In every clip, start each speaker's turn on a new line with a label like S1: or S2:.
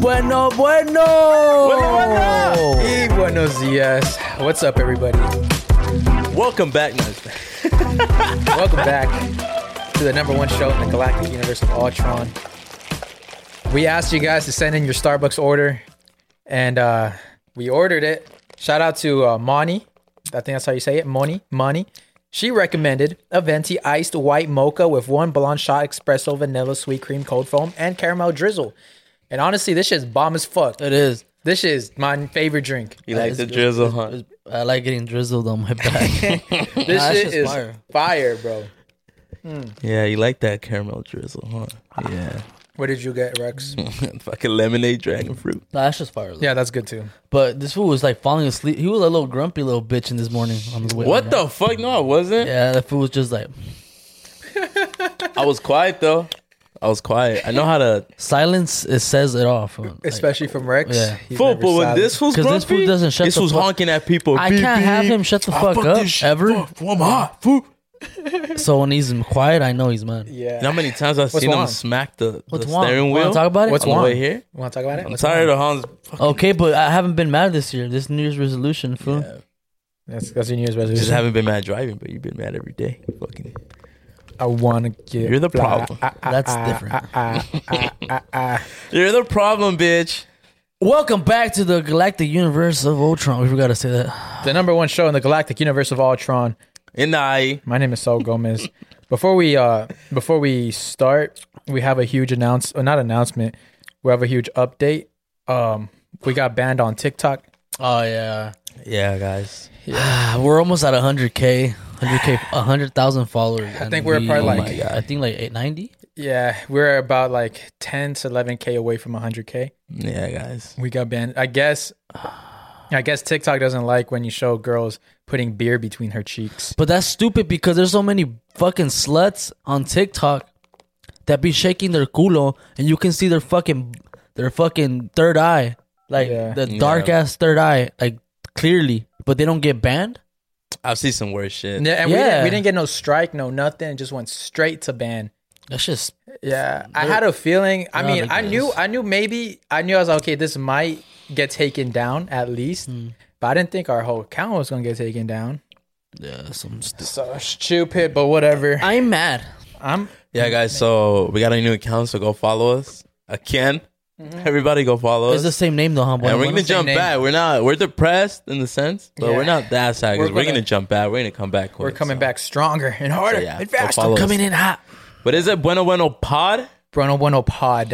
S1: Bueno, bueno.
S2: bueno.
S1: Y buenos días. What's up, everybody?
S2: Welcome back, man.
S1: Welcome back to the number one show in the galactic universe of Ultron. We asked you guys to send in your Starbucks order, and uh, we ordered it. Shout out to uh, Moni. I think that's how you say it. Moni. Moni. She recommended a venti iced white mocha with one blonde shot espresso vanilla sweet cream cold foam and caramel drizzle. And honestly, this shit's bomb as fuck.
S3: It is.
S1: This is my favorite drink.
S2: You like
S3: It's
S2: the
S3: good.
S2: drizzle,
S3: It's-
S2: huh?
S3: it's- I like getting drizzled on my back.
S1: This
S3: Nah, that
S1: shit
S3: shit's
S1: is
S3: fire.
S1: fire, bro.
S2: Yeah, you like that caramel drizzle, huh? Yeah.
S1: What did you get, Rex?
S2: Fucking lemonade dragon fruit.
S3: nah, that's just fire. Yeah.
S1: Yeah, that's good too.
S3: But this fool was like falling asleep. He was a little grumpy little bitch in this morning on his way.
S2: What the fuck? No, I wasn't.
S3: Yeah, that fool was just like
S2: I was quiet though. I was quiet. I know how to
S3: silence. It says it all. fool. Like,
S1: Especially from Rex.
S3: yeah.
S1: He's
S2: fool,
S1: never
S2: but when
S1: silent.
S2: this was
S3: 'Cause
S2: grumpy,
S3: this fool doesn't shut
S2: this
S3: the
S2: was
S3: fuck-
S2: honking at people.
S3: I
S2: Beep,
S3: can't have
S2: beep.
S3: him shut the
S2: I
S3: fuck
S2: fucked
S3: up
S2: this shit
S3: ever.
S2: up. Fool, I'm hot. Fool.
S3: So when he's quiet, I know he's mad.
S1: Yeah.
S2: You know how many times I've seen
S1: wrong?
S2: him smack the, the
S3: What's wrong?
S2: steering
S3: Wanna
S2: wheel?
S3: talk about it?
S2: What's
S3: What's
S2: on the
S1: wrong?
S2: way here?
S1: You want to talk about it?
S2: I'm tired of Hans.
S3: Okay, but I haven't been mad this year. This New Year's resolution, fool.
S1: That's, that's your New Year's resolution.
S2: Just haven't been mad driving, but you've been mad every day. Fucking.
S1: I want to get.
S2: You're the problem.
S3: That's
S1: Ah,
S3: different.
S2: You're the problem, bitch.
S3: Welcome back to the galactic universe of Ultron. We forgot to say that.
S1: The number one show in the galactic universe of Ultron.
S2: In the eye.
S1: My name is Saul Gomez. Before we uh before we start, we have a huge announce or not announcement. We have a huge update. Um, we got banned on TikTok.
S3: Oh yeah.
S2: Yeah, guys.
S3: Ah, we're almost at 100k 100k 100,000 followers oh i
S1: think we're probably like-
S3: i think like 890
S1: Yeah, we're about like ten to eleven k away from hundred k.
S2: Yeah, guys.
S1: We got banned. I guess. I guess TikTok doesn't like when you show girls putting beer between her cheeks.
S3: but that's stupid because there's so many fucking sluts on tiktok that be shaking their culo and you can see their fucking their fucking third eye like
S1: Yeah.
S3: the dark ass third eye like clearly but they don't get banned
S2: I've seen some worse shit.
S1: Yeah, and we, didn't, we
S3: Yeah.
S1: didn't get no strike, no nothing. It just went straight to ban.
S3: that's just
S1: Yeah, I had a feeling. I
S3: Yeah,
S1: mean, I
S3: because-
S1: knew, I knew maybe, I knew I was like, okay. This might get taken down at least, but I didn't think our whole account was gonna get taken down.
S3: yeah some stu-
S1: So stupid, but whatever.
S3: i'm mad
S1: I'm
S2: Yeah, guys. So we got a new account, so go follow us again.
S1: Mm-hmm.
S2: Everybody, go follow
S3: it's the
S2: us.
S3: same name though huh?
S2: And we're gonna
S3: Bueno, bueno.
S2: jump
S1: name.
S2: back. We're not. We're depressed in the sense, but
S1: Yeah.
S2: we're not that sad. We're,
S1: We're
S2: we're gonna,
S1: gonna-
S2: jump back. We're gonna come back.
S1: we're
S2: quick,
S1: coming
S2: so.
S1: back stronger and harder
S2: yeah,
S1: and
S2: go
S1: faster.
S2: follow us.
S3: coming in hot
S2: But is it Bueno Bueno Pod?
S1: Bruno Bueno Pod,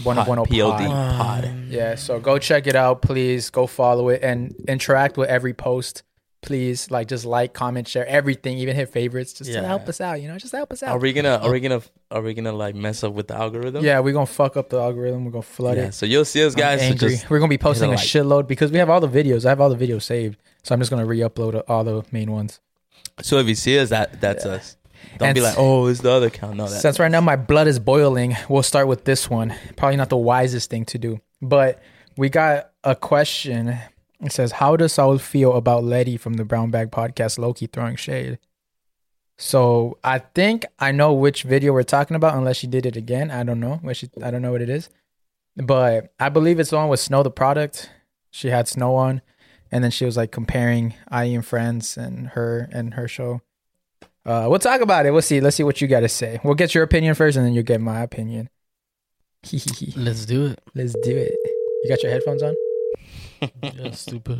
S1: Bruno Bueno
S2: P O
S1: Pod.
S2: D
S1: Um,
S2: Pod.
S1: Yeah, so go check it out, please. Go follow it and interact with every post, please. Like, just like, comment, share everything, even hit favorites, just to
S2: Yeah.
S1: help us out. You know, just help us
S2: Are
S1: out.
S2: we gonna? Are we gonna? Are we gonna like mess up with the algorithm?
S1: yeah, we're gonna fuck up the algorithm. We're gonna flood
S2: Yeah.
S1: it.
S2: So you'll see us, guys. So
S1: angry.
S2: just
S1: We're gonna be posting a
S2: like.
S1: shitload because we have all the videos. I have all the videos saved, so I'm just gonna re-upload all the main ones.
S2: so if you see us, that that's us. Don't
S1: And
S2: be
S1: s-
S2: like, oh, it's the other account. No, that's
S1: Since right now my blood is boiling, we'll start with this one. Probably not the wisest thing to do, but we got a question. It says, "How does Saul feel about Letty from the Brown Bag Podcast, Loki throwing shade?" So I think I know which video we're talking about, unless she did it again. I don't know. What she, I don't know what it is, but I believe it's the one with Snow the product. She had Snow on, and then she was like comparing I E and Friends and her and her show. Uh, we'll talk about it. We'll see. Let's see what you got to say. We'll get your opinion first, and then you get my opinion. Let's
S3: let's do it
S1: do it. You got your headphones on?
S3: yeah, stupid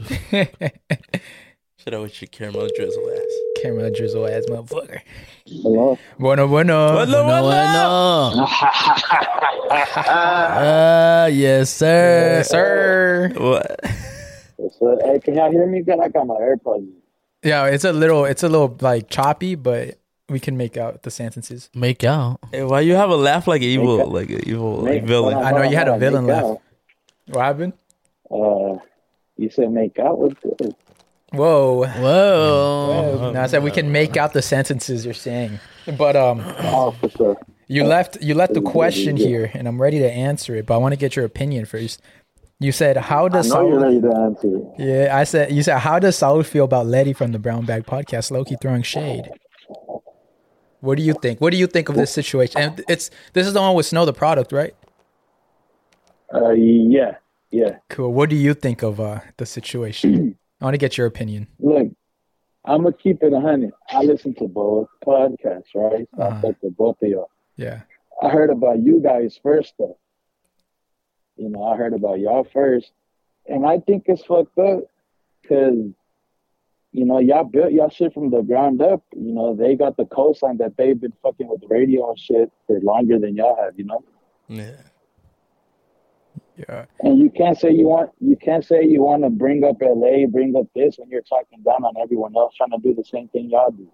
S2: should I wish your caramel drizzle ass.
S1: Camera drizzle ass motherfucker.
S4: Hello.
S1: Bueno, Oh, bueno.
S2: Hello,
S3: Bueno,
S2: hello.
S3: bueno.
S4: What's
S3: Ah, yes, sir.
S1: Yes, sir.
S2: What?
S4: up? Hey, can y'all hear me good? I got my AirPods.
S1: Yeah, it's a little, it's a little like choppy, but we can make out the sentences.
S3: Make out.
S2: Hey, why you have a laugh like an evil, like an evil like
S4: Make-
S2: villain?
S4: hold on,
S1: I know
S4: hold
S1: you
S4: on,
S1: had a
S4: hold on,
S1: villain
S4: make
S1: laugh. What happened?
S4: out. Uh, you said make out with this.
S1: Whoa.
S3: Whoa.
S1: No, I said we can make out the sentences you're saying. But um,
S4: Oh, for sure.
S1: You left you left the question here, and I'm ready to answer it, but I want to get your opinion first. You said, "How
S4: I
S1: does
S4: know you're
S1: Saul?"
S4: ready to answer. it.
S1: Yeah, I said you said, "How does Saul feel about Letty from the Brown Bag Podcast?" Loki throwing shade. What do you think? What do you think of this situation? And it's this is the one with Snow the product, right?
S4: Uh, yeah, yeah.
S1: Cool. What do you think of uh, the situation? I want to get your opinion.
S4: Look, I'm gonna keep it a hundred. I listen to both podcasts, right? So I
S1: Uh-huh.
S4: fuck with both of y'all.
S1: Yeah.
S4: I heard about you guys first, though. You know, I heard about y'all first, and I think it's fucked up because you know y'all built y'all shit from the ground up. You know, they got the coastline that they've been fucking with radio and shit for longer than y'all have. You know.
S2: Yeah.
S1: Yeah.
S4: And you can't say you want you can't say you want to bring up LA, bring up this when you're talking down on everyone else trying to do the same thing y'all do.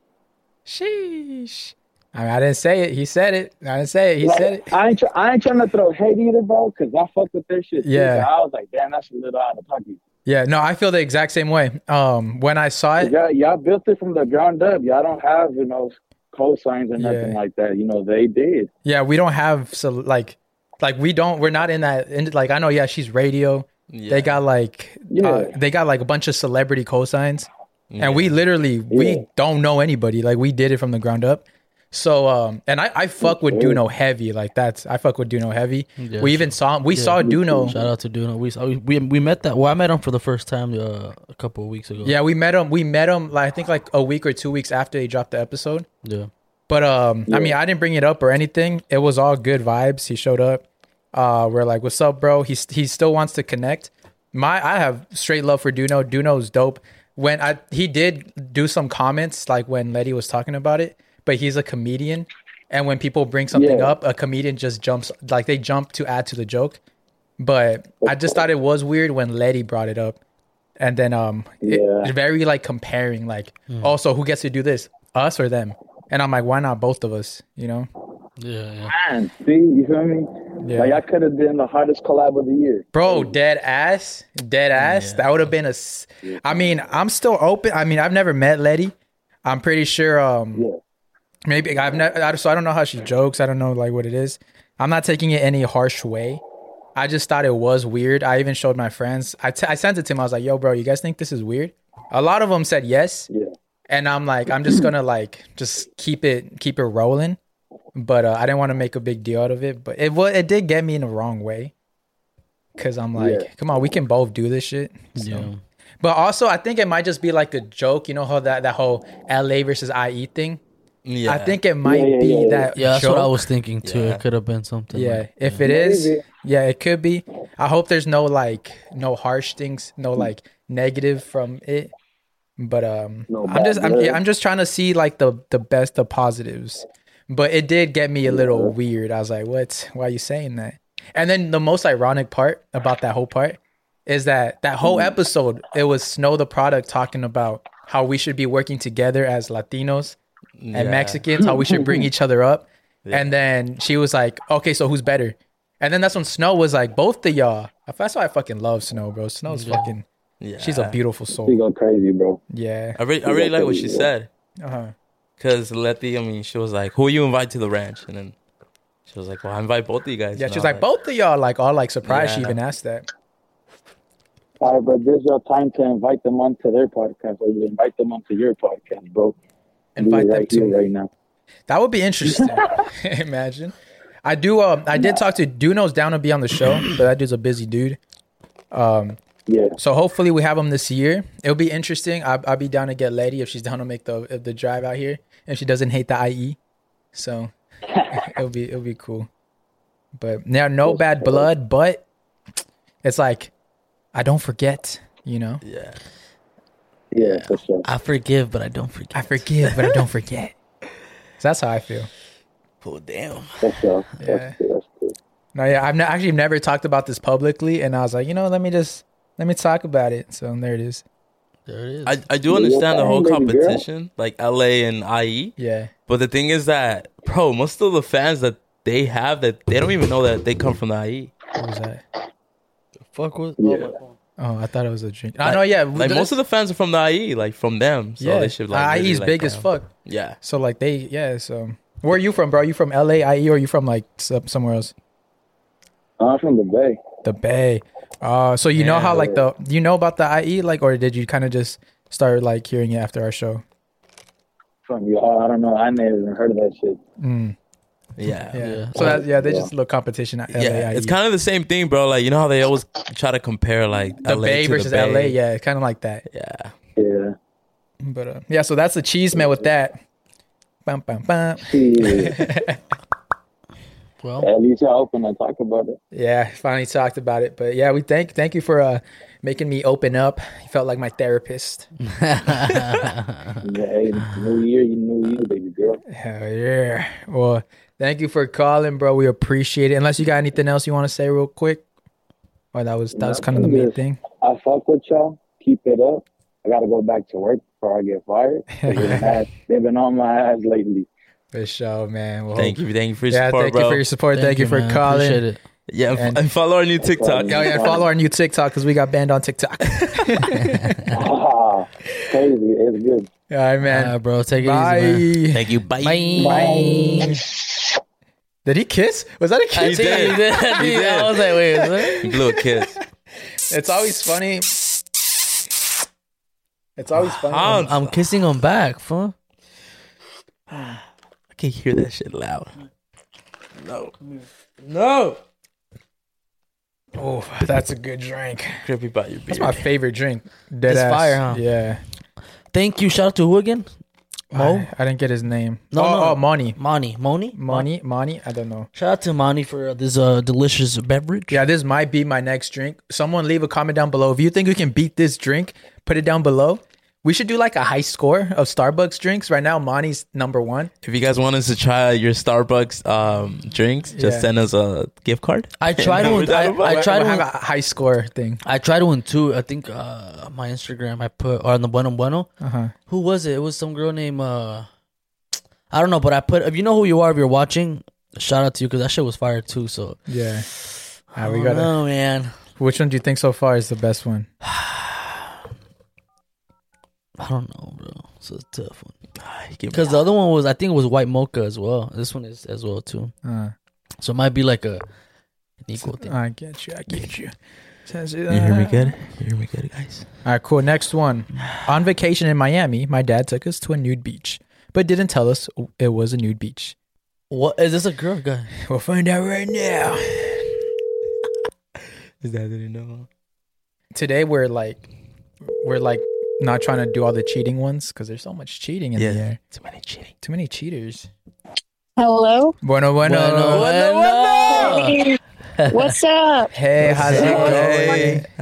S1: Sheesh. I, mean, I didn't say it. He said it. I didn't say it. He
S4: Like,
S1: said it.
S4: I ain't try, I ain't trying to throw hate either, bro, because I fuck with their shit. too.
S1: Yeah.
S4: I was like, damn, that's a little out of pocket.
S1: Yeah. No, I feel the exact same way. Um, when I saw it,
S4: Y'all, y'all built it from the ground up. Y'all don't have you know cosigns or nothing
S1: Yeah.
S4: like that. You know they did.
S1: yeah, we don't have so like, like we don't. We're not in that. In, like I know. Yeah, she's radio.
S2: yeah.
S1: They got like, uh,
S4: Yeah.
S1: they got like a bunch of celebrity cosigns.
S2: yeah.
S1: and we literally
S4: Yeah.
S1: we don't know anybody like we did it from the ground up so um and i i fuck with duno heavy like that's i fuck with duno heavy
S3: Yeah.
S1: we even saw him we saw
S3: Shout
S1: duno
S3: out to Duno. We saw- we we met that. Well, I met him for the first time uh, a couple of weeks ago.
S1: yeah we met him we met him like i think like a week or two weeks after they dropped the episode
S3: yeah.
S1: but um i mean i didn't bring it up or anything it was all good vibes he showed up uh we're like what's up bro he, he still wants to connect my i have straight love for duno duno's dope when i he did do some comments like when letty was talking about it but he's a comedian and when people bring something
S4: Yeah.
S1: up a comedian just jumps like they jump to add to the joke but i just thought it was weird when letty brought it up and then um it-
S4: Yeah.
S1: it's very like comparing like oh so who gets to do this us or them and i'm like why not both of us you know
S3: Yeah, yeah.
S4: Man, see, you feel me?
S1: Yeah.
S4: Like I could have been the hardest collab of the year.
S1: bro dead ass dead ass that would have been a s- i mean i'm still open i mean i've never met letty i'm pretty sure um
S4: Yeah.
S1: maybe i've never I, so i don't know how she jokes i don't know like what it is i'm not taking it any harsh way i just thought it was weird i even showed my friends I t- I sent it to him i was like yo bro you guys think this is weird a lot of them said yes
S4: Yeah.
S1: and i'm like i'm just gonna like just keep it keep it rolling but uh, i didn't want to make a big deal out of it but it was it did get me in the wrong way because i'm like
S4: Yeah.
S1: come on we can both do this shit so. but also i think it might just be like a joke you know how that that whole la versus ie thing
S2: Yeah.
S1: I think it might
S4: yeah,
S1: be
S4: yeah, yeah.
S1: that.
S3: Yeah, that's
S1: joke.
S3: what I was thinking too.
S2: Yeah.
S3: It could have been something.
S1: Yeah,
S3: like-
S1: if it is,
S4: Maybe.
S1: yeah, it could be. I hope there's no like no harsh things, no like negative from it. But um,
S4: No
S1: I'm just
S4: bad
S1: I'm, yeah,
S4: blood.
S1: I'm just trying to see like the the best of positives. But it did get me a little weird. I was like, "What? Why are you saying that?" And then the most ironic part about that whole part is that that
S2: Mm-hmm.
S1: whole episode it was Snow the product talking about how we should be working together as Latinos and
S2: Yeah.
S1: Mexicans, how we should bring each other up. And then she was like, okay, so who's better? And then that's when Snow was like, both of y'all. That's why I fucking love Snow, bro. Snow's fucking,
S2: Yeah.
S1: she's a beautiful
S4: You
S1: soul.
S4: go crazy, bro.
S1: Yeah.
S2: I really, I really like what she said.
S1: Uh-huh.
S2: Cause Letty, I mean, she was like, "Who you invite to the ranch?" And then she was like, "Well, I invite both of you guys."
S1: Yeah,
S2: And
S1: she was
S2: I
S1: like, both of y'all, like, all like surprised she
S2: Yeah.
S1: even asked that.
S4: All right, but there's your time to invite them onto their podcast, or you invite them onto your podcast, bro. Do it
S1: Invite them
S4: right here,
S1: to.
S4: right now.
S1: That would be interesting. Imagine. I do, um, I did talk to Duno's down to be on the show, but that dude's a busy dude.
S4: Yeah.
S1: So hopefully we have them this year. It'll be interesting. I'll, I'll be down to get Lady if she's down to make the if the drive out here and she doesn't hate the IE. So it'll be it'll be cool. But now no bad blood, but it's like I don't forget, you know.
S2: Yeah.
S4: Yeah, for sure.
S1: Ah.
S3: I forgive, but I don't forget.
S1: I forgive, but I don't forget. So that's how I feel.
S2: Oh damn.
S4: For sure.
S1: Yeah. Oh,
S4: That's good. That's good.
S1: No, yeah, I've ne- actually never talked about this publicly, and I was like, you know, let me just let me talk about it. So there it is.
S3: There it is.
S2: I, I do
S4: Yeah,
S2: understand the
S4: I
S2: whole
S4: ain't gonna be girl.
S2: competition, like LA and IE.
S1: Yeah,
S2: But the thing is that, bro, most of the fans that they have that they don't even know that they come from the E. IE.
S1: what was that?
S3: fuck with.
S4: Yeah.
S1: Oh, I thought it was a drink. I know, yeah.
S2: Like most of the fans are from the IE, like from them. So they should like really,
S1: IE's
S2: like,
S1: E big as
S2: um,
S1: fuck.
S2: Yeah.
S1: So like they yeah. So where are you from, bro? Are you from LA, IE, E, or are you from like some, somewhere else?
S4: Oh, I'm from the Bay.
S1: The Bay. Uh, so you know
S2: Yeah.
S1: how like the you know about the IE like, or did you kind of just start like hearing it after our show?
S4: Oh, From you, I don't know. I never even heard of that shit.
S2: Yeah.
S1: Yeah.
S3: Yeah.
S1: So that's, yeah, they
S4: Yeah.
S1: just look competition. At
S2: Yeah, it's kind of the same thing, bro. Like you know how they always try to compare like
S1: the
S2: LA
S1: Bay
S2: to
S1: versus
S2: the Bay?
S1: LA. Yeah, it's kind of like that.
S2: yeah.
S4: Yeah.
S1: But uh, yeah, so that's the cheese man with that. Bum, bum, bum.
S4: Yeah.
S3: Well,
S4: At least I open and talk about it.
S1: Yeah, finally talked about it. But yeah, we thank thank you for uh, making me open up. You felt like my therapist.
S4: Yeah, hey, new year, you new you, baby girl.
S1: Hell yeah. Well, thank you for calling, bro. We appreciate it. Unless you got anything else you want to say real quick. Or that was that was kind of the main thing.
S4: I fuck with y'all. Keep it up. I gotta go back to work before I get fired. 'Cause They've been ass- they've been on my ass lately.
S1: For sure, man. Well,
S2: Thank you, thank you for your
S1: yeah,
S2: support,
S1: thank
S2: bro.
S1: you for your support. Thank, you, for
S3: man.
S1: calling.
S3: Appreciate it.
S2: yeah, and,
S1: and-
S2: and follow our new TikTok.
S1: Oh yeah, follow our new TikTok because we got banned on TikTok. All
S4: Ah, crazy. It's good.
S1: right, man.
S3: All right, bro. Take it
S1: Bye.
S3: easy, man.
S2: Thank you. Bye.
S3: Bye.
S1: Bye. Did he kiss? Was that a
S3: I
S1: kiss?
S3: think
S2: did.
S3: you did. I
S2: You
S3: think-
S2: did.
S3: I was like, wait, is it?
S2: You blew a kiss.
S1: It's always funny. It's always funny.
S2: Hans,
S3: I'm kissing him back, fool.
S2: I can hear that shit loud. No. No.
S1: Oh, that's a good drink.
S2: Creepy about your beard.
S1: That's my favorite drink. Dead
S3: It's
S1: ass.
S3: fire, huh?
S1: Yeah.
S3: Thank you. Shout out to who again? Mo?
S1: I, I didn't get his name.
S3: No,
S1: oh,
S3: no.
S1: oh, Monty.
S3: Moni. Moni?
S1: Monty. Monty. I don't know.
S3: Shout out to Moni for uh, this uh, delicious beverage.
S1: Yeah, this might be my next drink. Someone leave a comment down below. If you think we can beat this drink, put it down below. We should do like a high score of Starbucks drinks. Right now, Monty's number one.
S2: if you guys want us to try your Starbucks um, drinks, just
S1: Yeah.
S2: send us a gift card.
S3: I tried
S2: Remember
S3: one.
S2: that
S3: I,
S2: one?
S3: I tried
S1: We'll have
S3: one.
S1: a high score thing.
S3: I tried one too. I think uh, on my Instagram I put or on the Bueno Bueno.
S1: Uh-huh.
S3: Who was it? It was some girl named uh, I don't know, but I put. If you know who you are, if you're watching, shout out to you because that shit was fire too. So
S1: Yeah. Ah,
S3: I
S1: we
S3: don't
S1: gotta.
S3: know, man.
S1: Which one do you think so far is the best one?
S3: I don't know, bro. It's a tough one
S2: Give me-
S3: because the other one was I think it was white mocha as well. This one is as well too.
S1: Uh,
S3: So it might be like a an equal thing.
S1: I get you. I get you. Says,
S2: You hear me
S1: uh,
S2: good? You hear me good, guys?
S1: All right, cool. Next one. On vacation in Miami, my dad took us to a nude beach, but didn't tell us it was a nude beach.
S3: What is this a girl or guy?
S1: We'll find out right now.
S2: Is that didn't know?
S1: Today we're like, we're like not trying to do all the cheating ones because there's so much cheating in
S2: Yeah.
S1: the air.
S2: Too many cheating.
S1: Too many cheaters.
S5: Hello.
S1: Bueno, bueno.
S3: Bueno, bueno.
S5: What's up?
S1: Hey, how's it
S3: What's up?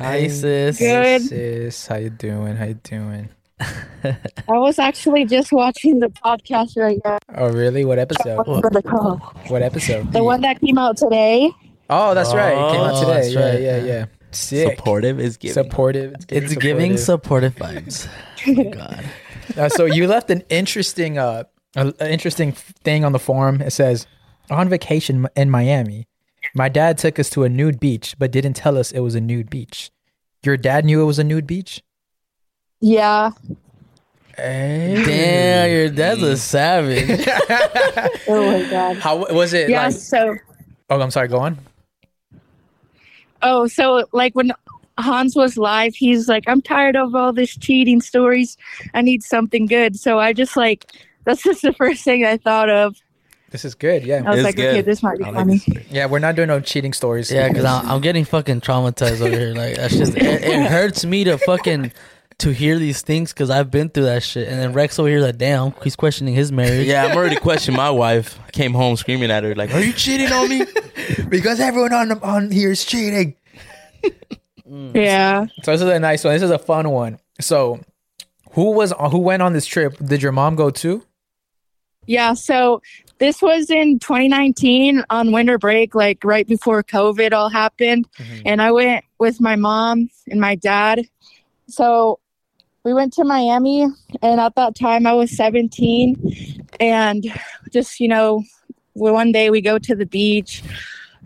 S1: going?
S3: Hey, sis.
S5: Good.
S1: Sis, how you doing? How you doing?
S5: I was actually just watching the podcast right now
S1: Oh, really? What episode?
S5: for the call.
S1: What episode?
S5: The one that came out today.
S1: Oh, that's right. It came out
S3: Oh,
S1: today.
S3: that's
S1: Yeah,
S3: right.
S1: yeah, yeah. Sick.
S2: Supportive is giving.
S1: Supportive.
S3: It's giving supportive vibes. Oh my God.
S1: Uh, so you left an interesting, uh, a- a interesting thing on the forum. It says, "On vacation in Miami, my dad took us to a nude beach, but didn't tell us it was a nude beach. Your dad knew it was a nude beach.
S5: Yeah,
S3: Damn, your dad's a savage.
S5: Oh my god.
S1: How was it?
S5: Yeah.
S1: Like,
S5: So,
S1: oh, I'm sorry. Go on.
S5: oh, so like when Hans was live, he's like, "I'm tired of all this cheating stories. I need something good." So I just like, that's just the first thing I thought of.
S1: This is good.
S5: I
S1: Yeah,
S5: was
S2: It's
S5: like, "Okay,
S2: good.
S5: this might be
S2: I like
S5: funny."
S2: this.
S1: yeah. We're not doing no cheating stories.
S3: Yeah, because I'm, I'm getting fucking traumatized over here. Like that's just it, it hurts me to fucking to hear these things because I've been through that shit. And then Rex over here like, damn, he's questioning his marriage.
S2: Yeah, I'm already questioning my wife. I came home screaming at her like, "Are you cheating on me?"
S1: because everyone on on here is cheating.
S5: yeah.
S1: So this is a nice one. This is a fun one. So, who was uh, who went on this trip? Did your mom go too?
S5: Yeah, so this was in 2019 on winter break, like right before COVID all happened. And I went with my mom and my dad. So we went to Miami, and at that time I was 17. And just, you know, we- one day we go to the beach,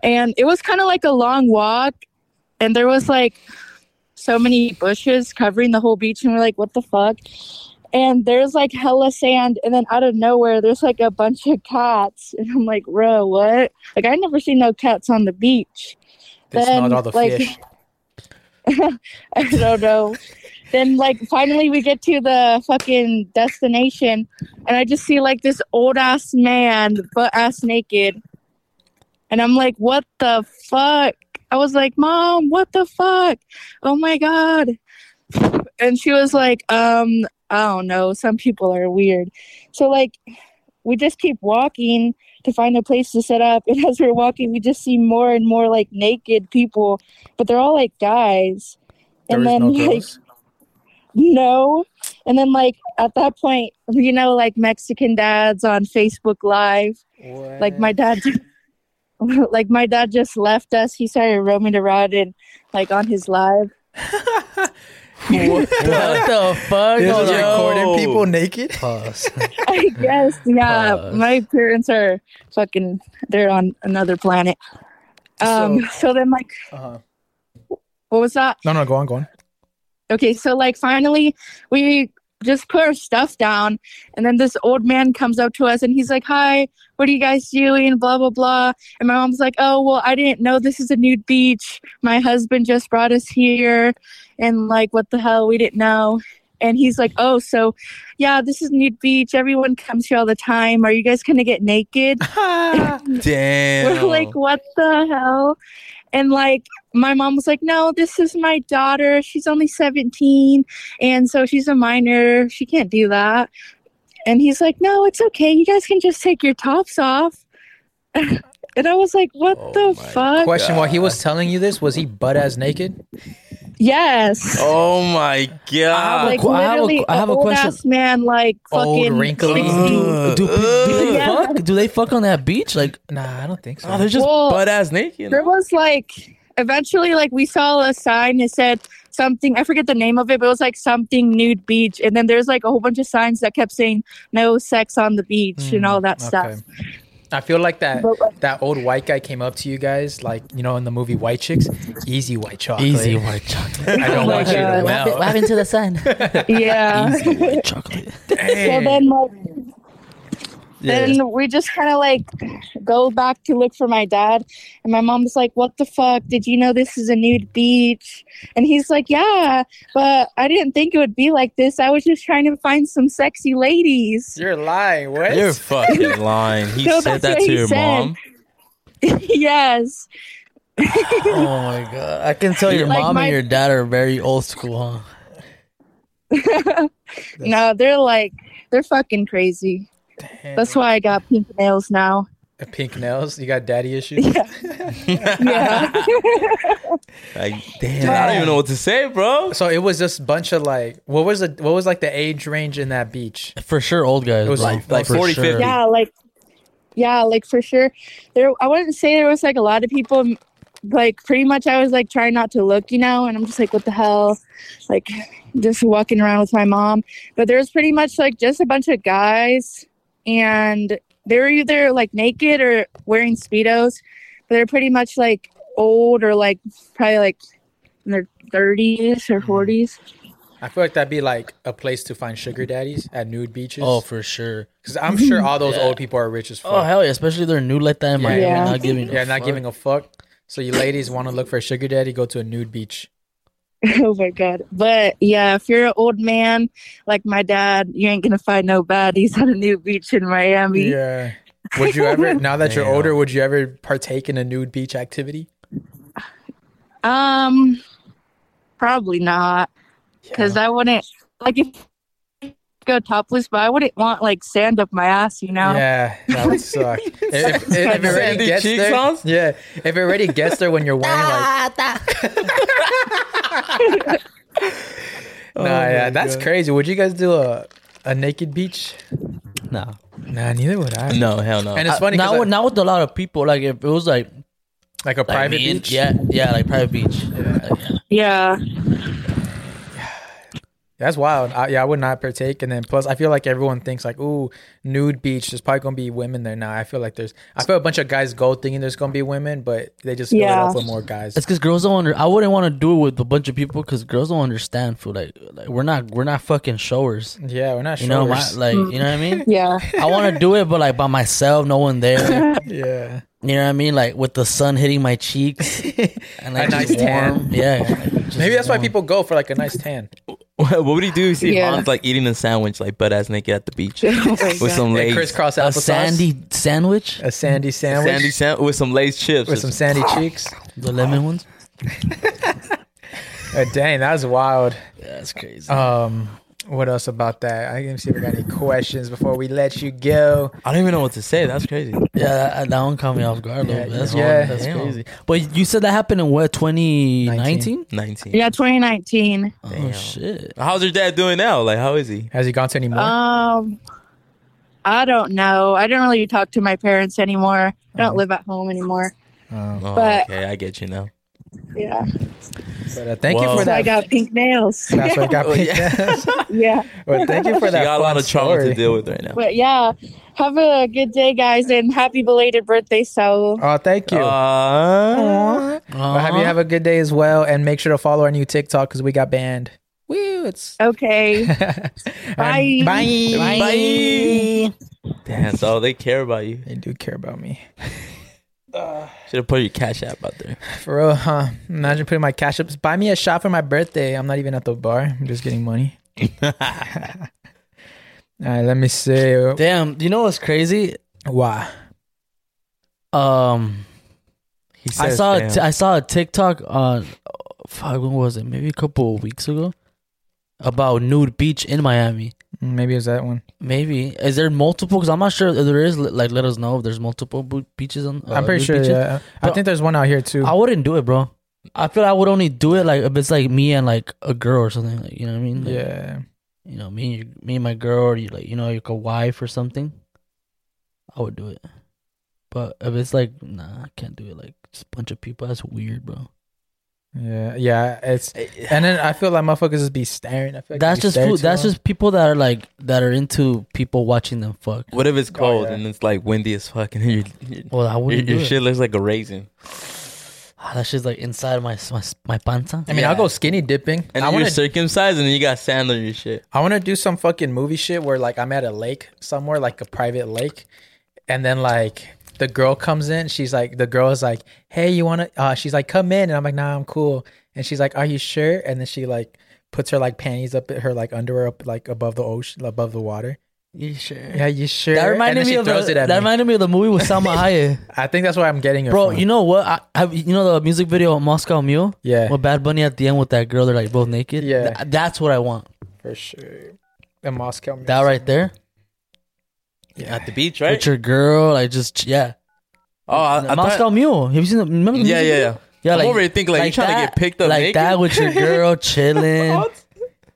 S5: and it was kind of like a long walk. And there was like so many bushes covering the whole beach, and we're like, what the fuck? and there's like hella sand and then out of nowhere there's like a bunch of cats and i'm like bro what like i never seen no cats on the beach
S1: They smelled
S5: Then,
S1: all the
S5: like-
S1: fish.
S5: i don't know then like finally we get to the fucking destination and I just see like this old ass man butt ass naked. And I'm like, what the fuck? I was like, Mom, what the fuck? Oh my god. And she was like, um, I don't know, some people are weird. So like we just keep walking to find a place to set up and as we're walking we just see more and more like naked people, but they're all like guys.
S1: There
S5: and
S1: is
S5: then
S1: no
S5: like
S1: girls.
S5: no. And then like at that point, you know, like Mexican dads on Facebook Live, like my dad, like my dad just left us. He started roaming around and like on his live.
S2: What the-
S3: What the fuck?
S1: This is
S2: Yo.
S1: recording people naked.
S3: Pause.
S5: I guess, yeah.
S3: Pause.
S5: My parents are fucking. They're on another planet. Um.
S1: So-
S5: So, then, like,
S1: Uh-huh.
S5: what was that?
S1: No, no, go on, go on.
S5: Okay. So like, finally, we just put our stuff down, and then this old man comes up to us, and he's like, "Hi, what are you guys doing?" Blah blah blah. And my mom's like, "Oh, well, I didn't know this is a nude beach. My husband just brought us here, and like, what the hell? We didn't know." And he's like, "Oh, so yeah, this is nude beach. Everyone comes here all the time. Are you guys gonna get naked?"
S2: Damn.
S5: We're like, what the hell? And like, my mom was like, no, this is my daughter. She's only 17. And so she's a minor. She can't do that. And he's like, no, it's okay. You guys can just take your tops off. and I was like, what
S2: Oh
S5: the
S2: my
S5: fuck?
S1: Question: While he was telling you this, was he butt ass naked?
S5: Yes.
S2: Oh my god.
S5: Like
S3: qu- I have a-
S5: literally,
S3: I have a
S5: old
S3: question.
S5: ass man, like
S1: Old,
S5: fucking
S1: wrinkly.
S5: sixty.
S2: Ugh,
S3: do, pe- do they
S2: ugh.
S5: Yeah.
S3: fuck? Do they fuck on that beach? Like,
S1: Nah, I don't think so.
S2: Oh, they're just
S5: Well,
S2: butt ass naked.
S5: There was like eventually like we saw a sign that said something I forget the name of it, but it was like something nude beach. And then there's like a whole bunch of signs that kept saying no sex on the beach
S1: Hmm,
S5: and all that stuff.
S1: I feel like that
S5: But, like-
S1: that old white guy came up to you guys, like you know, in the movie White Chicks, easy white chocolate.
S3: easy white chocolate.
S1: I don't
S5: Oh my
S1: want you
S5: God.
S1: to
S5: What
S1: know.
S3: to the sun?
S5: Yeah.
S3: Easy white chocolate.
S5: so
S1: Dang.
S5: then like
S1: Yeah.
S5: then we just kind of like go back to look for my dad and my mom's like what the fuck did you know this is a nude beach and he's like yeah but i didn't think it would be like this i was just trying to find some sexy ladies
S1: You're lying. What?
S2: You're fucking lying. He
S5: No,
S2: said
S5: that's
S2: that
S5: what
S2: to
S5: he
S2: your
S5: said.
S2: mom.
S5: yes
S3: Oh my god! I can tell your
S5: Like
S3: mom
S5: my-
S3: and your dad are very old school, huh?
S5: no, they're like they're fucking crazy. That's why I got pink nails now.
S1: Pink nails. You got daddy issues.
S5: Yeah, yeah.
S2: Like, damn, I don't even know what to say, bro.
S1: So it was just a bunch of like, what was the what was like the age range in that beach?
S3: For sure, old guys.
S1: It was
S3: bro.
S1: like-
S2: like
S3: For
S2: 40, 50.
S5: yeah, like yeah, like for sure. There, I wouldn't say there was like a lot of people. Like pretty much, I was like trying not to look, you know, and I'm just like, what the hell, like just walking around with my mom. But there was pretty much like just a bunch of guys, and they were either like naked or wearing speedos. But they're pretty much like old or like probably like in their 30s or 40s.
S1: I feel like that'd be like a place to find sugar daddies at nude beaches.
S3: Oh, for sure.
S1: because I'm sure all those
S3: Yeah.
S1: old people are rich as fuck.
S3: Oh hell yeah! Especially they're new like that in Miami,
S1: Yeah.
S3: not giving. a
S1: yeah, not
S3: fuck.
S1: giving a fuck. So you ladies want to look for a sugar daddy? Go to a nude beach.
S5: Oh my god. But yeah, if you're an old man like my dad, you ain't gonna find no baddies on a new beach in Miami.
S1: Yeah. Would you ever, now that you're
S2: Damn.
S1: older, would you ever partake in a nude beach activity?
S5: Um probably not. Cause I wouldn't like if go topless, but I wouldn't want like sand up my ass, you know?
S1: Yeah, that would suck. if, if, if it already
S2: Sandy
S1: gets
S2: cheeks
S1: there,
S2: on?
S1: yeah, if it already gets there when you're wearing like,
S2: Oh
S1: nah, yeah, that's crazy. Would you guys do a a naked beach?
S3: Nah. Uh,
S1: Nah, neither would I.
S2: No, hell no.
S1: And it's funny
S3: Not
S1: because
S3: with not with a lot of people. Like if it was like, like
S1: like a private
S3: me and-
S1: beach.
S3: Yeah, yeah, like private beach. Like, yeah.
S5: Yeah.
S1: That's wild. I, yeah, I would not partake. And then plus, I feel like everyone thinks like, "Ooh, nude beach." There's probably gonna be women there now. I feel like there's. I feel a bunch of guys go thinking there's gonna be women, but they just fill
S5: Yeah.
S1: it up with more guys.
S3: It's because girls don't under. I wouldn't want to do it with a bunch of people because girls don't understand food. Like, like we're not we're not fucking showers.
S1: yeah, we're not
S3: You
S1: sure.
S3: know, my, like you know what I mean.
S5: Yeah.
S3: I want to do it, but like by myself, no one there.
S1: yeah,
S3: You know what I mean? Like with the sun hitting my cheeks and like
S1: A nice
S3: just warm.
S1: tan.
S3: Yeah, like, just
S1: maybe that's why
S3: warm.
S1: people go for like a nice tan.
S2: What, what would he do? You see
S5: Yeah.
S2: Hans like eating a sandwich, like butt ass naked at the beach
S5: Oh my
S2: with
S5: God.
S2: some
S1: A
S2: Lay's,
S1: crisscross
S3: a
S1: applesauce.
S3: sandy sandwich,
S1: A sandy sandwich.
S2: sandy sand with some Lay's chips.
S1: with some
S2: Just-
S1: sandy cheeks.
S3: the lemon ones.
S1: Uh, dang, that was wild.
S3: Yeah, that's crazy.
S1: Um, what else about that? I can see if we got any questions before we let you go.
S2: I don't even know what to say. That's crazy.
S3: yeah, that, that one caught me off guard. a little
S1: Yeah,
S3: bit. that's
S1: yeah.
S3: hard. that's
S2: Damn.
S3: crazy. But you said that happened in what 2019?
S2: Nineteen.
S5: Yeah, 2019.
S3: Oh
S2: Damn.
S3: shit!
S2: How's your dad doing now? Like, how is he?
S1: Has he gone to any more?
S5: Um, I don't know. I don't really talk to my parents anymore. I don't live at home anymore.
S1: Um,
S2: Oh,
S5: But-
S2: okay, I get you now.
S5: Yeah.
S1: but uh, thank
S2: Whoa.
S1: you for
S5: So I
S1: that.
S5: got pink nails.
S1: That's what got
S2: Oh,
S1: me.
S2: yeah.
S5: yeah.
S1: well, thank you for
S2: She
S1: that.
S2: got a lot
S1: fun
S2: of trauma
S1: story.
S2: to deal with right now.
S5: But yeah, have a good day, guys, and happy belated birthday, Saul.
S1: Oh, thank you.
S2: Uh,
S1: Well, have you
S3: Uh-huh.
S1: have a good day as well, and make sure to follow our new TikTok because we got banned. Woo! It's
S5: Okay. Bye.
S1: bye.
S3: Uh-huh.
S1: Bye.
S2: bye. Damn, so they care about you.
S1: They do care about me.
S2: Should have put your cash app out there.
S1: For real, huh? Imagine putting my cash ups. Buy me a shot for my birthday. I'm not even at the bar. I'm just getting money. All right, let me see.
S3: Damn, you know what's crazy?
S1: Wow.
S3: Um,
S2: He
S3: I
S2: says,
S3: saw a
S2: "Damn."
S3: t- I saw a TikTok on fuck when was it? Maybe a couple of weeks ago about nude beach in Miami.
S1: Maybe it was that one.
S3: Maybe is there multiple? Because I'm not sure if there is. Like, let us know if there's multiple bo- beaches on. uh,
S1: I'm pretty
S3: nude
S1: sure.
S3: beaches.
S1: Yeah. I
S3: Bro-
S1: think there's one out here too.
S3: I wouldn't do it, bro. I feel I would only do it like if it's like me and like a girl or something. Like, you know what I mean? Like,
S1: yeah.
S3: You know me and your, me and my girl, or you like you know like a wife or something. I would do it, but if it's like nah, I can't do it. Like just a bunch of people, that's weird, bro.
S1: Yeah. Yeah. It's and then I feel like motherfuckers just be staring. I feel like
S3: that's
S1: they
S3: just
S1: stare
S3: food.
S1: too
S3: That's
S1: long.
S3: just people that are like that are into people watching them fuck.
S2: What if it's cold
S1: yeah.
S2: and it's like windy as fuck and your, your,
S3: Well, I
S2: your,
S3: wouldn't do
S2: your
S3: it.
S2: shit looks like a raisin?
S3: Ah, that shit's like inside my my, my panza.
S1: I mean, I'll
S2: yeah.
S1: go skinny dipping.
S2: And
S1: I
S2: then
S1: want
S2: you're
S1: to.
S2: circumcised and then you got sand on your shit.
S1: I want to do some fucking movie shit where like I'm at a lake somewhere, like a private lake, and then like the girl comes in. She's like, the girl is like, "Hey, you want to?" Uh, she's like, "Come in," and I'm like, "Nah, I'm cool." And she's like, "Are you sure?" And then she like puts her like panties up, her like underwear up like above the ocean, above the water.
S3: You sure?
S1: Yeah, you sure?
S3: That
S1: and
S3: reminded
S1: then
S3: me
S1: she
S3: of
S1: throws
S3: the,
S1: it at
S3: that
S1: me.
S3: reminded me of the movie with Salma Hayek.
S1: I think that's why I'm getting it,
S3: Bro,
S1: from.
S3: you know what? I, I you know the music video Moscow Mule
S1: yeah,
S3: with Bad Bunny at the end with that girl. They're like both naked.
S1: Yeah.
S3: Th- that's what I want.
S1: for sure. The Moscow.
S3: That right there
S1: Yeah.
S2: At the beach,
S3: with
S2: right?
S3: your girl. Like just yeah.
S2: Oh, I, I
S3: Moscow
S2: thought,
S3: Mule. Have you seen the? Remember the
S2: Yeah,
S3: music
S2: yeah,
S3: video?
S2: yeah. I'm over here thinking like, you trying to
S3: that-
S2: get picked up
S3: like
S2: naked?
S3: that with your girl chilling.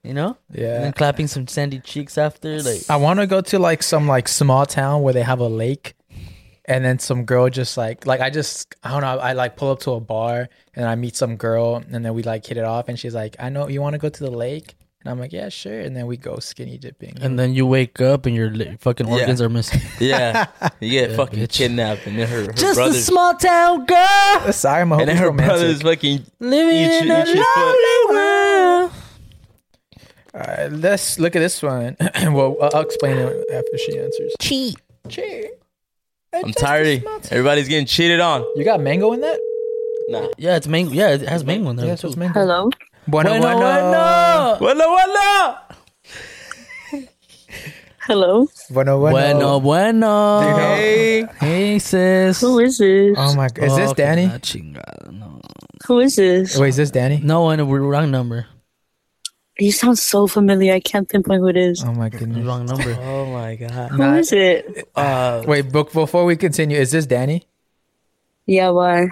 S3: you know, and
S1: Yeah,
S3: then clapping some sandy cheeks after. Like
S1: I want to go to like some like small town where they have a lake, and then some girl just like like I just I don't know I like pull up to a bar and I meet some girl and then we like hit it off and she's like I know you want to go to the lake and I'm like yeah sure and then we go skinny dipping
S3: And then you wake up and your li- fucking organs are missing.
S2: yeah. You get
S3: Yeah,
S2: fucking
S3: bitch.
S2: kidnapped and then her, her
S3: Just a
S2: brother's
S3: small town girl
S1: sorry I'm a
S2: and then her brother's
S1: romantic.
S2: fucking
S3: living
S2: Eat
S3: in
S2: your-
S3: a
S2: eat your
S3: lonely world.
S1: All right, let's look at this one. well, I'll I'll explain it after she answers. Cheat, cheat.
S2: I'm tired. Everybody's getting cheated on.
S1: You got mango in that?
S2: Nah.
S3: Yeah, it's mango. Yeah, it has mango in there
S1: Yes,
S3: too.
S1: it's mango.
S5: Hello.
S1: Bueno, bueno.
S2: Wala wala.
S5: Hello.
S1: Bueno, bueno.
S3: Bueno, bueno.
S1: You know-
S2: Hey.
S3: Hey, sis.
S5: Who is this?
S1: Oh my god, is this
S3: Okay,
S1: Danny?
S3: la chingada, No,
S5: Who is this?
S1: Wait, is this Danny?
S3: no, and we're wrong number.
S5: You sound so familiar. I can't pinpoint who it is.
S1: Oh my goodness.
S3: Wrong number.
S2: Oh my god.
S5: Who
S1: Nah,
S5: is it?
S2: Uh,
S1: Wait, book before we continue, is this Danny?
S5: Yeah, why?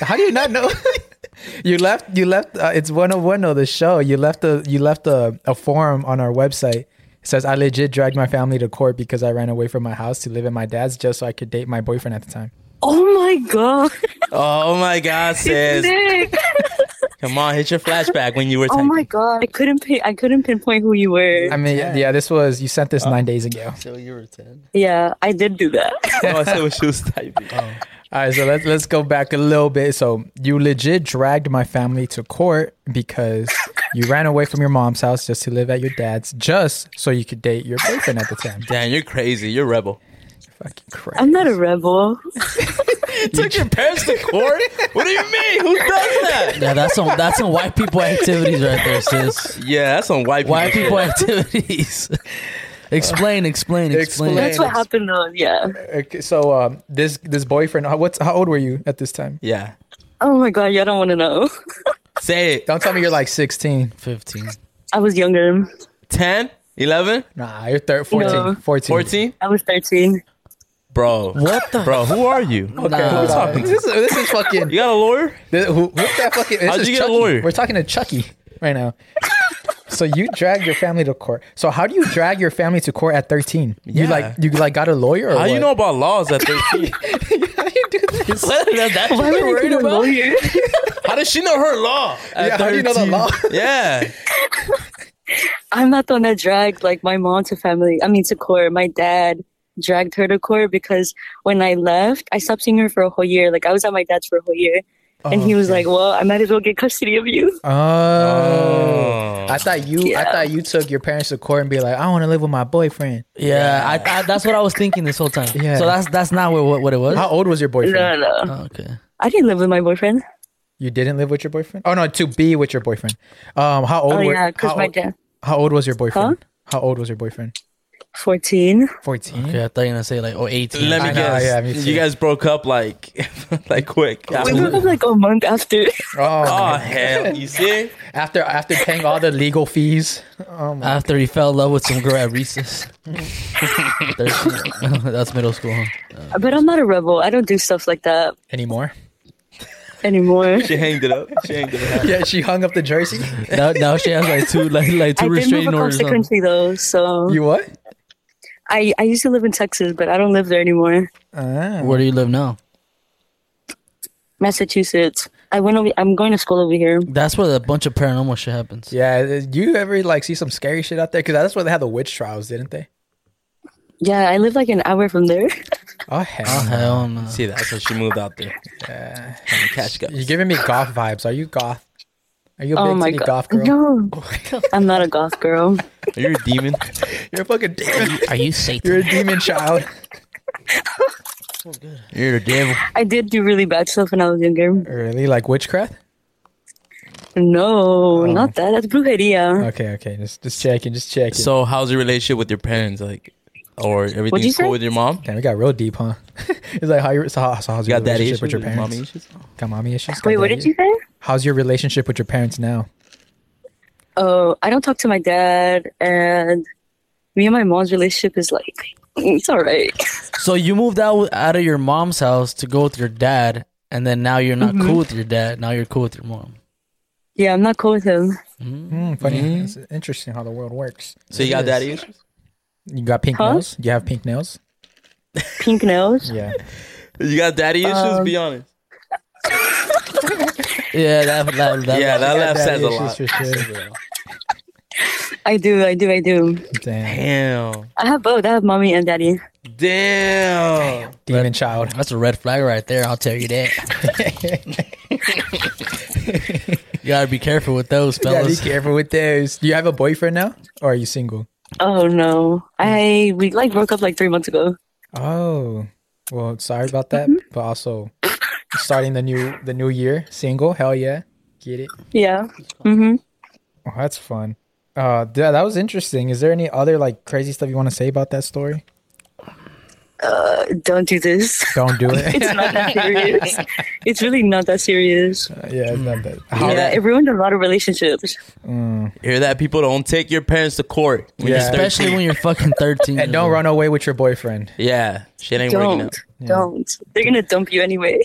S1: How do you not know? you left. You left. Uh, it's one one of the show. You left a. You left a, a forum on our website. It says I legit dragged my family to court because I ran away from my house to live at my dad's just so I could date my boyfriend at the time.
S5: Oh my god.
S2: oh my god, sis.
S5: Nick.
S2: Come on, hit your flashback when you were
S5: Oh
S2: typing.
S5: my god. I couldn't pin- I couldn't pinpoint who you were.
S1: I mean, yeah, this was you sent this nine days ago.
S3: So you were 10.
S5: yeah, I did do that.
S2: No, I said what she was typing.
S1: All right, so let's let's go back a little bit. So you legit dragged my family to court because you ran away from your mom's house just to live at your dad's, just so you could date your boyfriend at the time.
S5: Um,
S2: Damn, you're crazy. You're a rebel.
S1: Fucking crazy.
S5: I'm not a rebel.
S2: Took your parents to court? What do you mean? Who does that?
S3: Yeah, that's some that's some white people activities right there, sis.
S2: Yeah, that's some white people.
S3: White people
S2: shit.
S3: activities. explain, explain, explain.
S1: Explain.
S5: That's what happened. To, yeah.
S1: Okay, so um, this this boyfriend. How, what's how old were you at this time?
S2: Yeah.
S5: Oh my god, y'all don't want to know.
S2: Say it.
S1: Don't tell me you're like 16.
S3: Fifteen.
S5: I was younger.
S2: 10, 11,
S1: Nah, you're thir- 14,
S5: No.
S1: 14.
S2: 14?
S5: I was 13.
S2: Bro.
S3: What the?
S2: Bro, who are you?
S1: Okay,
S3: Nah.
S1: hold on. This is, this is fucking.
S2: You got a lawyer?
S1: This, who, what's that fucking this
S2: How'd
S1: is
S2: you get a
S1: Chucky.
S2: lawyer?
S1: We're talking to Chucky right now. so you dragged your family to court. So how do you drag your family to court at 13? You
S2: Yeah.
S1: like you like got a lawyer? Or
S2: How you know
S1: what?
S2: about laws at 13?
S1: how do you do this?
S2: That's- that's what you're worried about? How does she know her law? at
S1: Yeah, how do you know the
S2: 13?
S1: law?
S2: Yeah.
S5: I'm not the one that dragged like my mom to family. I mean to court. My dad dragged her to court because when I left, I stopped seeing her for a whole year. Like I was at my dad's for a whole year, and he was like, "Well, I might as well get custody of you."
S1: Oh.
S2: Oh.
S1: I thought you I
S5: Yeah.
S1: thought you took your parents to court and be like, I want to live with my boyfriend.
S3: Yeah, I, I that's what I was thinking this whole time.
S1: Yeah.
S3: So that's that's not what what, what it was.
S1: How old was your boyfriend?
S5: No, no,
S1: Uh,
S3: Oh, okay.
S5: I didn't live with my boyfriend.
S1: You didn't live with your boyfriend? Oh no, to be with your boyfriend. Um, how old?
S5: Oh
S1: were,
S5: yeah, because
S1: how,
S5: my
S1: old-
S5: dad
S1: how old was your boyfriend? How old was your boyfriend?
S5: 14.
S1: Fourteen.
S3: Okay, I thought you were gonna say like oh 18.
S2: Let me
S1: I know,
S2: guess.
S1: yeah, Hmm? me too.
S2: you guys broke up like like quick.
S5: We
S2: after-
S5: broke up like a month after.
S2: Oh
S1: Oh,
S2: hell! You see?
S1: after after paying all the legal fees. Oh my.
S3: After he fell in love with some girl at recess. Thirteen. that's middle school. Huh?
S5: but I'm not a rebel. I don't do stuff like that
S1: Anymore?
S5: anymore.
S2: She hanged it up. She hanged it up.
S1: Yeah, she hung up the jersey.
S3: Now, now she has like two like like
S5: I
S3: two
S5: did move
S3: restraining
S5: across
S3: orders.
S5: the
S3: On.
S5: country though, so
S1: You what?
S5: I I used to live in Texas, but I don't live there anymore.
S1: Ah.
S3: Where do you live now?
S5: Massachusetts. I went over. I'm going to school over here.
S3: That's where a bunch of paranormal shit happens.
S1: Yeah, do you ever like see some scary shit out there? Because that's where they had the witch trials, didn't they?
S5: Yeah, I live like an hour from there.
S1: Oh hell!
S3: Oh hell no.
S2: See, that's when she moved out there.
S1: Yeah.
S2: Trying to catch guys.
S1: You're giving me goth vibes. Are you goth? Are you a
S5: oh
S1: big
S5: my
S1: city
S5: god!
S1: goth girl? Oh
S5: No, I'm not a goth girl.
S2: Are you a demon?
S1: You're a fucking demon.
S3: Are you
S1: You're
S3: Satan?
S1: a demon child.
S2: You're the devil.
S5: I did do really bad stuff when I was younger.
S1: Really? Like witchcraft?
S5: No,
S1: Oh.
S5: not that. That's brujeria.
S1: Okay, okay. Just just checking, just checking. So,
S2: So, how's your relationship with your parents? Like, or
S5: What'd you
S2: everything's
S5: say?
S2: cool with your mom?
S1: Damn, we got real deep, huh? it's like how you so, how, so how's
S2: You
S1: your
S2: got daddy
S1: relationship
S2: issues
S1: with your parents?
S2: mommy issues?
S1: Got mommy issues?
S5: Wait,
S1: Got
S5: what
S1: daddy
S5: did you
S1: issues?
S5: say?
S1: How's your relationship with your parents now?
S5: Oh, I don't talk to my dad, and me and my mom's relationship is like it's all right.
S3: So you moved out out of your mom's house to go with your dad, and then now you're
S5: Mm-hmm.
S3: not cool with your dad. Now you're cool with your mom.
S5: Yeah, I'm not cool with him.
S1: Mm, funny. It's interesting how the world works.
S2: So you got daddy issues?
S1: You got pink
S5: Huh?
S1: nails? You have pink nails?
S5: Pink nails.
S1: Yeah.
S2: You got daddy
S1: Um,
S2: issues? Be honest.
S3: Yeah, that, that, that
S2: Yeah, that laugh
S1: Daddy
S2: says a
S1: issues
S2: lot.
S1: for sure.
S5: I do, I do, I do.
S1: Damn.
S2: Damn.
S5: I have both. I have mommy and daddy.
S2: Damn.
S1: Demon child.
S3: That's a red flag right there. I'll tell you that. you gotta be careful with those
S1: Yeah, be
S3: fellas.
S1: careful with those. Do you have a boyfriend now? Or are you single?
S5: Oh no, I we like broke up like three months ago.
S1: Oh. Well, sorry about that. But also starting the new the new year, single. Hell yeah. Get it.
S5: Yeah. Mhm.
S1: Oh, that's fun. Uh, yeah, that was interesting. Is there any other like crazy stuff you want to say about that story?
S5: Don't do this.
S1: Don't do it.
S5: It's not that serious. It's really not that serious.
S1: yeah, it's not that. How-
S5: Yeah, it ruined a lot of relationships.
S2: Hear that? People don't take your parents to court. When
S1: Yeah.
S2: you're 13.
S3: Especially when you're fucking 13.
S1: And don't run away with your boyfriend.
S2: Yeah. Shit ain't working out.
S5: Don't, don't. They're gonna dump you anyway.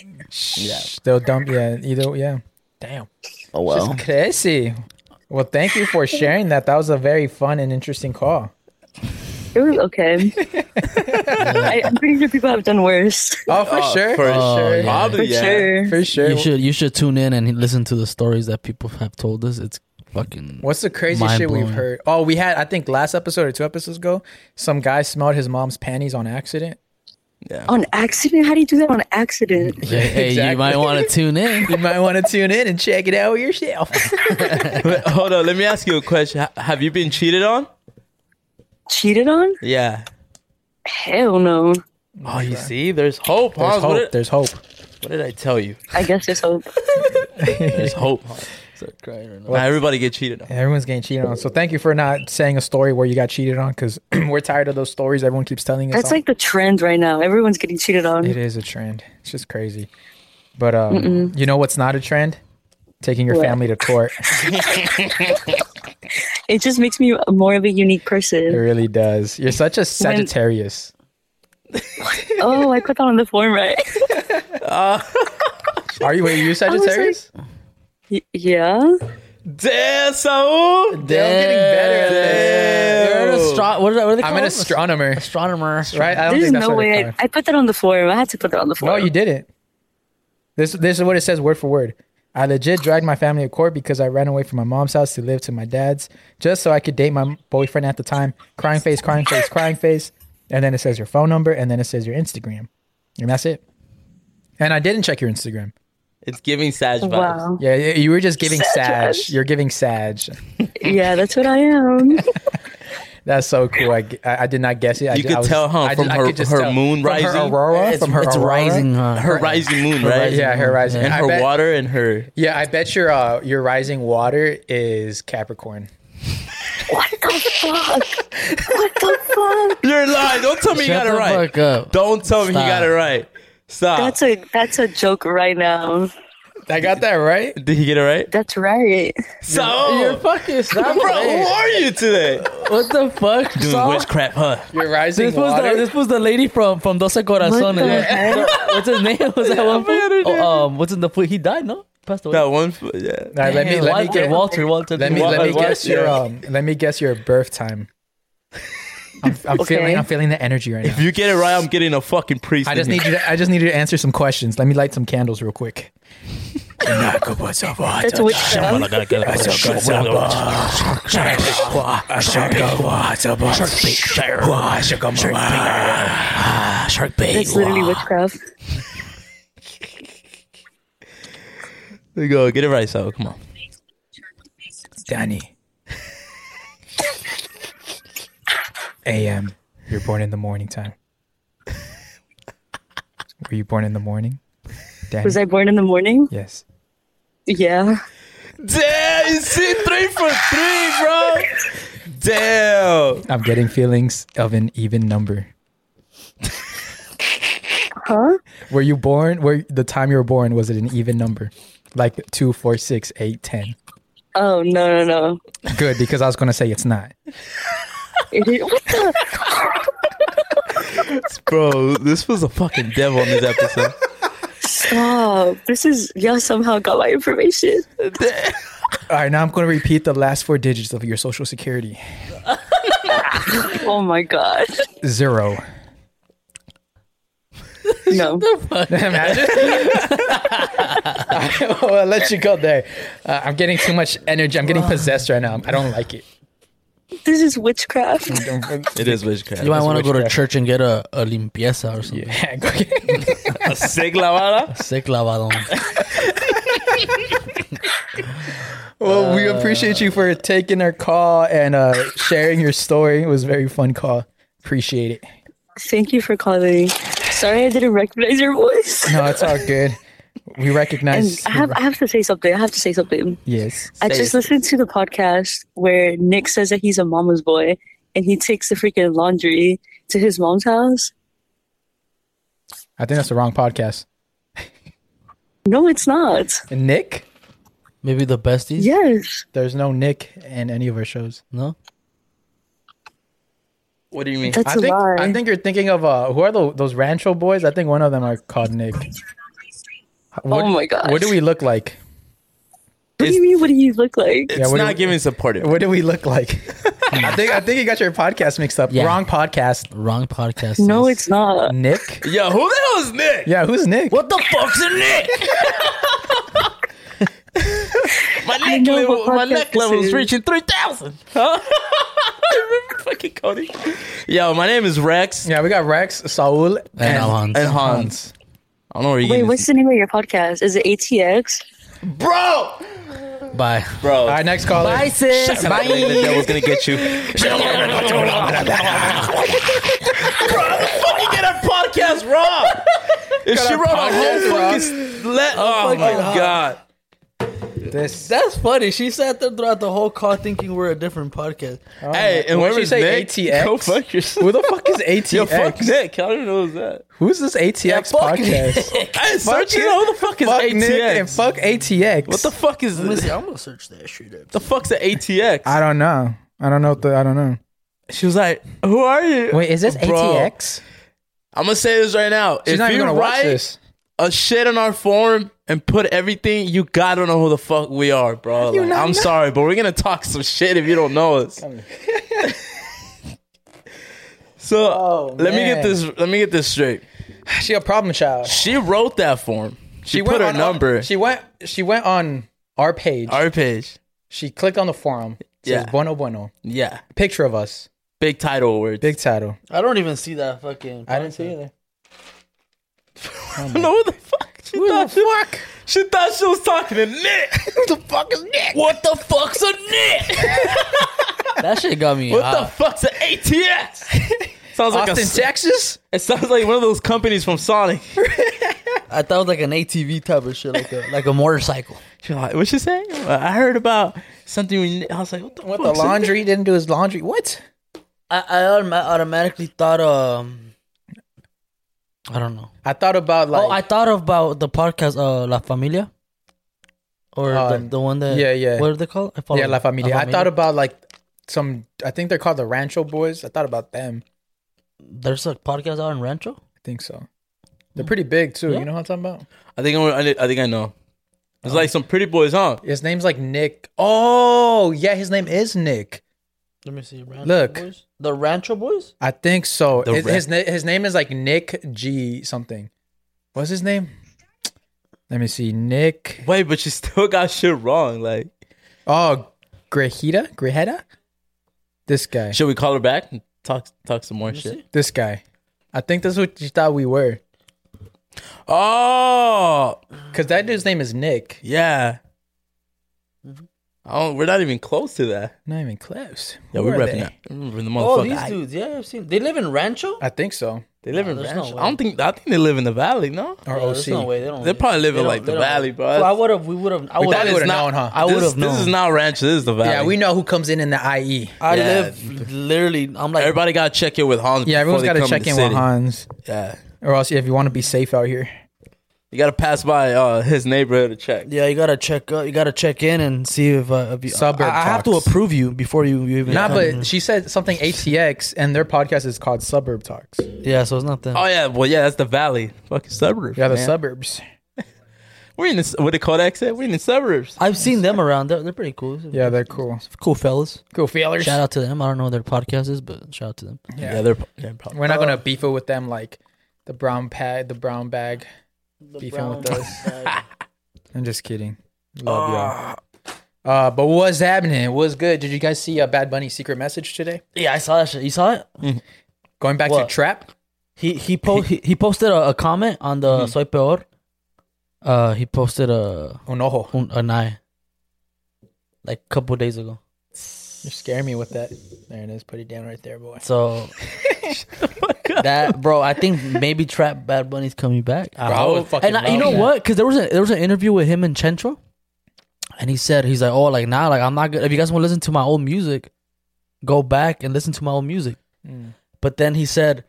S1: Yeah. They'll dump. Yeah. Either. Yeah. Damn.
S3: Oh, well.
S1: It's crazy. Well, thank you for sharing that. That was a very fun and interesting call.
S5: It was okay. I, I'm pretty sure people have done worse.
S1: Oh, for
S2: Oh,
S1: sure.
S2: for
S1: For,
S3: Oh,
S2: sure.
S3: yeah.
S5: For
S2: Probably, yeah.
S5: sure.
S1: sure.
S3: You should you should tune in and listen to the stories that people have told us. It's fucking
S1: What's the crazy shit we've
S3: Mind-blowing.
S1: heard? Oh, we had I think last episode or two episodes ago, some guy smelled his mom's panties on accident.
S5: On accident? How do you do that on accident?
S3: Yeah, hey,
S1: exactly.
S3: you might want to tune in.
S1: You might want to tune in and check it out yourself.
S2: Wait, Hold on. Let me ask you a question. Ha- Have you been cheated on?
S5: Cheated on?
S2: Yeah.
S5: Hell no.
S2: Oh, you see, there's hope.
S1: There's
S2: Hans. What
S1: hope.
S2: it-
S1: There's hope.
S2: What did I tell you?
S5: I guess there's hope.
S2: There's hope.
S3: Start crying right now.
S2: Now everybody get cheated on.
S1: Everyone's getting cheated on. So thank you for not saying a story where you got cheated on because we're tired of those stories everyone keeps telling us.
S5: That's
S1: on.
S5: like the trend right now. Everyone's getting cheated on.
S1: it is a trend. It's just crazy. But um, you know what's not a trend? Taking your
S5: What?
S1: family to court.
S5: It just makes me more of a unique
S1: it
S5: person.
S1: really does. You're such a Sagittarius.
S5: oh, I put that on the form right.
S1: Are you? Wait, are you
S5: was like-
S1: Sagittarius?
S5: Y- yeah.
S2: Damn, Saul.
S1: They're getting better. at this.
S3: You're an astro- what are, what are they
S1: I'm
S3: called?
S1: an astronomer,
S3: astronomer.
S1: right? I don't
S5: There's
S1: think that's
S5: no
S1: what
S5: way.
S1: they're
S5: I, I put that on the form. I had to put that on the form.
S1: No, you didn't. This this is what it says word for word. I legit dragged my family to court because I ran away from my mom's house to live to my dad's, just so I could date my boyfriend at the time. Crying face, crying face, crying face, and then it says your phone number, and then it says your Instagram, and that's it. And I didn't check your Instagram.
S2: It's giving Sag vibes.
S5: Wow.
S1: Yeah, y- you were just giving Sag.
S5: Sag.
S1: You're giving Sag.
S5: Yeah, that's what I am.
S1: That's so cool. I, g- I- I did not guess it. I
S2: You
S1: ju-
S2: could
S1: I was-
S2: tell, huh,
S1: I
S2: from
S1: I
S2: her-
S1: could just
S2: her
S1: tell.
S2: moon
S1: from her
S2: rising?
S1: aurora,
S3: It's,
S1: from her
S3: it's
S1: aurora?
S3: rising. Huh?
S2: Her rising moon, right?
S1: Yeah, her rising.
S2: And
S1: I
S2: her
S1: bet-
S2: water and her
S1: Yeah, I bet your uh, your rising water is Capricorn.
S5: what the fuck? What the fuck?
S2: You're lying. Don't tell me you
S3: Shut
S2: got it
S3: the
S2: right.
S3: fuck up.
S2: Don't tell me you
S3: Stop.
S2: got it right. Stop.
S5: That's a that's a joke right now.
S1: I got that right.
S2: Did he get it right?
S5: That's right.
S2: So,
S3: You're fucking stop,
S2: bro, who
S3: it.
S2: are you today?
S3: What the fuck?
S2: Doing
S3: Saul?
S2: witchcraft, huh?
S1: Your rising
S3: This was,
S1: water.
S3: the, this was the lady from from Doce
S5: What the
S3: Corazones.
S5: heck?
S3: What's his name? Was that one? fool?
S2: forgot her name.
S3: Oh, um, what's in the fool? He died, no? Passed away.
S2: That one, foot, yeah.
S1: All right, let me let me
S3: Damn, Walter,
S1: get,
S3: Walter, Walter.
S1: let me let me
S2: Walter,
S1: guess your
S2: yeah.
S1: um let me guess your birth time. I'm, I'm feeling I'm feeling the energy right now.
S2: If you get it right, I'm getting a fucking priest.
S1: I
S2: in
S1: just
S2: here.
S1: need you to I just need you to answer some questions. Let me light some candles real quick.
S5: That's witchcraft. That's literally witchcraft.
S2: There you go. Get it right, so come on.
S1: Danny. AM. You're born in the morning time. Were you born in the morning? Danny.
S5: Was I born in the morning?
S1: yes.
S5: Yeah.
S2: Damn, you see three for three, bro. Damn.
S1: I'm getting feelings of an even number.
S5: Huh?
S1: Were you born? Where the time you were born was it an even number, like two, four, six, eight, ten?
S5: Oh no no no.
S1: Good, because I was gonna say it's not.
S5: It is- what the
S2: Bro, this was a fucking devil in this episode.
S5: stop? This is y'all somehow got my information.
S2: Damn.
S1: All right, now I'm gonna repeat the last four digits of your social security:
S5: Oh my god.
S1: zero.
S5: No.
S1: Imagine. well, I'll let you go there. Uh, I'm getting too much energy. I'm getting possessed right now. I don't like it.
S5: This is witchcraft.
S2: It is witchcraft.
S3: You might want to go to
S1: witchcraft.
S3: church and get a, a limpieza or something.
S1: Yeah, go ahead.
S2: a sick lavada?
S3: Sick lavadon.
S1: well, we appreciate you for taking our call and uh, sharing your story. It was a very fun call. Appreciate it.
S5: Thank you for calling. Sorry I didn't recognize your voice.
S1: No, it's all good. We
S5: And
S1: recognize.
S5: I have I have to say something. I have to say something.
S1: yes.
S5: I just listened to the podcast where Nick says that he's a mama's boy and he takes the freaking laundry to his mom's house.
S1: I think that's the wrong podcast.
S5: No, it's not.
S1: Nick?
S3: Maybe the besties?
S5: Yes.
S1: There's no Nick in any of our shows.
S3: No?
S2: What do you mean?
S5: That's
S1: I
S5: a
S1: think
S5: lie.
S1: I think you're thinking of uh who are the, those Rancho boys? I think one of them are called Nick. What,
S5: oh my god.
S1: What do we look like?
S5: What do you mean what do you look like?
S2: It's
S1: what do
S2: not
S1: you-
S2: giving supportive.
S1: What do we look like? I think I think you got your podcast mixed up.
S3: Yeah.
S1: Wrong podcast.
S3: Wrong podcast.
S5: No,
S3: sis.
S5: it's not.
S1: Nick?
S2: Yo, who the hell is Nick?
S1: Yeah, who's Nick?
S2: What the fuck's a Nick? my neck,
S5: know
S2: level,
S5: what
S2: my
S5: podcast
S2: neck
S5: this
S2: level is
S5: is.
S2: reaching 3,000. Huh? Remember fucking Cody. Yo, my name is Rex
S1: Yeah, we got Rex, Saul, and,
S3: Alhans.
S2: and Hans. I don't know where you
S5: Wait,
S2: getting
S5: what's
S2: this.
S5: the name of your podcast? Is it ATX?
S2: Bro!
S3: Bye.
S2: Bro.
S1: All right, next caller.
S3: sis.
S2: I think the devil's gonna get you. Bro, fucking get our podcast wrong. If she wrote a whole
S1: podcast,
S2: fucking s- let, oh my
S3: fucking-
S2: god,
S1: This.
S3: That's funny. She sat there throughout the whole call thinking we're a different podcast.
S2: hey, and
S1: What'd she
S2: whoever's
S1: say,
S2: Nick,
S1: ATX?
S2: go fuck yourself.
S1: Who the fuck is ATX?
S2: Yo, fuck Nick. I don't even know who's that.
S1: Who's this ATX
S3: fuck
S1: podcast?
S2: Hey, search it
S1: Nick.
S2: out. Who the fuck is
S1: fuck
S2: ATX?
S1: Nick and fuck ATX.
S2: what the fuck is
S3: Let me
S2: this?
S3: see. I'm gonna search that shit up.
S2: The fuck's an ATX?
S1: I don't know. I don't know. What the, I don't know.
S2: she was like, "Who are you?"
S1: Wait, is this
S2: Bro,
S1: ATX?
S2: I'm gonna say this right now.
S1: She's
S2: if
S1: not
S2: you
S1: even gonna
S2: write
S1: watch this.
S2: a shit on our form and put everything, you gotta know who the fuck we are, bro.
S1: You
S2: Like,
S1: not
S2: I'm
S1: know?
S2: sorry, but we're gonna talk some shit if you don't know us. so
S1: Oh,
S2: let me
S1: man.
S2: get this. Let me get this straight.
S1: She a problem child.
S2: She wrote that form. She, put her
S1: on uh,
S2: number.
S1: She went. She went on our page.
S2: our page.
S1: she clicked on the forum. It says
S2: Yeah.
S1: bueno bueno.
S2: Yeah.
S1: Picture of us.
S2: Big title words.
S1: Big title.
S3: I don't even see that fucking.
S1: I didn't see
S3: podcast.
S1: either.
S2: no, the fuck. She
S1: Who the
S2: thought,
S1: fuck?
S2: she thought she was talking to Nick. Who the fuck is Nick? What the fuck's a Nick?
S3: That shit got me.
S2: what the
S3: hot.
S2: fuck's an ATS? sounds like
S1: Austin,
S2: a
S1: Texas.
S2: It sounds like one of those companies from Sonic.
S3: I thought it was like an ATV type of shit, like a like a motorcycle.
S2: She's like, what you say? I heard about something. we- I was like, what the
S1: What the
S2: fuck's in
S1: laundry didn't do his laundry? What?
S3: I I autom- automatically thought um, I don't know.
S1: I thought about like.
S3: oh, I thought about the podcast uh La Familia, or
S1: Um,
S3: the, the one that
S1: yeah, yeah.
S3: What are they called? I follow
S1: yeah, La
S3: them.
S1: Familia. I thought about like some. I think they're called the Rancho Boys. I thought about them.
S3: there's a podcast out in Rancho.
S1: I think so. They're pretty big too.
S3: Yeah.
S1: You know what I'm talking about?
S2: there? I think I'm, I, I think I know. It's like some pretty boys, huh?
S1: His name's like Nick. Oh yeah, his name is Nick.
S3: Let me see. Rancho
S1: Look. Oh,
S3: Boys? the Rancho Boys.
S1: I think so.
S2: The
S1: His,
S2: Ra-
S1: his, na- his name is like Nick G something. What's his name? Let me see. Nick.
S2: Wait, but she still got shit wrong. Like,
S1: Oh, Grejeda. Grejeda. This guy.
S2: should we call her back and talk talk some more
S3: Let me
S2: shit?
S3: see.
S1: This guy. I think that's what you thought we were,
S2: Oh,
S1: because that dude's name is Nick.
S2: yeah.
S1: Mm-hmm.
S2: I don't, we're not even close to that.
S1: Not even close.
S2: Yeah,
S1: Who
S2: we're
S1: are
S2: repping
S1: they?
S2: that. We're the
S3: Oh,
S2: motherfucker.
S3: these
S2: I-
S3: dudes. Yeah, I've seen. They live in Rancho.
S1: I think so.
S2: They live in
S3: Nah, there's
S2: Rancho.
S3: no
S2: I don't think. I think they live in the valley. No,
S1: Or
S3: Yeah,
S1: OC.
S3: there's no way. They don't.
S2: They probably live in,
S3: don't-
S2: like, the
S3: they don't-
S2: valley, bro.
S3: So I would have. We would have. I would
S1: probably
S3: have.
S1: would've
S2: not-
S1: known, huh?
S3: I
S2: This-
S3: would've
S2: This is
S3: known.
S2: not Rancho. This is the valley.
S1: Yeah, we know who comes in in the E. IE.
S3: I
S2: Yeah.
S3: live literally. I'm like.
S2: Like, Everybody got to check in with Hans.
S1: Yeah,
S2: before
S1: everyone's
S2: they
S1: got to
S2: come
S1: check
S2: the
S1: in with
S2: city.
S1: Hans,
S2: Yeah.
S1: or else if you want to be safe out here.
S2: You gotta pass by uh, his neighborhood to check.
S3: Yeah, you gotta check. Uh, you gotta check in and see if, uh, if you,
S1: Suburb
S3: I, I have to
S1: talks.
S3: approve you before you, you even.
S1: Nah,
S3: come in.
S1: but she said something ATX, and their podcast is called Suburb Talks.
S3: yeah, so it's not that.
S2: Oh yeah, well yeah, that's the valley, fucking suburbs.
S1: Yeah, the
S2: man.
S1: suburbs.
S2: We're in the what they call that accent. We're in the suburbs.
S3: I've seen them around. They're, they're pretty cool.
S1: Yeah, they're cool.
S3: cool fellas.
S1: Cool feelers.
S3: Shout out to them. I don't know what their podcast is, but shout out to them.
S1: Yeah.
S2: they're, they're probably.
S1: We're
S3: uh,
S1: not gonna beef it with them like the brown pad, the brown bag. Beefing with brown
S3: us.
S1: I'm just kidding. Love
S3: Ah.
S1: y'all. Uh, but what's happening? What's good? Did you guys see a Bad Bunny secret message today?
S3: yeah, I saw that shit. You saw it?
S1: Going back
S3: What?
S1: to trap.
S3: He he po- he, he posted a, a comment on
S1: Mm-hmm.
S3: the Soy Peor. Uh, he posted a
S1: Oh no,
S3: un, an eye. Like a couple days ago.
S1: you're scaring me with that. There it is. Put it down right there, boy.
S3: So that bro, I think maybe Trap Bad Bunny's coming back.
S1: Bro, I would fucking
S3: and I,
S1: love
S3: you know
S1: that.
S3: what? Because there was a, there was an interview with him and Chencho, and he said he's like, oh, like now, like I'm not good. If you guys want to listen to my old music, go back and listen to my old music.
S1: Mm.
S3: But then he said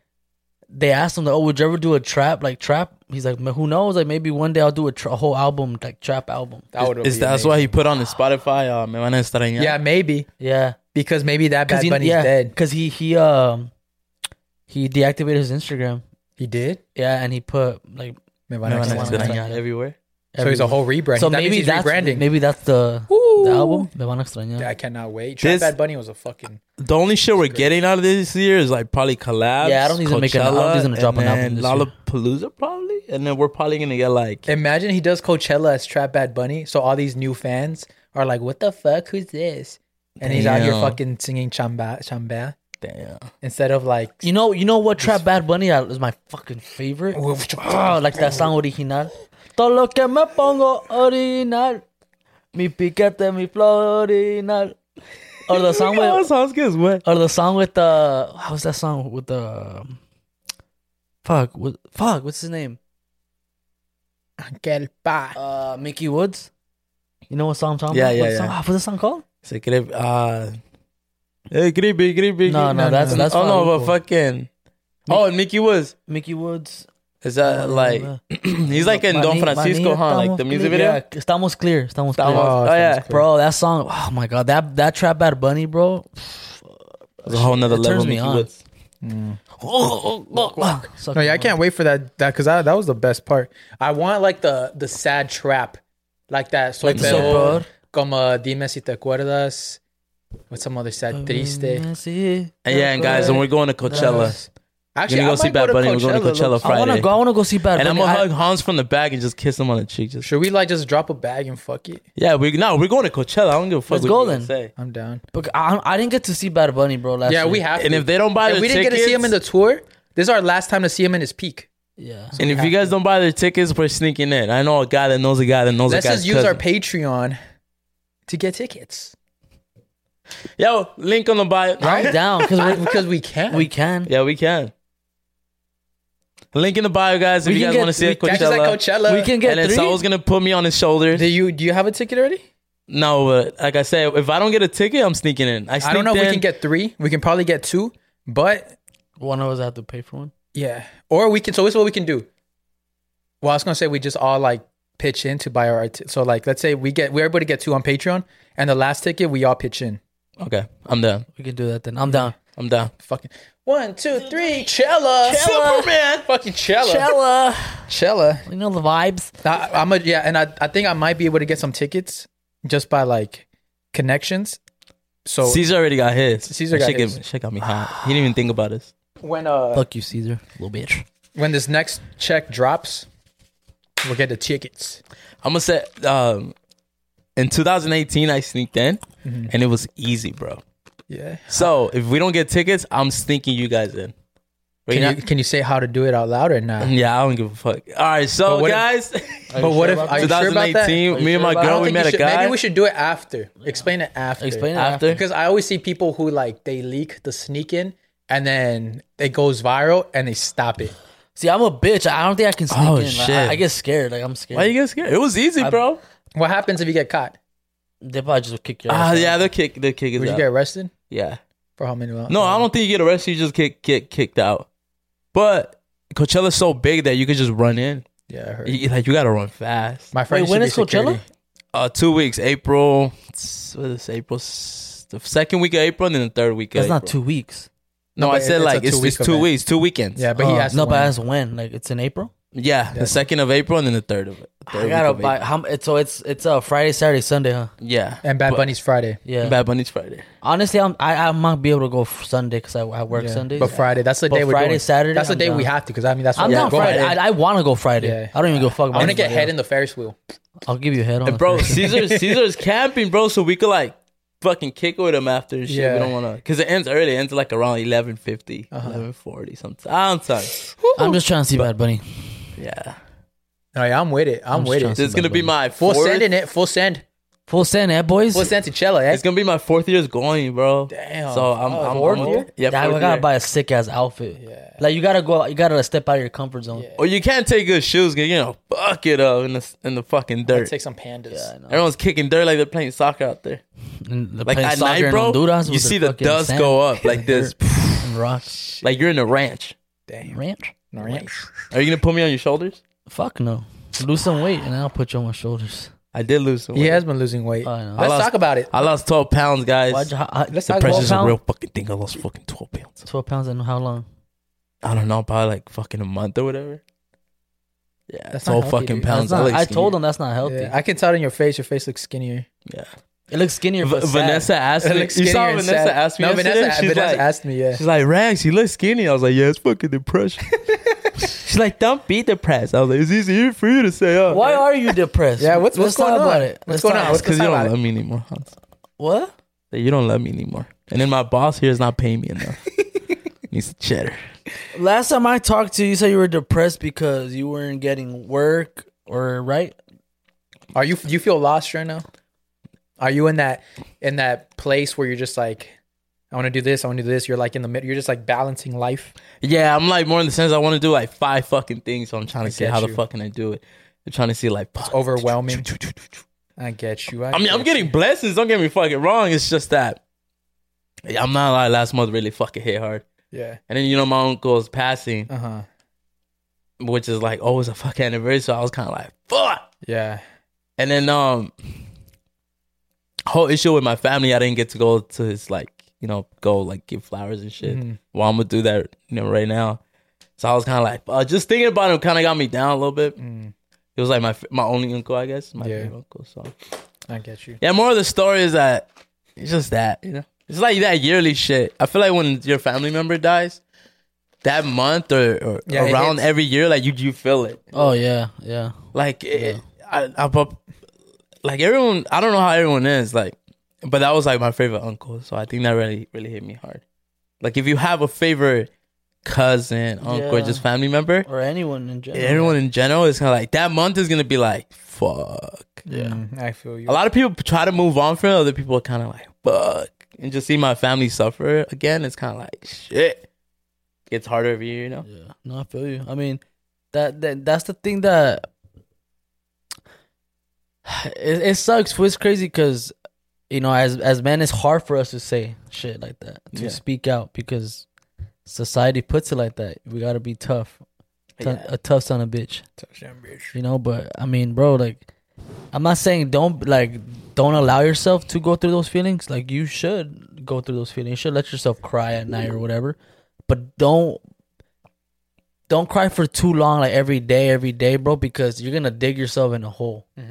S3: they asked him, like, oh, would you ever do a trap like trap? He's like, "Man, who knows? Like maybe one day I'll do a, tra- a whole album like trap album.
S1: That would
S2: Is that's why he put on the Spotify? Uh, me van a estar en-
S1: Yeah, maybe
S3: Yeah,
S1: because maybe that Bad
S3: he,
S1: Bunny's
S3: yeah,
S1: dead.
S3: 'cause he he um he deactivated his Instagram.
S1: He did.
S3: Yeah, and he put like
S1: Me van a
S2: Marijuana
S1: extrañar.
S2: is dead.
S3: extrañar everywhere.
S1: So he's a whole rebrand.
S3: So
S1: that means
S3: maybe
S1: he's
S3: that's
S1: rebranding.
S3: maybe that's the,
S1: Ooh.
S3: the album. Me van a extrañar.
S1: I cannot wait. Trap
S2: This-
S1: Bad Bunny was a fucking.
S2: The only shit we're getting out of this year is like probably collabs.
S3: Yeah, I don't think he's gonna make an- I don't think he's gonna
S2: Coachella,
S3: drop an
S2: and then
S3: album
S2: Lollapalooza probably, and then we're probably gonna get like
S1: Imagine he does Coachella as Trap Bad Bunny, so all these new fans are like, "What the fuck? Who's this?" And he's out here
S2: Damn.
S1: fucking singing chamba chamba
S2: damn.
S1: instead of like.
S3: You know, you know what Trap Bad Bunny is my fucking favorite. Oh, like that song original. Todo lo que me pongo original, mi piquete, mi flow original. Or the song with, or the song with the, how was that song with the, fuck, what, fuck, what's his name?
S1: que el pa.
S3: Uh, Mickey Woods. You know what song I'm talking
S2: Yeah,
S3: about?
S2: yeah,
S3: What song-
S2: yeah.
S3: ah, what's the song called?
S2: Se cree. Ah. Hey, creepy, creepy.
S3: No,
S2: creepy.
S3: no, that's that's
S2: oh no,
S3: Farruko.
S2: but fucking. Oh, and Mickey Woods.
S3: Mickey Woods.
S2: Is that like he's like in Don
S3: Mani-
S2: Francisco,
S3: Manita,
S2: huh? Like the
S3: Estamos
S2: music
S3: Clear.
S2: video.
S3: Yeah, estamos clear, estamos clear.
S2: That was-
S1: Oh,
S2: oh yeah,
S1: sounds cool.
S3: Bro, that song. Oh my god, that that trap bad bunny, bro.
S2: it's a whole nother
S3: It
S2: level.
S3: turns me
S2: Mickey
S3: on.
S2: Woods.
S3: Oh, Suck
S1: No, yeah, I
S3: my-
S1: can't wait for that. That because that, that was the best part. I want like the the sad trap, like that. Soy
S3: Like the soy
S1: peor,
S3: peor.
S1: como dime si te acuerdas. With some other sad triste.
S2: And yeah, and guys, and we're going to Coachella.
S1: Actually,
S2: gonna go
S1: I
S2: see
S1: might
S2: Bad
S1: to
S2: Bunny. We're going to
S1: Coachella,
S2: Coachella
S1: look.
S3: I wanna
S2: Friday.
S3: go. I wanna go see Bad
S2: And I'm
S3: Bunny.
S2: gonna
S3: I-
S2: hug Hans from the back and just kiss him on the cheek. Just
S1: Should we like just drop a bag and fuck it?
S2: yeah, we no, we're going to Coachella. I don't give a fuck.
S3: Let's
S2: what
S3: go
S2: you guys
S3: then.
S2: Say.
S1: I'm down.
S3: Look, I, I didn't get to see Bad Bunny, bro. Last
S1: yeah,
S3: year.
S1: we have.
S2: And
S1: to.
S2: if they don't buy
S1: If
S2: their
S1: we didn't
S2: tickets,
S1: get to see him in the tour, this is our last time to see him in his peak.
S3: Yeah,
S2: and if you guys don't buy their tickets, we're sneaking in. I know a guy that knows a guy that knows
S1: Let's
S2: a guy.
S1: just use our Patreon to get tickets,
S2: yo link on the bio.
S3: I'm down because we
S1: because we can.
S3: we can.
S2: Yeah, we can. Link in the bio, guys. If you
S3: We can
S2: guys
S3: get-
S2: want to see
S3: we
S2: it,
S1: Catch us at
S2: Coachella.
S1: Coachella.
S3: We can get
S2: and then
S3: three.
S2: Saul's gonna put me on his shoulder.
S1: Do you do you have a ticket already?
S2: No, but like I said, if I don't get a ticket, I'm sneaking in. I,
S1: I don't know if
S2: sneaked
S1: we
S2: in.
S1: can get three. We can probably get two, but
S3: One of us have to pay for one.
S1: yeah. Or we can. So this is what we can do. Well, I was gonna say we just all like pitch in to buy our. T- so like, let's say we get we're able to get two on Patreon, and the last ticket we all pitch in.
S2: Okay, I'm down.
S3: We can do that then. I'm down.
S2: I'm down.
S1: Fucking one, two, three, Chella,
S2: Superman.
S1: fucking Chella,
S3: Chella,
S1: Chella.
S3: you know the vibes.
S1: I, I'm a, yeah, and I, I think I might be able to get some tickets just by like connections. So
S2: Caesar already got his.
S1: Caesar got
S2: shit
S1: his.
S2: Get, shit got me hot. He didn't even think about us.
S1: when uh
S3: Fuck you, Caesar, little bitch.
S1: when this next check drops, we'll get the tickets.
S2: I'm gonna say, um, in 2018, I sneaked in,
S1: Mm-hmm.
S2: and it was easy, bro.
S1: Yeah.
S2: So if we don't get tickets, I'm sneaking you guys in. Right
S1: Can
S2: now-
S1: you can you say how to do it out loud or not?
S2: yeah, I don't give a fuck. All right, so
S1: But what if-
S2: guys,
S1: But what if are you sure about that?
S2: 2018, me
S3: sure
S2: and my
S3: about
S1: I
S2: girl,
S1: don't
S2: we
S1: think you
S2: met a
S1: should,
S2: guy.
S1: maybe we should do it after. Explain it after. Uh,
S3: Explain it
S2: After?
S3: after.
S1: Because I always see people who like they leak the sneak in and then it goes viral and they stop it.
S3: See, I'm a bitch. I don't think I can sneak
S2: Oh,
S3: in. Like,
S2: shit.
S3: I, I get scared. Like I'm scared.
S2: Why you get scared? It was easy, bro.
S1: What happens if you get caught?
S3: They probably just kick your.
S2: Ah,
S3: ass out.
S2: yeah, they'll kick, they'll kick
S1: Would
S2: his
S1: you
S2: out.
S1: get arrested
S2: yeah.
S1: for how many?
S2: No, I don't think you get arrested. You just get, get kicked out. But Coachella's so big that you could just run in.
S1: Yeah, I heard.
S2: You- like you gotta run fast.
S1: My friend
S3: Wait, when
S1: used
S3: is
S1: to be security.
S3: Coachella?
S2: Uh, two weeks, April. s- What is April? s- The second week of April and then the third week. Of
S3: That's not
S2: April.
S3: two weeks.
S2: No,
S1: No,
S2: I
S1: but
S2: said
S1: it's a
S2: like it's,
S1: two-week
S2: it's two
S1: event.
S2: weeks, two weekends.
S1: Yeah, Oh, but he
S3: Uh,
S1: asked.
S3: No, but
S1: one.
S3: I asked when. Like it's in April.
S2: yeah. The second of April and then the third of it.
S3: I gotta buy. How, m- it's- so it's it's uh, Friday, Saturday, Sunday, huh?
S2: Yeah,
S1: and Bad
S2: But-
S1: Bunny's Friday.
S3: Yeah.
S2: Bad Bunny's Friday.
S3: Honestly, I'm, I I might be able to go f- Sunday because I, I work
S1: Yeah.
S3: Sundays.
S1: but Friday. That's the
S3: But
S1: day we're
S3: Friday,
S1: doing.
S3: Saturday,
S1: That's the
S3: I'm
S1: day we
S3: down.
S1: have to because I mean that's
S3: I'm
S1: what
S3: down
S1: we're
S3: Friday.
S1: going.
S3: I, I want to go Friday.
S1: Yeah.
S3: I don't even give a fuck.
S1: I
S3: About
S1: want to get
S3: anybody
S1: head
S3: else.
S1: in the Ferris wheel.
S3: I'll give you head on.
S2: And
S3: the
S2: bro,
S3: first-
S2: Caesar Caesar's camping, bro. So we could like fucking kick with him after and shit.
S1: Yeah. Uh-huh.
S2: We don't wanna because it ends early. It ends like around 11.50, 11.40 sometimes. Sometimes.
S3: I'm just trying to see Bad Bunny.
S2: ah, Yeah,
S1: No, yeah, I'm with it. I'm,
S3: I'm
S1: with
S3: just
S1: it.
S2: this is gonna be my
S1: Full
S2: fourth.
S1: send in it. Full send.
S3: Full send, eh, boys.
S1: Full send to Chella. Eh?
S2: It's gonna be my fourth year's going, bro.
S1: Damn.
S2: So I'm,
S1: Oh,
S2: I'm
S1: fourth
S2: I'm-
S1: year?
S2: Yeah,
S3: Yeah,
S2: fourth
S3: I gotta
S2: year.
S3: buy a sick ass outfit.
S1: Yeah.
S3: Like you gotta go. out- You gotta step out of your comfort zone.
S1: Yeah.
S2: Or you can't take good shoes because you know fuck it up in the in the fucking
S1: Let's
S2: dirt.
S1: take some pandas.
S3: Yeah, I know.
S2: Everyone's kicking dirt like they're playing soccer out there.
S3: And the
S2: Like
S3: playing
S2: at
S3: soccer
S2: night,
S3: in
S2: bro,
S3: Honduras
S2: you
S3: with
S2: see
S3: the
S2: the
S3: fucking
S2: dust
S3: sand
S2: go up like this.
S3: and rocks.
S2: Like you're in a ranch.
S1: Damn.
S3: Ranch?
S1: All right.
S2: Are you gonna put me on your shoulders?
S3: Fuck no. Lose some weight and I'll put you on my shoulders.
S2: I did lose some.
S1: He
S2: weight.
S1: has been losing weight.
S3: I know.
S1: Let's
S2: I lost-
S1: talk about it.
S2: I lost 12 pounds, guys.
S3: Why'd you- how- how-
S1: Let's
S2: The
S1: talk
S2: pressure's a
S3: pound?
S2: real fucking thing. I lost fucking 12 pounds.
S3: Twelve pounds in how long?
S2: I don't know, probably like fucking a month or whatever. Yeah,
S1: That's not
S2: 12
S1: healthy,
S2: fucking
S1: dude.
S3: That's
S2: pounds.
S3: not-
S2: look
S3: I told
S2: skinny.
S3: him that's not healthy.
S1: Yeah, I can tell it in your face. Your face looks skinnier.
S3: it looks skinnier.
S2: V-
S3: but sad.
S2: Vanessa asked
S1: It
S2: me.
S1: looks
S2: You
S1: skinnier
S2: saw
S1: and
S2: Vanessa
S1: sad.
S2: asked me.
S1: No, Vanessa,
S2: yesterday? She's
S1: Vanessa
S2: like,
S1: asked me. Yeah.
S2: She's like, Rags, you look skinny. I was like, yeah, it's fucking depression. She's like, don't be depressed. I was like, it's easier for you to say, oh.
S3: Why are you depressed?
S1: Yeah, what's- what's
S3: Let's talk
S1: going on?
S3: about it.
S1: What's
S3: Let's
S1: going
S3: talk-
S1: on?
S2: It's because you don't
S1: Let's
S2: love me anymore, Hans.
S3: What?
S2: That You don't love me anymore. And then my boss here is not paying me enough. Needs to cheddar.
S3: Last time I talked to you, you said you were depressed because you weren't getting work or right.
S1: Are you? You feel lost right now? Are you in that in that place where you're just like, I want to do this. I want to do this. You're like in the middle. You're just like balancing life.
S2: Yeah, I'm like more in the sense I want to do like five fucking things, so I'm trying to see
S1: get
S2: how the
S1: you.
S2: fuck can I do it. They're trying to see like
S1: It's overwhelming. I get you. I,
S2: I mean, I'm
S1: get
S2: getting blessings. Don't get me fucking wrong. It's just that yeah, I'm not like last month really fucking hit hard.
S1: you. Yeah.
S2: And then you know my uncle's passing,
S1: Uh huh.
S2: which is like always a fucking anniversary. So I was kind of like fuck.
S1: Yeah.
S2: And then um whole issue with my family, I didn't get to go to his like, you know, go like give flowers and shit.
S1: Mhm.
S2: Well, I'm gonna do that, you know, right now. So I was kind of like, uh, just thinking about him kind of got me down a little bit.
S1: Mm,
S2: It was like my my only uncle, I guess, my
S1: Yeah.
S2: favorite uncle. So
S1: I get you.
S2: yeah, more of the story is that it's just that you know, it's like that yearly shit. I feel like when your family member dies, that month or, or
S1: Yeah, it
S2: around
S1: hits.
S2: every year, like you you feel it.
S3: Oh yeah, yeah.
S2: Like it, I, I, prob- like everyone. I don't know how everyone is like, but that was like my favorite uncle. So I think that really really hit me hard. Like if you have a favorite cousin, uncle, or
S3: Yeah.
S2: just family member,
S3: Or anyone in general.
S2: everyone in general is kind of like that month is gonna be like fuck.
S1: Mm, I feel you.
S2: A lot of people try to move on from it. Other people are kind of like fuck, and just see my family suffer again. It's kind of like shit. Gets harder every year, you know.
S3: Yeah. No, I feel you. I mean, that, that that's the thing that it, it sucks. It's crazy because you know, as as men, it's hard for us to say shit like that to
S2: Yeah.
S3: speak out because society puts it like that. We gotta be tough, Ton-
S2: Yeah.
S3: a tough son of bitch.
S1: Touchdown, bitch.
S3: You know, but I mean, bro, like I'm not saying don't like don't allow yourself to go through those feelings. Like you should go through those feelings. You should let yourself cry at night or whatever. But don't don't cry for too long, like every day, every day, bro, because you're gonna dig yourself in a hole. And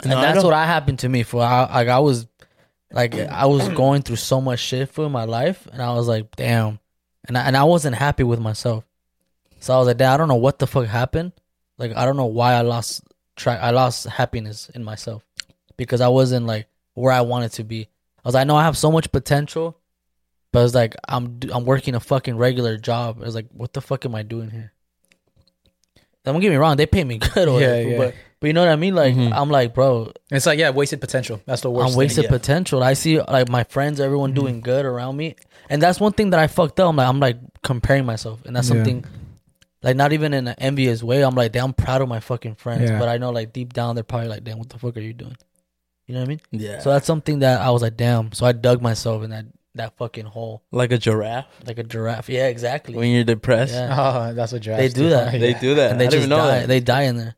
S2: Mm-hmm. No, I
S3: that's
S2: don't-
S3: what I happened to me for. I like I was like I was going through so much shit for my life, and I was like, damn, and I, and I wasn't happy with myself. So I was like, damn, I don't know what the fuck happened. Like I don't know why I lost track. I lost happiness in myself because I wasn't like where I wanted to be. I was like, I know I have so much potential, but it's like I'm do- I'm working a fucking regular job. It's like, what the fuck am I doing here? Don't get me wrong, they pay me good, or
S1: Yeah,
S3: whatever,
S1: yeah. Mm-hmm.
S3: but but you know what I mean. Like
S2: Mhm.
S3: I'm like, bro,
S1: It's like yeah, wasted potential. That's the worst.
S3: I'm wasted
S1: thing.
S3: potential. I see like my friends, everyone
S2: Mm-hmm.
S3: doing good around me, and that's one thing that I fucked up. I'm like, I'm like comparing myself, and that's
S1: Yeah.
S3: something like not even in an envious way. I'm like, damn, I'm proud of my fucking friends,
S1: Yeah.
S3: but I know like deep down they're probably like, damn, what the fuck are you doing? You know what I mean?
S2: Yeah,
S3: So that's something that I was like, damn. So I dug myself in that that fucking hole
S2: like a giraffe
S3: like a giraffe. Yeah, exactly.
S2: when you're depressed.
S3: Yeah.
S1: Oh, that's what giraffes
S3: They do that.
S1: Yeah.
S2: They do that.
S3: and they
S2: I
S3: just
S2: didn't even know
S3: die.
S2: that.
S3: They die in there.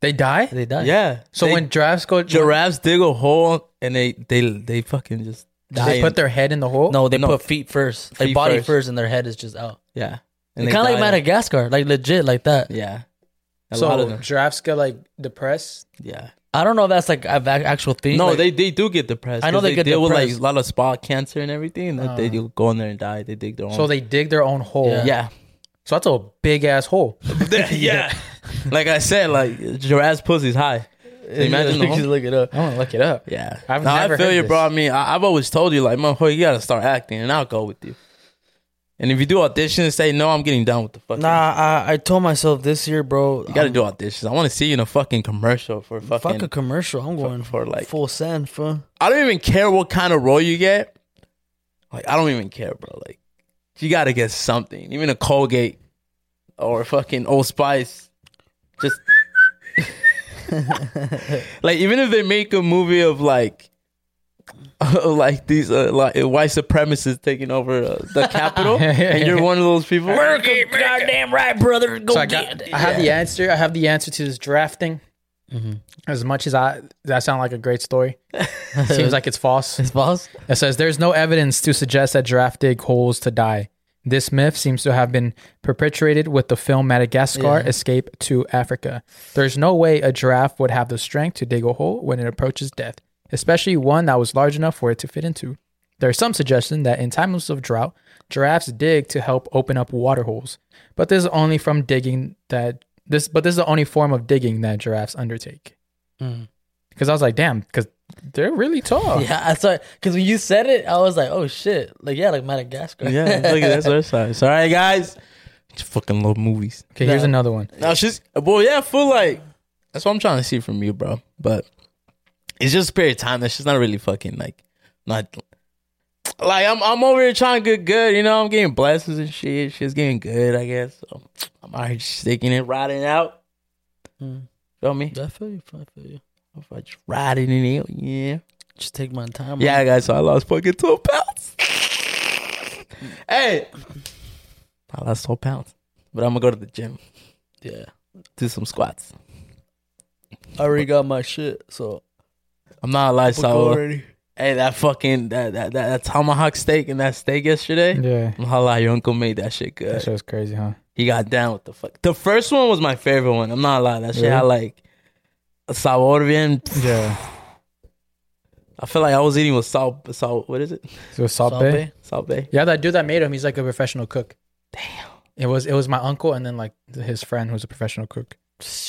S1: They die.
S3: They die.
S2: yeah.
S1: So
S2: They-
S1: when giraffes go,
S2: giraffes dig a hole and they they they fucking just
S1: they
S2: die
S1: put
S2: in-
S1: their head in the hole.
S3: No, they
S2: No.
S3: put feet first, like
S2: Feet
S3: body
S2: first.
S3: first. and their head is just out.
S2: yeah
S3: Kind
S2: they
S3: of like
S2: die.
S3: Madagascar, like legit, like that.
S2: yeah a lot of
S1: so
S2: them
S1: giraffes get like depressed.
S2: yeah
S3: I don't know if that's like a vac- actual thing.
S2: no
S3: like,
S2: they they do get depressed
S3: I know
S2: 'cause
S3: they get
S2: deal with like
S3: depressed.
S2: a lot of spot cancer and everything and they
S1: Uh.
S2: do go in there and die they dig their own
S1: So they dig their own hole.
S3: Yeah.
S2: Oh. yeah
S1: So that's a big ass hole.
S2: yeah, like I said like giraffe's pussy's high so imagine the
S3: you
S2: hole.
S3: look it up.
S1: I want to look it up.
S2: yeah
S1: I've
S2: No, I
S1: never
S2: feel
S1: heard
S2: you
S1: this.
S2: bro I mean I, I've always told you like motherfucker you gotta start acting and I'll go with you and if you do auditions say no I'm getting down with the fucking
S3: Nah, I, I told myself this year, bro.
S2: you gotta
S3: I'm-
S2: do auditions I want to see you in a fucking commercial for fucking
S3: fuck a commercial. I'm
S2: for-
S3: going
S2: for like
S3: full send, for
S2: I don't even care what kind of role you get. Like I don't even care, bro. Like you gotta get something, even a Colgate or a fucking Old Spice. Just like even if they make a movie of like like these uh, like white supremacists taking over uh, the capital, and you're one of those people.
S3: Goddamn right, brother. Go
S1: So I got. I have the answer. I have the answer to this drafting.
S3: Mhm.
S1: As much as I, that sound like a great story. Seems like it's false.
S3: His boss.
S1: It says there's no evidence to suggest that giraffe dig holes to die. This myth seems to have been perpetuated with the film Madagascar
S3: Yeah.
S1: Escape to Africa. There's no way a giraffe would have the strength to dig a hole when it approaches death, especially one that was large enough for it to fit into. There's some suggestion that in times of drought, giraffes dig to help open up water holes, but this is only from digging that this but this is the only form of digging that giraffes undertake.
S3: Mm.
S1: Cuz I was like, damn, cuz they're really tall.
S3: Yeah, I saw because when you said it, I was like, oh shit, like yeah, like Madagascar.
S2: yeah, look at that's our size. All right, guys. Just fucking love movies.
S1: Okay, here's
S3: Yeah.
S1: another one.
S2: Now she's well, yeah, full like that's what I'm trying to see from you, bro. But it's just a period of time that she's not really fucking like not like I'm I'm over here trying to get good, you know, I'm getting blessings and shit. She's getting good, I guess. So I'm out here just sticking it, riding it out.
S3: Mm.
S2: But Feel me?
S3: I feel you. I feel you.
S2: If I just riding in it, yeah.
S3: Just take my time.
S2: Yeah, guys, so I lost fucking 12 pounds. hey, I lost 12 pounds. But I'm going to go to the gym,
S3: man. yeah.
S2: do some squats.
S3: I already got my shit, so
S2: I'm not a
S3: fuck
S2: lifestyle.
S3: already.
S2: Hey, that fucking, that, that, that, that tomahawk steak and that steak yesterday.
S1: Yeah.
S2: I'm not lie, your uncle made that shit good.
S1: That shit was crazy, huh?
S2: He got down with the fuck. The first one was my favorite one. I'm not lying. That shit
S1: Really?
S2: had like sabor bien.
S1: Yeah.
S2: I feel like I was eating with salt, salt, what is it?
S1: So
S3: Salpe?
S1: Salpe.
S2: Salt bay.
S1: Yeah, that dude that made him, he's like a professional cook. Damn. It was it was my uncle and then like his friend who's a professional cook.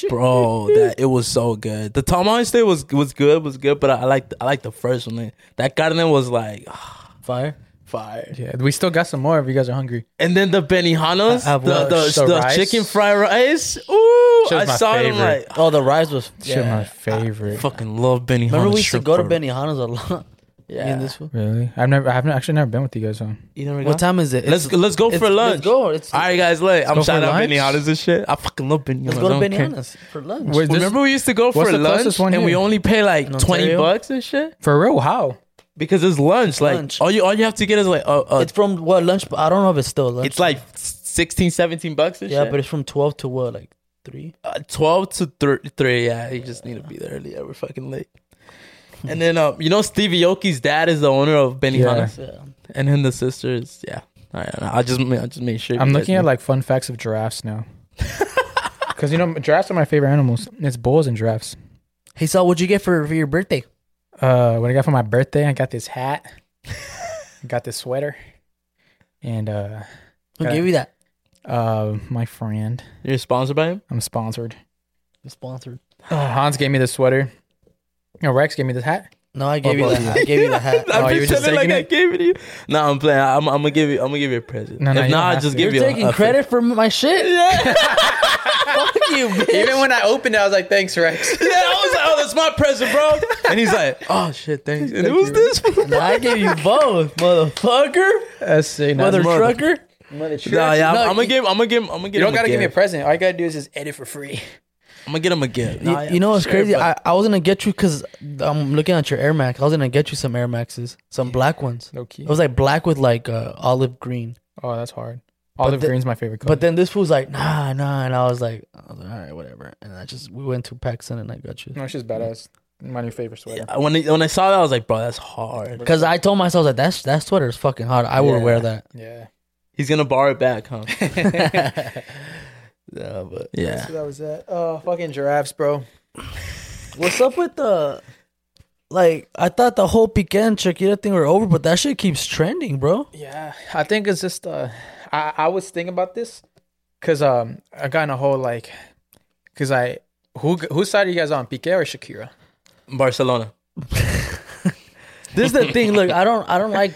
S2: bro. That it was so good. The tomahawk steak was was good, was good, but I like I like the first one. That garden was like
S3: Fire.
S2: fire.
S1: Yeah, we still got some more if you guys are hungry.
S2: And then the Benihanas,
S3: I- I
S2: the, the,
S1: watched the
S2: the
S1: rice.
S2: chicken fried rice. Ooh,
S1: Shit
S2: I
S1: was my
S2: saw it. I'm
S1: favorite.
S2: like,
S3: Oh, the rise was.
S1: Shit, my
S3: Yeah.
S2: I
S1: favorite.
S2: fucking love Benihana.
S3: Remember we used to
S2: shrimp
S3: go to
S2: fry.
S3: Benihana's a lot. Yeah.
S2: Yeah.
S3: In this one.
S1: Really? I've never I've actually never been with you guys, huh?
S2: You never
S3: What
S2: got-
S3: time is it?
S2: Let's
S3: It's-
S2: let's go
S3: it's-
S2: for lunch.
S3: Let's go. It's,
S2: All right, guys, look, I'm
S1: go for
S2: shouting out
S1: lunch?
S2: Benihanas and shit. I fucking love Benihanas.
S3: let's go to
S2: I don't care.
S3: Benihana's for lunch.
S1: Wait, this-
S2: Remember we used to go
S1: What's
S2: for
S1: the closest
S2: lunch
S1: one
S2: and we
S1: here?
S2: only pay like
S3: In
S2: twenty
S3: Ontario?
S2: bucks and shit
S1: For real? How?
S2: because it's lunch. Like
S3: Lunch.
S2: all you all you have to get is like a, a
S3: it's from what lunch? I don't know if it's still lunch.
S2: It's like 16, 17 bucks and
S3: yeah,
S2: shit.
S3: but it's from twelve to what like three.
S2: uh, 12 to thir- 3. Yeah, you just need to be there early. Yeah, we're fucking late. and then, um, you know, Stevie Aoki's dad is the owner of Benny
S1: Yeah.
S3: Yeah.
S2: And then the sisters, yeah. All right, I just, I just made sure.
S1: I'm
S2: you guys
S1: looking at
S2: knew.
S1: like fun facts of giraffes now. Cause you know giraffes are my favorite animals. It's bulls and giraffes.
S3: Hey, Sal, what'd you get for, for your birthday?
S1: Uh, what I got for my birthday, I got this hat, I got this sweater, and uh,
S3: Who
S1: Okay.
S3: gave you that?
S1: uh, my friend.
S2: You're sponsored by him?
S1: I'm sponsored.
S3: Sponsored.
S1: Oh, Hans gave me this sweater. No, Rex gave me this hat.
S3: No,
S2: Oh,
S3: I gave you
S1: both
S3: the
S1: of you.
S3: hat. I gave you the hat.
S1: Oh, you were just
S2: pretending like
S1: taking
S2: I
S1: it?
S2: gave it to you. No, I'm playing. I'm, I'm gonna give you. I'm gonna give you a present.
S1: No, no,
S2: No, no,
S1: you
S2: if
S1: don't
S2: not, I'll
S1: have
S2: just
S1: to.
S2: give
S3: You're
S2: you. a-
S3: taking
S2: a-
S3: credit for my shit.
S2: Yeah,
S3: Fuck you, bitch.
S1: Even when I opened it, I was like, "Thanks, Rex."
S2: yeah. I was like, oh, that's my present, bro. And he's like, oh shit, thanks. And it was this.
S3: Nah, I gave you both, motherfucker,
S1: That's so nice.
S3: mother
S2: mother-
S3: trucker.
S2: Nah, yeah, I'm,
S3: No,
S2: I'm
S3: you-
S2: gonna give. I'm gonna give. I'm gonna give.
S1: you don't gotta give me a
S2: gift.
S1: present. All you gotta do is just edit for free.
S2: I'm gonna get him a gift.
S3: You,
S2: Nah, yeah,
S3: you know what's
S2: sure,
S3: crazy?
S2: but-
S3: I, I was gonna get you because I'm looking at your Air Max. I was gonna get you some Air Maxes, some black ones.
S1: Low key.
S3: It was like black with like uh, olive green.
S1: Oh, that's hard. Olive
S3: the-
S1: green's my favorite color.
S3: But then this fool's like, nah, nah, and I was like, I was like, all right, whatever. And I just we went to Paxton and I got you
S1: no, it's just badass. My new favorite sweater.
S2: I- when I, when I saw that, I was like, bro, that's hard.
S3: because I told myself that that's that sweater is fucking hot. I will
S2: Yeah.
S3: wear that.
S1: Yeah.
S2: He's gonna borrow it back, huh?
S3: Yeah, but
S2: yeah.
S1: that was that. Oh, fucking giraffes, bro.
S3: what's up with the like? I thought the whole Piquet and Shakira thing were over, but that shit keeps trending, bro.
S1: Yeah, I think it's just uh, I I was thinking about this because um I got in a whole like because I who whose side are you guys on Piqué or Shakira?
S2: Barcelona.
S3: This is the thing. Look, I don't, I don't like.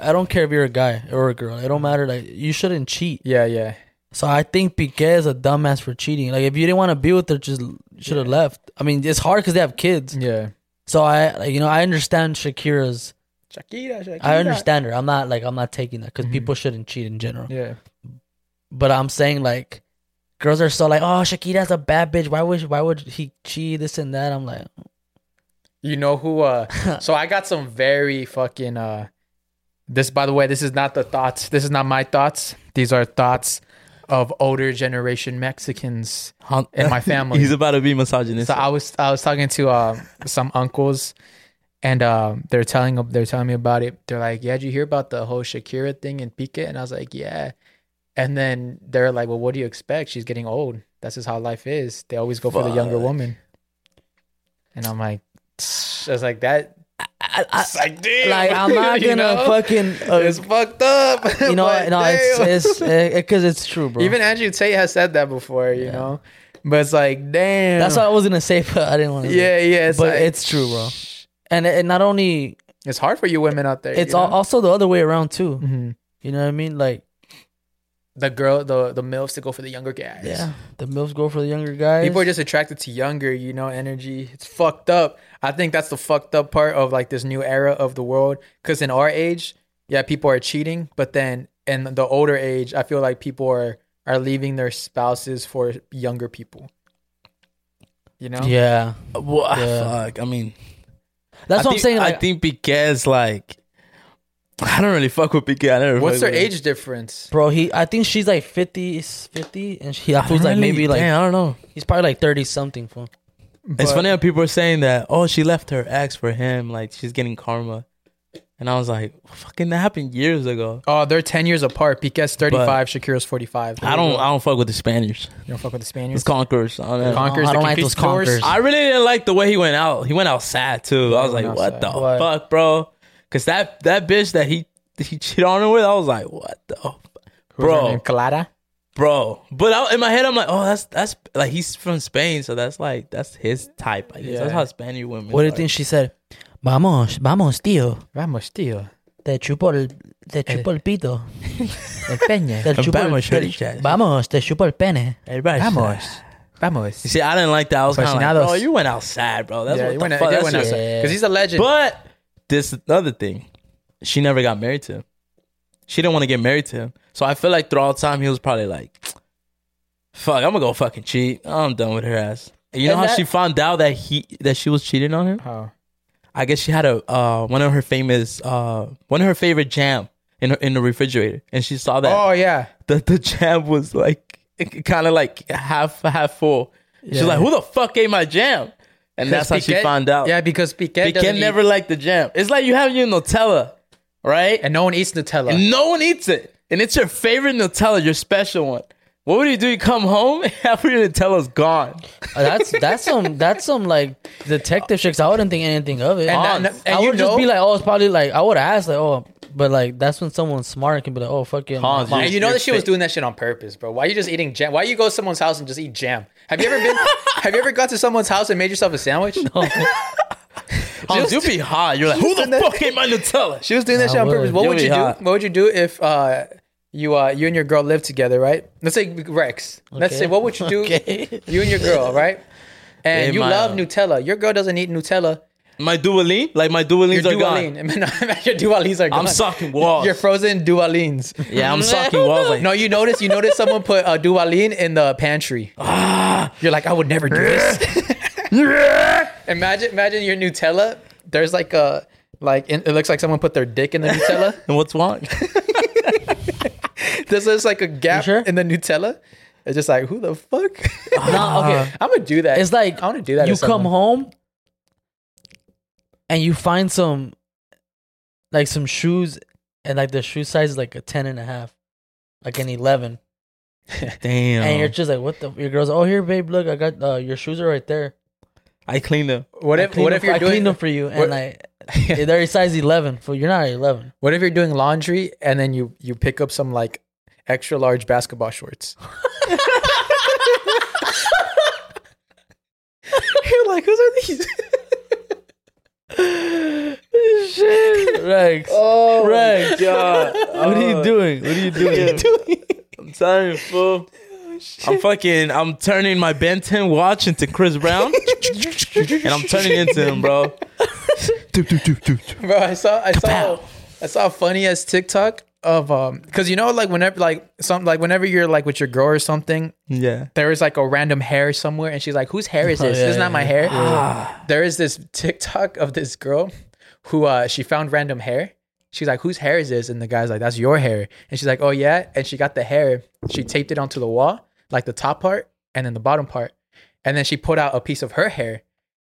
S3: I don't care if you're a guy or a girl. It don't matter. Like you shouldn't cheat.
S1: Yeah, yeah,
S3: So I think Piquet is a dumbass for cheating. Like if you didn't want to be with her, just should have left. I mean, it's hard because they have kids.
S1: yeah.
S3: So I, like, you know, I understand Shakira's.
S1: Shakira, Shakira.
S3: I understand her. I'm not like I'm not taking that because
S1: Mm-hmm.
S3: people shouldn't cheat in general.
S1: Yeah,
S3: But I'm saying like, girls are so like, oh, Shakira's a bad bitch. Why would why would he cheat this and that? I'm like,
S1: you know who? uh So I got some very fucking uh. This, by the way, this is not the thoughts. This is not my thoughts. These are thoughts of older generation Mexicans.
S2: Hon-
S1: And my family.
S2: He's about to be misogynist.
S1: So I was I was talking to uh, some uncles, and um, they're telling they're telling me about it. They're like, "Yeah, did you hear about the whole Shakira thing in Piquet?" And I was like, "Yeah." And then they're like, "Well, what do you expect? She's getting old. That's just how life is. They always go for the younger
S2: Fuck.
S1: woman." And I'm like, I was like that.
S3: I, I,
S1: It's like, damn.
S3: like I'm not
S1: You
S3: gonna
S1: know?
S3: fucking. Uh,
S1: It's fucked up.
S3: you know,
S1: But
S3: no,
S1: damn.
S3: it's it's because it's true, bro.
S1: even Andrew Tate has said that before. You know, but it's like, damn.
S3: that's what I was gonna say, but I didn't want to.
S1: Yeah, yeah. It's
S3: but
S1: like,
S3: it's true, bro. And it, it not only
S1: It's hard for you women out there.
S3: it's
S1: you know?
S3: al- also the other way around too.
S1: Mhm.
S3: You know what I mean? Like,
S1: the girl the the milfs to go for the younger guys.
S3: yeah, the milfs go for the younger guys.
S1: People are just attracted to younger, you know, energy. It's fucked up. I think that's the fucked up part of like this new era of the world. Cause in our age, yeah, people are cheating, but then in the older age, I feel like people are are leaving their spouses for younger people. You know?
S3: Yeah.
S2: Well,
S3: Yeah.
S2: fuck. I mean,
S3: That's
S2: I think-
S3: what I'm saying. Like,
S2: I think Piquet's like, I don't really fuck with Piquet. I never
S1: What's
S2: fuck
S1: their
S2: with him.
S1: age difference?
S3: bro, he. I think she's like 50, 50, and he. I feel like maybe like
S2: Damn, I don't know.
S3: he's probably like thirty something. Fool.
S2: it's
S1: But-
S2: funny how people are saying that. Oh, she left her ex for him. Like she's getting karma, and I was like, fucking, that happened years ago.
S1: Oh, they're ten years apart. Piquet's thirty-five. Shakira's forty-five.
S2: I don't. I don't fuck with the Spaniards.
S1: You don't fuck with the
S2: It's
S1: Spaniards.
S2: conquerors. I don't know.
S1: Conkers, the
S3: uh, I don't like those
S1: conquistadors.
S3: conkers.
S2: I really didn't like the way he went out. He went out sad too. I was
S1: went
S2: like,
S1: out
S2: what
S1: sad.
S2: the
S3: What?
S2: fuck, bro? Because that that bitch that he he cheated on her with, I was like, what the f-
S1: Who's her
S2: bro,
S1: name? Clara.
S2: bro. But I, in my head, I'm like, oh, that's that's like he's from Spain, so that's like that's his type. I guess
S1: Yeah.
S2: that's how Spanish women.
S3: What do you
S2: are.
S3: think she said? Vamos, vamos, tío.
S1: Vamos, tío.
S3: Te chupo el, te chupo el pito.
S1: Empeña.
S3: Te chupo
S2: Vamos,
S3: el,
S2: chorichas.
S3: te, vamos, te chupo el pene.
S2: Everybody
S1: Vamos.
S2: said- You
S1: Vamos.
S2: see, I didn't like that. I was kind of like,
S1: Fascinados.
S2: bro, you went out sad, bro. That's
S1: yeah,
S2: what
S1: he
S2: the
S1: went,
S2: fuck. That's
S1: Because
S2: your-
S3: Yeah.
S1: he's a legend.
S2: But this is another thing. She never got married to him. She didn't want to get married to him. So I feel like throughout time he was probably like, fuck, I'm gonna go fucking cheat. I'm done with her ass. And you know
S3: And
S2: how
S3: that-
S2: she found out that he that she was cheating on him?
S1: How?
S2: I guess she had a uh, one of her famous uh, one of her favorite jam in her, in the refrigerator, and she saw that
S1: Oh yeah.
S2: the, the jam was like kind of like half half full. She's
S1: Yeah.
S2: like, "Who the fuck ate my jam?" And that's how she
S1: Piquet-
S2: found out.
S1: Yeah, because Piquet,
S2: They
S1: doesn't
S2: can
S1: eat-
S2: never like the jam. It's like you have your Nutella, right? And
S1: and no one eats Nutella.
S2: no one eats it. And it's your favorite Nutella, your special one. What would you do? You come home and half of your Nutella's gone.
S3: Uh, That's that's some that's some like detective tricks. I wouldn't think anything of it.
S1: And that-
S3: Honest.
S1: and
S3: I
S1: you
S3: would just
S1: know-
S3: be like, oh, it's probably like I would ask like, oh, but like that's when someone smart can be like, oh, fucking.
S2: Hans,
S3: my-
S1: And you know
S2: You're
S1: that she was
S2: fit.
S1: doing that shit on purpose, bro. Why you just eating jam? Why you go to someone's house and just eat jam? Have you ever been? have you ever gone to someone's house and made yourself a sandwich?
S2: Hans, you'll be hot. You're like, who the fuck ate my Nutella?
S1: She was doing that
S3: I
S1: shit on
S3: would.
S1: purpose. What
S2: You'll
S1: would
S2: be
S1: you do?
S2: hot.
S1: What would you do if uh, you uh, you and your girl lived together, right? Let's say Rex. Let's
S3: Okay.
S1: say what would you do?
S3: Okay.
S1: You and your girl, right? And
S2: They
S1: you
S2: might,
S1: love
S2: uh,
S1: Nutella. Your girl doesn't eat Nutella.
S2: My duoline? Like my duolines
S1: Your
S2: are gone.
S1: dualine. your dualines are gone.
S2: I'm sucking walls.
S1: Your frozen dualines.
S2: Yeah, I'm sucking walls. Like,
S1: No, you notice you notice someone put a dualine in the pantry.
S2: "Ah."
S1: You're like, I would never do this. imagine imagine your Nutella. There's like a like in, it looks like someone put their dick in the Nutella.
S2: and what's wrong?
S1: There's just like a gap
S3: sure?
S1: in the Nutella. It's just like, who the fuck?
S3: Nah, okay.
S1: I'm gonna do that.
S3: Uh-huh. It's like
S1: I wanna do that.
S3: You
S1: to
S3: come
S1: someone.
S3: home and you find some like some shoes and like the shoe size is like a 10 and a half. Like an eleven.
S2: Damn.
S3: And you're just like, what the your girl's oh here, babe, look, I got uh, your shoes are right there.
S2: I cleaned them.
S1: What if
S3: cleaned
S1: what
S3: them
S1: if
S3: for-
S1: you're
S3: I
S1: doing
S3: cleaned them for you
S1: what-
S3: and I they're a size eleven. For you're not eleven.
S1: what if you're doing laundry and then you you pick up some like extra large basketball shorts?
S2: You're like, whose are these?
S3: Rex.
S2: Oh,
S3: Rex.
S2: God. Uh,
S3: What are you doing? What are you doing?
S2: I'm telling you, fool.
S1: Oh,
S2: I'm fucking. I'm turning my Benton watch into Chris Brown, and I'm turning into him, bro.
S1: Bro, I saw I saw I saw a funny as TikTok of um because you know like whenever like some like whenever you're like with your girl or something
S2: Yeah.
S1: there is like a random hair somewhere, and she's like, "Whose hair is this?
S3: yeah,
S1: this is not
S3: Oh, yeah,
S1: my hair." There is this TikTok of this girl who uh, she found random hair. She's like, "Whose hair is this?" And the guy's like, "That's your hair." And she's like, "Oh yeah." And she got the hair. She taped it onto the wall, like the top part and then the bottom part, and then she put out a piece of her hair,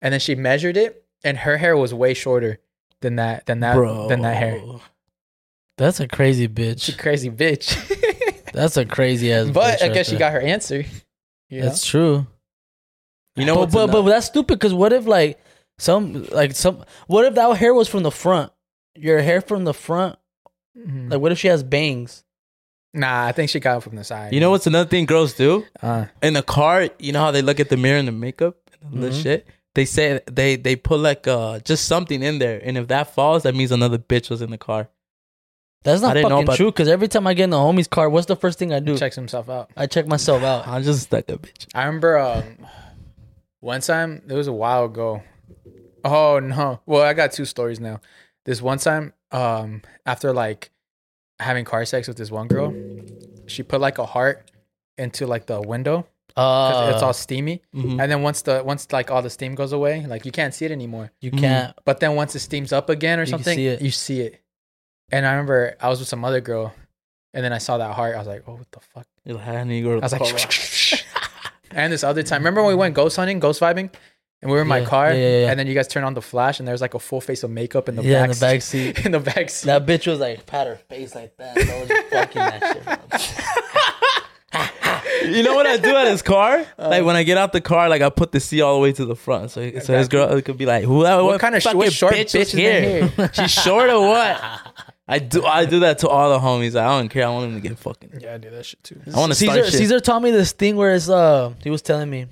S1: and then she measured it, and her hair was way shorter than that than that than that hair.
S3: That's a crazy bitch.
S1: Crazy bitch.
S3: That's a crazy ass bitch.
S1: but I
S3: right
S1: guess she
S3: there.
S1: got her answer. You know?
S3: That's true.
S2: You know
S3: but,
S2: what?
S3: but, but that's stupid because what if like some like some what if that hair was from the front your hair from the front
S2: Hmm.
S1: Mhm.
S3: like what if she has bangs
S1: Nah, I think she got it from the side.
S2: you know what's another thing girls do
S1: Uh,
S2: in the car? You know how they look at the mirror and the makeup and all
S1: Mm-hmm.
S2: this shit. They say they they put like uh just something in there, and if that falls, that means another bitch was in the car.
S3: that's
S2: I
S3: not
S2: didn't know
S3: fucking
S2: about-
S3: true because every time i get in the homie's car what's the first thing i do
S1: checks himself out.
S3: i check myself out
S2: I'm just like a bitch.
S1: I remember um, one time it was a while ago. Oh no! Well, I got two stories now. This one time, um, after like having car sex with this one girl, she put like a heart into like the window,
S3: Uh,
S1: 'cause it's all steamy.
S2: Mm-hmm.
S1: And then once the once like all the steam goes away, like you can't see it anymore. Mm.
S3: you can't.
S1: But then once it steams up again or
S3: can
S1: something,
S3: see it.
S1: you see it. And I remember I was with some other girl, and then I saw that heart. I was like, oh, what the fuck?
S2: You're like, I need to go to
S1: I was
S2: the
S1: like,
S2: car.
S1: and this other time, remember when we went ghost hunting, ghost vibing, and we were in my
S3: Yeah,
S1: car,
S3: yeah, yeah, yeah.
S1: and then you guys turned on the flash, and there was like a full face of makeup in the
S3: yeah,
S1: back,
S3: in the back seat.
S1: in the back seat.
S3: That bitch was like pat her face like that. I was just fucking that shit. up.
S2: you know what I do at his car?
S1: Uh-huh.
S2: like when I get out the car, like I put the seat all the way to the front, so so his girl could be like, "Who? What,
S1: kind of sh-
S2: fucking
S1: what short bitch is
S2: was
S1: in here?
S2: She's short or what?" I do. I do that to all the homies. I don't care. I want them to get fucking.
S1: Yeah, I do that shit too.
S2: I want to
S3: Caesar,
S2: start shit.
S3: Caesar taught me this thing where it's uh he was telling me,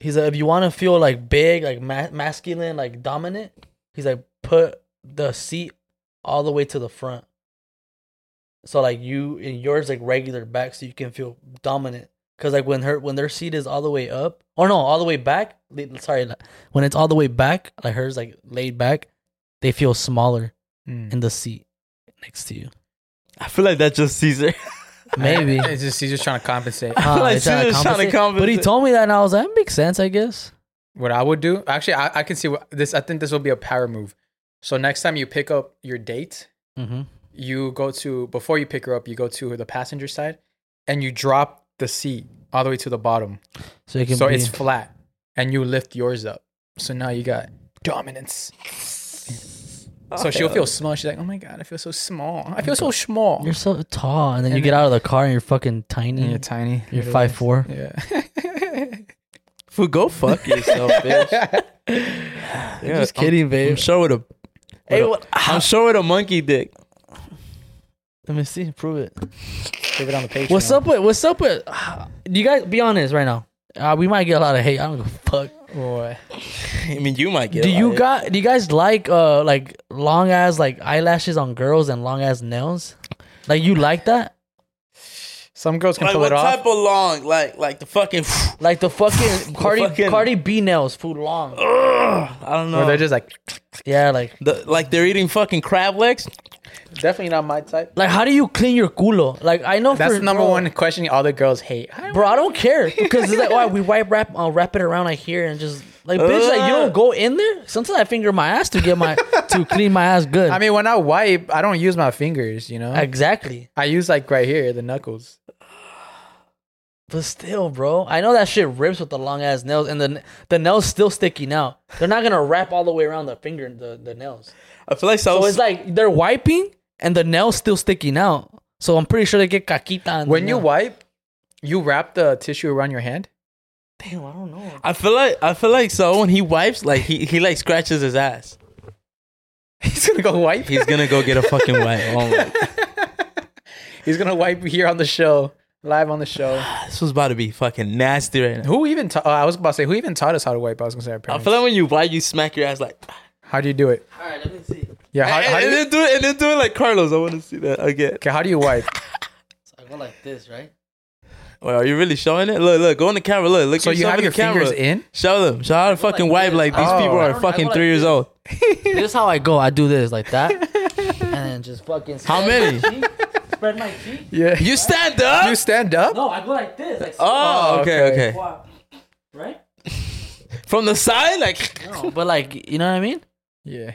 S3: he's like if you want to feel like big, like ma- masculine, like dominant, he's like put the seat all the way to the front. So like you and yours like regular back, so you can feel dominant. Cause like when her when their seat is all the way up, or no, all the way back. li- Sorry, like, when it's all the way back, like hers like laid back, they feel smaller
S1: Mm.
S3: in the seat next to you.
S2: I feel like that's just Caesar.
S3: Maybe.
S1: It's just he's just trying to compensate.
S2: I feel
S3: Ah,
S2: like
S3: it's trying to
S2: Caesar's trying to
S3: compensate. But he
S2: compensate.
S3: told me that, and I was like, that makes sense, I guess.
S1: What I would do, actually, I, I can see what this. I think this will be a power move. So next time you pick up your date,
S3: Mm-hmm.
S1: you go to before you pick her up, you go to the passenger side, and you drop the seat all the way to the bottom,
S3: So it can
S1: so
S3: be,
S1: it's flat, and you lift yours up. So now you got dominance. So she'll feel small. She's like, "Oh my god, I feel so small. I feel so small."
S3: you're so tall, and then
S1: And
S3: you get out of the car and you're fucking tiny.
S1: And you're tiny.
S3: You're 5'4".
S1: Yeah.
S2: Fool, go fuck yourself, bitch. Yeah,
S3: just
S2: I'm-
S3: kidding, babe.
S2: I'm sure with a.
S3: Hey,
S2: with a-
S3: what-
S2: I'm sure with a monkey dick.
S3: Let me see, prove it.
S1: Give it on the page.
S3: What's up with? What's up with? You guys, be honest right now. Uh, we might get a lot of hate. I don't give a fuck.
S1: Boy.
S2: I mean, you might get.
S3: do
S2: a lot
S3: you
S2: of-
S3: got? Do you guys like uh like long ass like eyelashes on girls and long ass nails? Like you like that?
S1: Some girls can
S2: like
S1: pull
S2: what
S1: it off.
S2: type of long? Like like the fucking.
S3: Like the fucking Cardi
S2: fucking-
S3: Cardi B nails, food long.
S2: Ugh, I don't know.
S1: Or they're just like
S3: Yeah, like
S2: The, like they're eating fucking crab legs.
S1: definitely not my type.
S3: Like, how do you clean your culo? Like, I know
S1: That's
S3: for,
S1: number
S3: bro,
S1: one question all the girls hate. I don't-
S3: bro. I don't care because it's like, why we wipe wrap, I'll wrap it around like here and just like, bitch, like you don't go in there. Sometimes I finger my ass to get my to clean my ass good.
S1: I mean, when I wipe, I don't use my fingers. You know, I,
S3: exactly.
S1: use like right here, the knuckles.
S3: But still, bro, I know that shit rips with the long ass nails, and the the nails still sticking out. They're not gonna wrap all the way around the finger, the the nails.
S2: I feel like
S3: So
S2: so.
S3: it's like they're wiping and the nails still sticking out. So I'm pretty sure they get caquita. on the
S1: When you
S3: nail.
S1: wipe, you wrap the tissue around your hand.
S3: damn, I don't know.
S2: I feel like I feel like so when he wipes, like he he like scratches his ass.
S1: He's gonna go wipe.
S2: He's gonna go get a fucking wipe. Oh my,
S1: He's gonna wipe here on the show, live on the show.
S2: this was about to be fucking nasty right now.
S1: Who even? Ta- uh, I was about to say who even taught us how to wipe. I was gonna say our
S2: I
S1: parents.
S2: feel like when you wipe, you smack your ass like.
S1: how do you do it?
S2: All right, let me see.
S1: Yeah. How,
S2: And,
S1: how, do
S2: and
S1: you,
S2: then do it, and then do it like Carlos. I want to see that again.
S1: okay, how do you wipe?
S3: I go like this, right?
S2: Wait, are you really showing it? Look, look, go on the camera. Look, look.
S1: So you
S2: yourself
S1: have
S2: in
S1: your
S2: the camera.
S1: fingers in.
S2: Show them. Show how to fucking wipe.
S3: like this.
S2: Like these
S1: Oh.
S2: people
S1: I
S2: are
S3: don't- I
S2: fucking
S3: go
S2: three
S3: like
S2: years
S3: this.
S2: old.
S3: this is how I go. I do this like that, and then just fucking.
S2: How many?
S3: Spread my cheek.
S1: Yeah.
S2: You stand up.
S1: You stand up.
S3: No, I go like this. Like
S2: oh, okay,
S1: okay.
S2: okay.
S3: right?
S2: From the side, like.
S3: No, but like, you know what I mean.
S1: Yeah.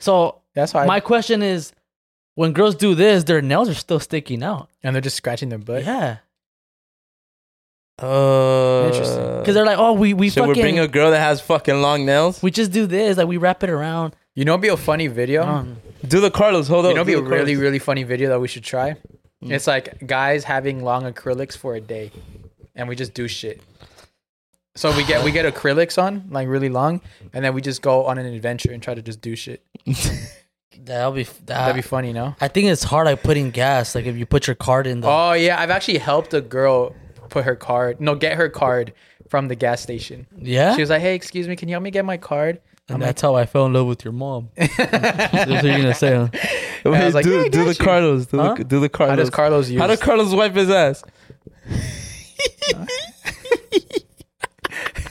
S3: So
S1: That's why.
S3: my question is, when girls do this, their nails are still sticking out.
S1: and they're just scratching their butt.
S3: Yeah,
S2: Uh,
S1: Interesting.
S3: because they're like, oh, we we
S2: Should we
S3: fucking
S2: bring a girl that has fucking long nails?
S3: we just do this. Like we wrap it around.
S1: You know, it'd be a funny video.
S3: Um,
S2: Do the Carlos. Hold on.
S1: You know, it'd be
S2: do
S1: a
S2: the
S1: really,
S2: Carlos.
S1: really funny video that we should try.
S2: Hmm.
S1: It's like guys having long acrylics for a day, and we just do shit. So we get we get acrylics on like really long, and then we just go on an adventure and try to just do shit.
S3: that'll be that,
S1: That'd
S2: Uh,
S1: be funny, no?
S3: I think it's hard like putting gas. Like if you put your card in the.
S1: Oh yeah, I've actually helped a girl put her card, no, get her card from the gas station.
S3: yeah.
S1: She was like, "Hey, excuse me, can you help me get my card?"
S3: and that's how I fell in love with your mom. that's what you're gonna say. huh?
S1: I
S2: Wait,
S1: was like,
S2: do
S1: yeah, I
S2: do the
S1: got you.
S2: Carlos. Do,
S3: Huh?
S2: the, do the Carlos.
S1: How does Carlos use?
S2: How did Carlos wipe his ass?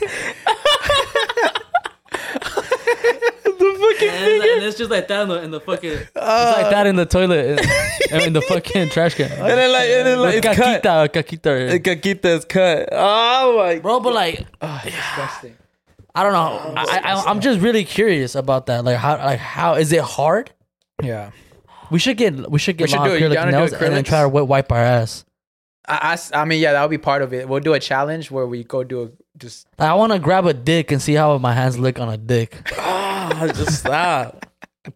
S3: and, it's just like that in the, fucking. it's like that in the toilet. in the fucking trash can.
S2: And then like, and then like,
S3: With
S2: it's cut.
S3: caquita, caquita.
S2: The Caquita is cut. Oh my.
S3: bro. But like, I don't know. I, I, I'm just really curious about that. Like, how? Like, how is it hard?
S1: Yeah.
S3: We should get we should get
S1: We should
S3: long
S1: do it. You
S3: acrylic
S1: down to do
S3: nails and then
S1: acrylics?
S3: try to wi- wipe our ass.
S1: I, I s- I mean, yeah, that'll be part of it. We'll do a challenge where we go do a just.
S3: Like, I want to grab a dick and see how my hands look on a dick.
S2: Ah, just stop.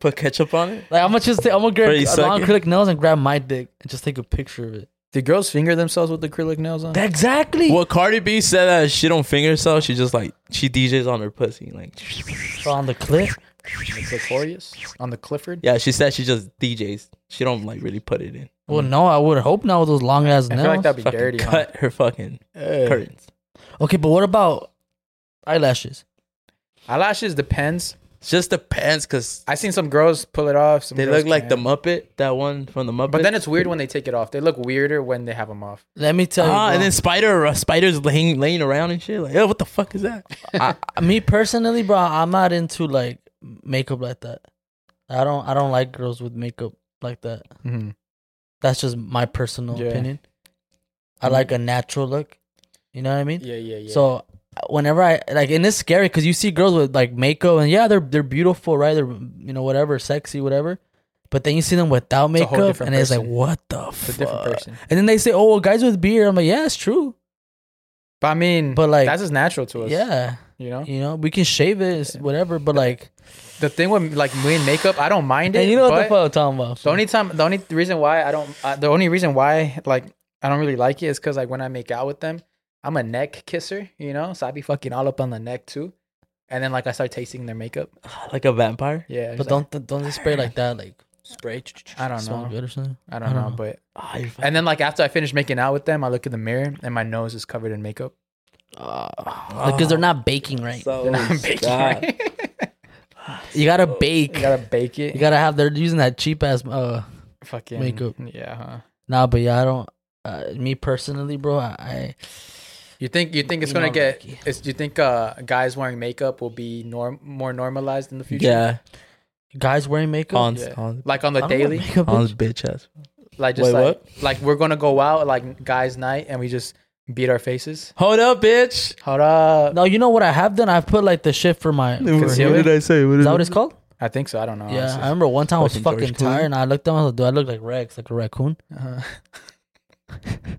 S2: Put ketchup on it.
S3: Like I'm gonna just take, I'm gonna grab
S2: Bro, you
S3: a
S2: suck
S3: long
S2: it.
S3: acrylic nails and grab my dick and just take a picture of it.
S1: Did girls finger themselves with acrylic nails on?
S3: Exactly.
S2: Well, Cardi B said that she don't finger herself. She just like she DJs on her pussy. Like,
S3: on the clip.
S1: the clitorius on the Clifford.
S2: yeah, she said she just DJs. She don't like really put it in.
S3: Well, no, I would hope not with those long ass
S1: I
S3: nails.
S1: feel like that'd be
S2: Fucking
S1: dirty. huh?
S2: cut her fucking
S1: Ugh.
S2: curtains.
S3: okay, but what about eyelashes?
S1: Eyelashes depends.
S2: It's just the pants because
S1: I seen some girls pull it off. Some
S2: they
S1: girls
S2: look like the
S1: can't.
S2: Muppet. That one from the Muppet.
S1: But then it's weird when they take it off. They look weirder when they have them off.
S3: Let me tell
S2: Ah,
S3: you.
S2: and
S3: bro.
S2: then spider uh, spiders laying laying around and shit. Like, oh, what the fuck is that?
S3: I- me personally, bro, I'm not into like makeup like that. I don't I don't like girls with makeup like that.
S1: Mhm.
S3: That's just my personal
S1: Yeah.
S3: opinion. I like a natural look. You know what I mean?
S1: Yeah, yeah, yeah.
S3: So whenever I like, and it's scary because you see girls with like makeup, and yeah, they're they're beautiful, right? They're you know whatever, sexy, whatever. But then you see them without
S1: It's a whole
S3: makeup,
S1: different
S3: and it's like,
S1: person.
S3: what the
S1: it's
S3: fuck?
S1: a different person.
S3: And then they say, oh, well, guys with beard. I'm like, yeah, it's true.
S1: But I mean,
S3: But, like-
S1: that's as natural to us.
S3: Yeah,
S1: you know.
S3: you know, we can shave it, it's whatever. But like,
S1: The thing with like me and makeup, I don't mind it.
S3: and you know what the
S1: but-
S3: fuck I'm talking about?
S1: The only time, the only reason why I don't, uh, the only reason why like I don't really like it is because like when I make out with them, I'm a neck kisser, you know, so I be fucking all up on the neck too, and then like I start tasting their makeup.
S3: e-,
S2: like a vampire.
S1: Yeah,
S3: but
S1: it's like,
S3: don't don't just spray like that, like spray.
S1: I don't
S3: smell
S1: know.
S3: good or something.
S1: I don't know, but
S2: Ah, you're fucking,
S1: and then like after I finish making out with them, I look in the mirror and my nose is covered in makeup. uh,
S3: because they're not baking right.
S1: Then I'm baking.
S2: God.
S1: Right?
S3: you gotta bake.
S1: you gotta bake it.
S3: You gotta have. They're using that cheap ass uh
S1: fucking
S3: makeup.
S1: Yeah. Huh?
S3: Nah, but yeah, I don't. Uh, me personally, bro, I, I
S1: You think you think it's
S3: You
S1: gonna
S3: know,
S1: get?
S3: Mikey.
S1: It's, you think uh, guys wearing makeup will be norm more normalized in the future?
S2: yeah,
S3: guys wearing makeup.
S2: Hans,
S1: Yeah.
S2: Hans,
S1: Like on the
S3: I don't wear
S1: daily.
S3: makeup,
S2: Hans,
S3: bitch.
S2: bitch ass.
S1: Like just
S2: Wait,
S1: like like we're gonna go out like guys' night and we just beat our faces.
S2: Hold up, bitch.
S1: Hold up.
S3: No, you know what I have done? I've put like the shit for my. Is
S1: Concealer?
S2: I say? What
S3: that what it's called?
S1: I think so. I don't know.
S3: Yeah, I
S1: honestly.
S3: remember one time I was
S2: Fucking
S3: fucking
S2: George Clooney.
S3: tired, and I looked down. I was like, "Do I look like Rex, like a raccoon?"
S1: Uh-huh.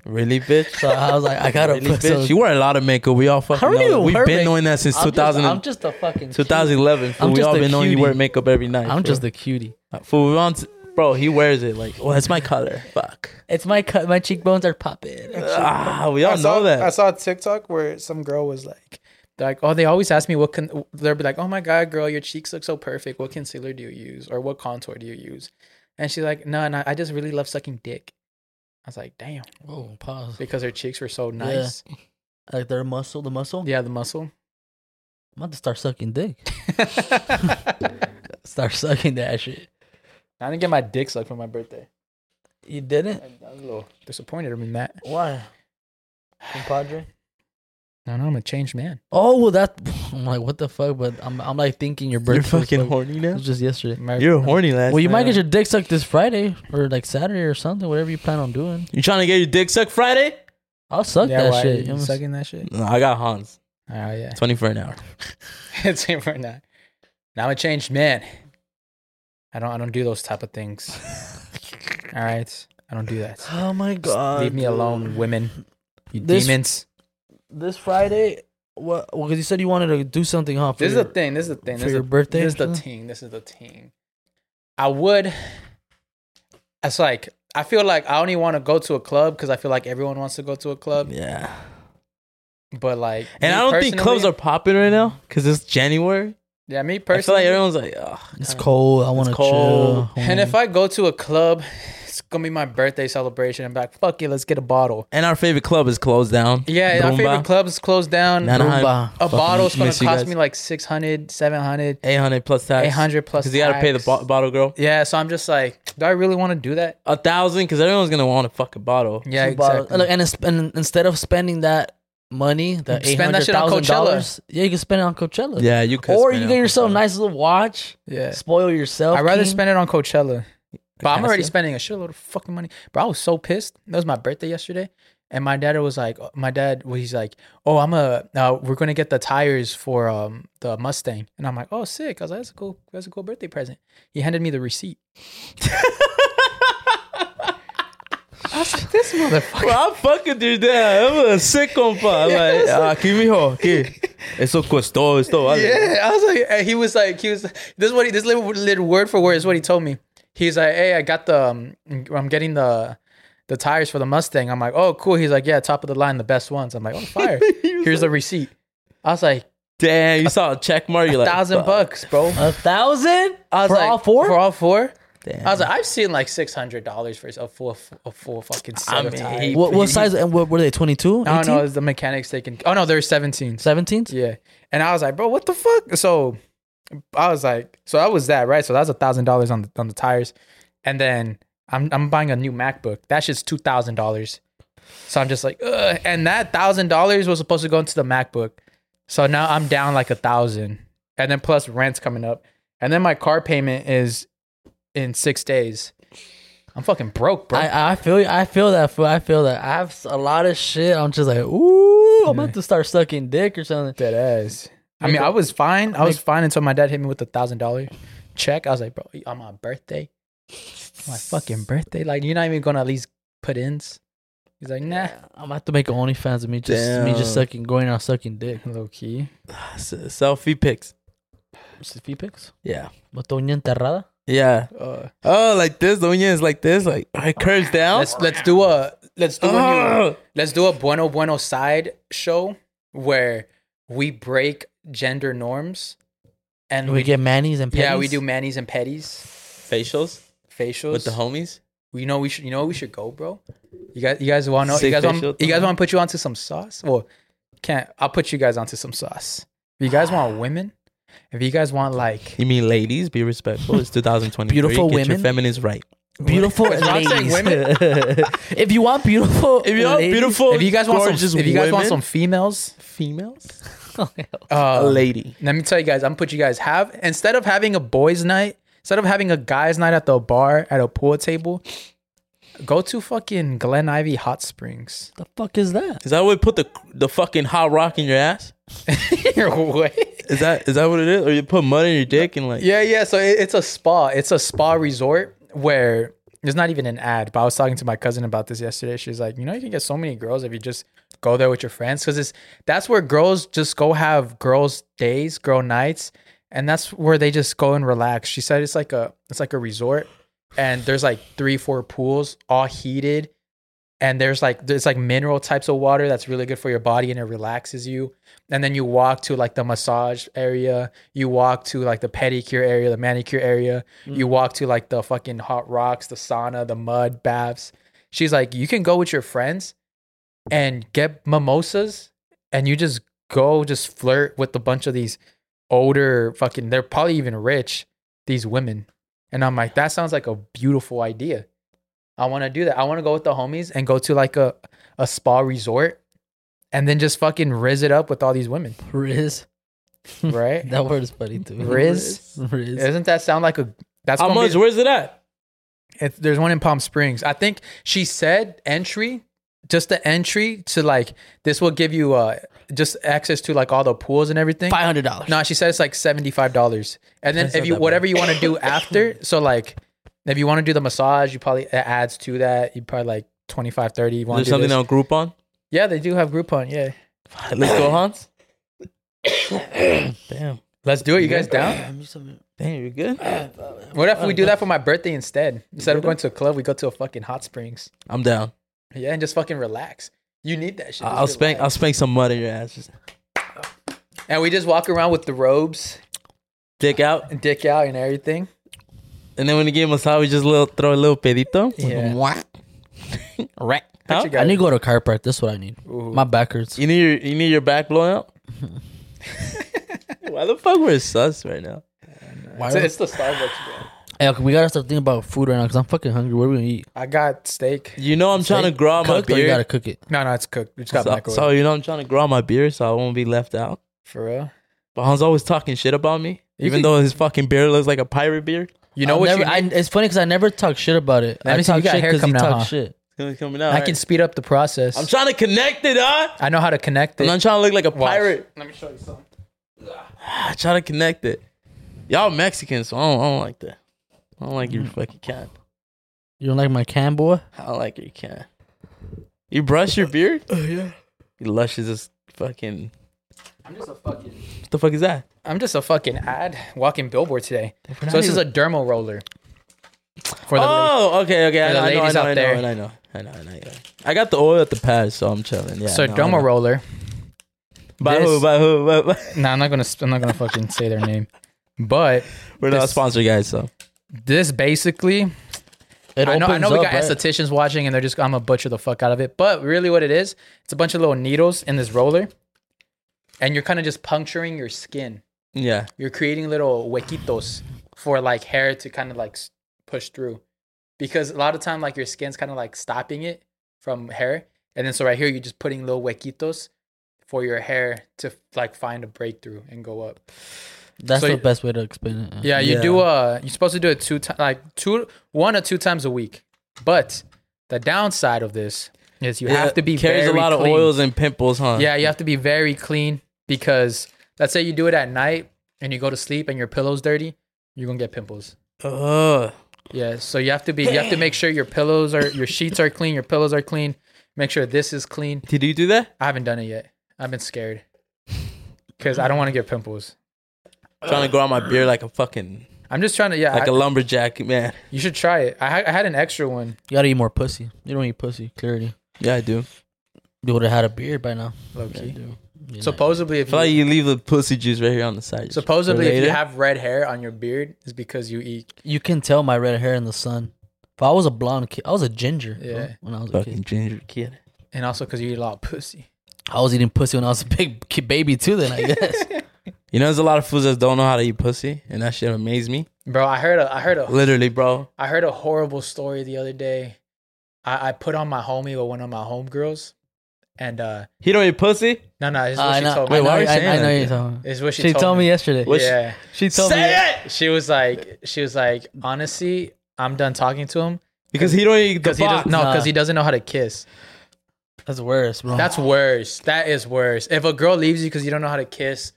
S2: Really, bitch.
S3: So I was like, "I gotta
S2: really,
S3: put
S2: bitch.
S3: some."
S2: You wear a lot of makeup. We all fucking.
S3: don't
S2: know
S3: even
S2: that. We've
S3: wear
S2: been
S3: makeup.
S2: knowing that since
S3: I'm
S2: 2000.
S3: Just, I'm just a fucking.
S2: 2011. Fool,
S3: I'm
S2: we
S3: just
S2: all
S3: a
S2: been knowing you
S3: cutie.
S2: wear makeup every night.
S3: Cutie.
S2: fool.
S3: I'm just a cutie.
S2: Fool, we want. Bro, he wears it like, well, it's my color. Fuck.
S3: It's my cut. My cheekbones are popping.
S2: Ah, we all know that.
S1: I saw a TikTok where some girl was like, they're like, oh, they always ask me what can. They'll be like, oh my god, girl, your cheeks look so perfect. What concealer do you use or what contour do you use? And she's like, no, no, I just really love sucking dick. I was like, damn,
S3: Whoa, pause.
S1: because her cheeks were so nice. Yeah,
S3: Like their muscle, the muscle.
S1: the muscle.
S3: I'm about to start sucking dick.
S1: I
S3: Start sucking that shit.
S1: didn't get my dick sucked for my birthday.
S3: You didn't?
S1: I I was a little disappointed in that.
S3: Why, compadre?
S1: No, no, I'm a changed man.
S3: Oh well, that I'm like, what the fuck? But I'm, I'm like thinking your birthday.
S2: You're
S3: was,
S2: fucking
S3: like-
S2: horny
S3: It
S2: now.
S3: was just yesterday.
S1: My-
S2: You're a horny last.
S3: Well, you might
S1: man.
S3: get your dick sucked this Friday or like Saturday or something, whatever you plan on doing.
S2: You trying to get your dick sucked Friday?
S3: I'll suck
S1: yeah,
S3: that
S1: why
S3: shit.
S1: You
S3: You know?
S1: sucking that shit?
S2: No, I got Hans.
S1: Oh yeah,
S2: Twenty for an hour.
S1: it's him right now. Now I'm a changed man. I don't. I don't do those type of things. All right, I don't do that.
S3: Oh my god!
S1: Leave me alone, women. You
S3: This-
S1: demons.
S3: This Friday, what? Because you said you wanted to do something, huh? for
S1: This is the
S3: your-
S1: thing. This is the thing.
S3: for
S1: This is
S3: your
S1: the-
S3: birthday
S1: This is
S3: or
S1: the
S3: something?
S1: thing. This is the thing. I would. It's like I feel like I only want to go to a club because I feel like everyone wants to go to a club.
S2: Yeah.
S1: But like,
S2: And
S1: me
S2: I don't think clubs
S1: personally-
S2: are popping right now because it's January.
S1: Yeah, me
S2: I feel
S1: personally.
S2: like everyone's like, oh,
S3: It's cold. I want to
S2: cold.
S3: chill.
S1: And if I go to a club, it's gonna be my birthday celebration. I'm like, fuck it, let's get a bottle.
S2: and our favorite club is closed down.
S1: Yeah, our
S2: Rumba.
S1: favorite club's closed down.
S2: Nah, nah.
S3: Roomba.
S1: A bottle's gonna
S2: miss you
S1: cost
S2: guys.
S1: me like 600, 700,
S2: 800 plus tax.
S1: 800 plus.
S2: Because you got to pay the
S1: tax.
S2: bo- bottle girl.
S1: Yeah, so I'm just like, do I really want to do that?
S2: A thousand because everyone's going to want to fuck a bottle.
S1: Yeah,
S3: Two bottles.
S1: exactly.
S3: Look, and, it's- and instead of spending that money, the eight
S1: Spend that
S3: hundred
S1: shit on
S3: thousand
S1: Coachella.
S3: dollars, yeah, you can spend it on Coachella.
S2: Yeah, you could.
S3: or
S2: spend
S3: you
S2: it
S3: get
S2: on
S3: yourself a
S2: Coachella.
S3: nice little watch.
S1: yeah,
S3: Spoil yourself.
S1: I'd rather
S3: king.
S1: spend it on Coachella. But I'm
S2: kinda
S1: already
S2: stuff.
S1: spending a shitload of fucking money. Bro, I was so pissed. That was my birthday yesterday. And my dad was like, my dad was he's like, oh, I'm a, uh, we're gonna get the tires for um the Mustang, and I'm like, oh, sick. I was like, that's a cool, that's a cool birthday present. He handed me the receipt. I was like, this motherfucker.
S2: Bro, I'm fucking through that. I'm a sick compa. I'm like, ah, aquí, mijo, aquí. Eso costó, esto vale.
S1: Yeah, I was like, and he was like, he was. This is what he, this little, little word for word is what he told me. He's like, hey, I got the, um, I'm getting the, the tires for the Mustang. I'm like, oh, cool. He's like, yeah, top of the line, the best ones. I'm like, oh, fire. Here's the receipt. I was like,
S2: Damn, you saw a check mark. You're like,
S1: thousand
S2: fuck.
S1: bucks, bro.
S3: A thousand?
S1: I was
S3: for
S1: like,
S3: all four?
S1: For all four.
S2: Damn.
S1: I was like, I've seen like six hundred dollars for a full, a full fucking set
S2: I
S1: of
S2: mean,
S1: tires.
S3: what, what size? And what were they? 22?
S1: I don't know. It's the mechanics taking. Oh no, they're seventeens.
S3: 17s?
S1: Yeah. And I was like, bro, what the fuck? So I was like, so that was that, right? So that's a thousand dollars on the on the tires. And then I'm I'm buying a new MacBook. That's just two thousand dollars. So I'm just like, Ugh. and that thousand dollars was supposed to go into the MacBook. So now I'm down like a thousand. And then plus rent's coming up. And then my car payment is in six days. I'm fucking broke, bro.
S3: I, I feel you. I feel that. fool. I feel that. I have a lot of shit. I'm just like, ooh, I'm about to start sucking dick or something.
S1: Dead ass. I mean, I was fine. I was fine until my dad hit me with a thousand dollar check. I was like, bro, on my birthday, my fucking birthday. Like, you're not even gonna at least put ins. He's like, nah,
S3: I'm about to make an OnlyFans of me just me just
S2: Damn.
S3: sucking, going out sucking dick.
S1: low key.
S2: S- selfie pics.
S3: Fee pics?
S2: Yeah.
S3: Motoña enterrada?
S2: Yeah.
S1: Uh,
S2: Oh, like this. The uña is like this. Like, I curves down.
S1: let's let's do a let's do a new,
S2: oh.
S1: let's do a bueno bueno side show where we break gender norms and
S3: We get manis and
S1: yeah we
S3: petties?
S1: do manis and petties
S2: Facials
S1: facials
S2: with the homies.
S1: You know we should. You know we should go, bro. You guys, you guys want to? You
S2: Sick
S1: guys want?
S2: facial
S1: You guys
S2: tone.
S1: want to put you onto some sauce? Well, can't. I'll put you guys onto some sauce. If you guys want women, if you guys want like
S2: You mean ladies? Be respectful. It's 2023.
S3: Beautiful
S2: Get Your
S3: women.
S2: feminists right.
S3: beautiful
S1: It's not saying
S3: ladies. if you want beautiful,
S2: If you want
S3: ladies-
S2: beautiful,
S1: if you guys want
S2: gorgeous
S1: some, if you guys want
S2: women-
S1: some females,
S2: females,
S1: uh,
S2: a lady.
S1: Let me tell you guys. I'm gonna put you guys have instead of having a boys' night, instead of having a guys' night at the bar at a pool table, go to fucking Glen Ivy Hot Springs.
S3: the fuck is that?
S2: Is that what put the the fucking hot rock in your ass?
S1: What?
S2: Is that is that what it is? Or you put mud in your dick and like
S1: Yeah, yeah. So it, it's a spa. It's a spa resort where there's not even an ad. But I was talking to my cousin about this yesterday. She's like, you know, you can get so many girls if you just go there with your friends because it's that's where girls just go have girls days, girl nights, and that's where they just go and relax. She said it's like a it's like a resort, and there's like three four pools all heated. And there's like there's like mineral types of water that's really good for your body and it relaxes you. And then you walk to like the massage area, you walk to like the pedicure area, the manicure area, you walk to like the fucking hot rocks, the sauna, the mud baths. She's like, you can go with your friends and get mimosas and you just go just flirt with a bunch of these older fucking they're probably even rich, these women. And I'm like, that sounds like a beautiful idea. I want to do that. I want to go with the homies and go to like a, a spa resort and then just fucking riz it up with all these women,
S3: Riz.
S1: right?
S3: That word is funny too.
S1: Riz?
S3: Riz.
S1: Doesn't that sound like a? That's
S2: how
S1: gonna be-
S2: much? Where's it at?
S1: If there's one in Palm Springs. I think she said entry, just the entry to like this will give you uh just access to like all the pools and everything.
S3: Five hundred dollars.
S1: No, she said it's like seventy five dollars, and then
S3: That's
S1: if
S3: not
S1: you
S3: that bad.
S1: whatever you want to do after, so like if you want to do the massage, you probably it adds to that. You probably like 25 30 you want
S2: There's
S1: to do
S2: something
S1: this.
S2: on Groupon.
S1: yeah they do have groupon yeah
S2: Let's go, Hans. Damn.
S1: let's do it you guys down
S2: Damn, you good?
S1: what if we do that for my birthday instead instead of going to a club we go to a fucking hot springs
S2: I'm down.
S1: Yeah, and just fucking relax. You need that shit.
S2: I-
S1: Just
S2: I'll spank. I'll
S1: relax.
S2: spank some mud in your ass. Just
S1: and we just walk around with the robes
S2: dick out,
S1: and dick out and everything.
S2: and then when you get massage, we just little throw a little pedito.
S1: Yeah.
S2: Mwah. Right. Huh?
S1: you
S3: I
S1: guys-
S3: need to go to chiropractor. That's what I need. My back hurts.
S2: You need your you need your back blown out. Why the fuck we're sus right now?
S1: It's, it's the Starbucks, bro.
S3: Hey, okay, we gotta start thinking about food right now because I'm fucking hungry. What are we gonna eat?
S1: I got steak.
S2: You know I'm trying to
S3: Steak?
S2: grow out my
S3: Cooked or You gotta
S2: beard.
S3: cook it.
S1: No, no, it's cooked. We just got
S2: So,
S1: microwave.
S2: so you know I'm trying to grow out my beard so I won't be left out.
S1: For real.
S2: But Hans always talking shit about me,
S1: You
S2: even
S1: can-
S2: though his fucking beard looks like a pirate beard.
S1: You know
S3: I'll
S1: what
S3: never,
S1: you
S3: I,
S1: need?
S3: It's funny because I never talk shit about it.
S1: Let
S3: I
S1: me see, you
S3: talk
S1: got
S3: shit
S1: hair
S3: because
S1: come
S3: he
S1: now,
S3: talk
S1: huh?
S3: shit.
S2: It's coming out.
S1: I can speed up the process.
S2: I'm trying to connect it, huh?
S1: I know how to connect it.
S2: I'm not trying to look like a
S1: Watch.
S2: pirate. Let me show you something. I try to connect it. Y'all Mexicans, so I don't, I don't like that. I don't like your
S1: Mm.
S2: fucking cat.
S3: You don't like my cam boy?
S2: I don't like your cat. You brush your beard?
S1: Uh,
S2: Oh yeah. You luscious as fucking.
S1: I'm just a fucking.
S2: What the fuck is that?
S1: I'm just a fucking ad walking billboard today. So this is a dermal roller. For the lady.
S2: oh, okay, okay. I
S1: for the
S2: know, I know, I
S1: ladies
S2: know,
S1: out
S2: I know,
S1: there.
S2: I know, I know, I know, I know, yeah. I got the oil at the pad, so I'm chilling. Yeah.
S1: so
S2: no, I
S1: dermal
S2: know.
S1: roller.
S2: By
S1: this-
S2: who? By who? By, by.
S1: Nah, I'm not gonna. I'm not gonna fucking say their name. But
S2: We're not
S1: This-
S2: sponsored guys, so
S1: this basically
S3: It
S1: I know, I know we got
S3: right?
S1: estheticians watching and they're just, I'm going to butcher the fuck out of it. But really, what it is, it's a bunch of little needles in this roller. And you're kind of just puncturing your skin.
S2: yeah.
S1: You're creating little huequitos for like hair to kind of like s- push through. Because a lot of time, like your skin's kind of like stopping it from hair. And then so right here, you're just putting little huequitos for your hair to like find a breakthrough and go up.
S3: That's
S1: so
S3: the
S1: you-
S3: best way to explain it.
S1: Yeah, you
S2: Yeah.
S1: do. Uh, you're supposed to do it two times, like two, one or two times a week. But the downside of this is you have to be
S2: carries
S1: very
S2: a lot
S1: clean.
S2: of oils and pimples, huh?
S1: Yeah, you have to be very clean because let's say you do it at night and you go to sleep and your pillow's dirty, you're gonna get pimples.
S2: Ugh.
S1: Yeah, so you have to be. You have to make sure your pillows are, your sheets are clean, your pillows are clean. Make sure this is clean.
S2: Did you do that?
S1: I haven't done it yet. I've been scared because I don't want to get pimples.
S2: trying to grow out my beard like a fucking
S1: I'm just trying to. Yeah,
S2: like a
S1: I-
S2: lumberjack man.
S1: you should try it. I, ha- I had an extra one.
S3: You gotta eat more pussy. You don't eat pussy, clearly.
S2: Yeah, I do. I
S3: You would have had a beard by now.
S1: Low key.
S3: You're not-
S1: Supposedly, if you,
S2: feel like you leave the pussy juice right here on the side.
S1: supposedly if you
S2: Later.
S1: have red hair on your beard, is because you eat.
S3: you can tell my red hair in the sun. But I was a blonde kid. I was a ginger. Yeah.
S1: Yeah.
S3: when I was a
S2: fucking
S3: kid,
S2: ginger kid.
S1: And also because you eat a lot of pussy.
S3: I was eating pussy when I was a big kid baby too. Then I guess.
S2: You know, there's a lot of fools that don't know how to eat pussy, and that shit amazed me.
S1: Bro, I heard a I heard a
S2: Literally, bro.
S1: I heard a horrible story the other day. I, I put on my homie with one of my homegirls, and uh
S2: He don't eat pussy.
S1: no no, it's what
S3: Ah, I
S1: she
S3: know.
S1: told me.
S3: I
S2: Wait,
S3: know.
S2: why are you
S3: I,
S2: saying
S3: I know
S2: that?
S3: you're talking.
S1: It's what she,
S3: She, told me yesterday.
S2: What she-
S1: yeah,
S3: She told me.
S2: Say it
S1: she was like she was like honestly, I'm done talking to him
S2: because he don't eat the
S1: because he does,
S2: box.
S1: no
S3: Nah.
S1: because he doesn't know how to kiss.
S3: That's worse, bro.
S1: That's worse. That is worse. If a girl leaves you because you don't know how to kiss,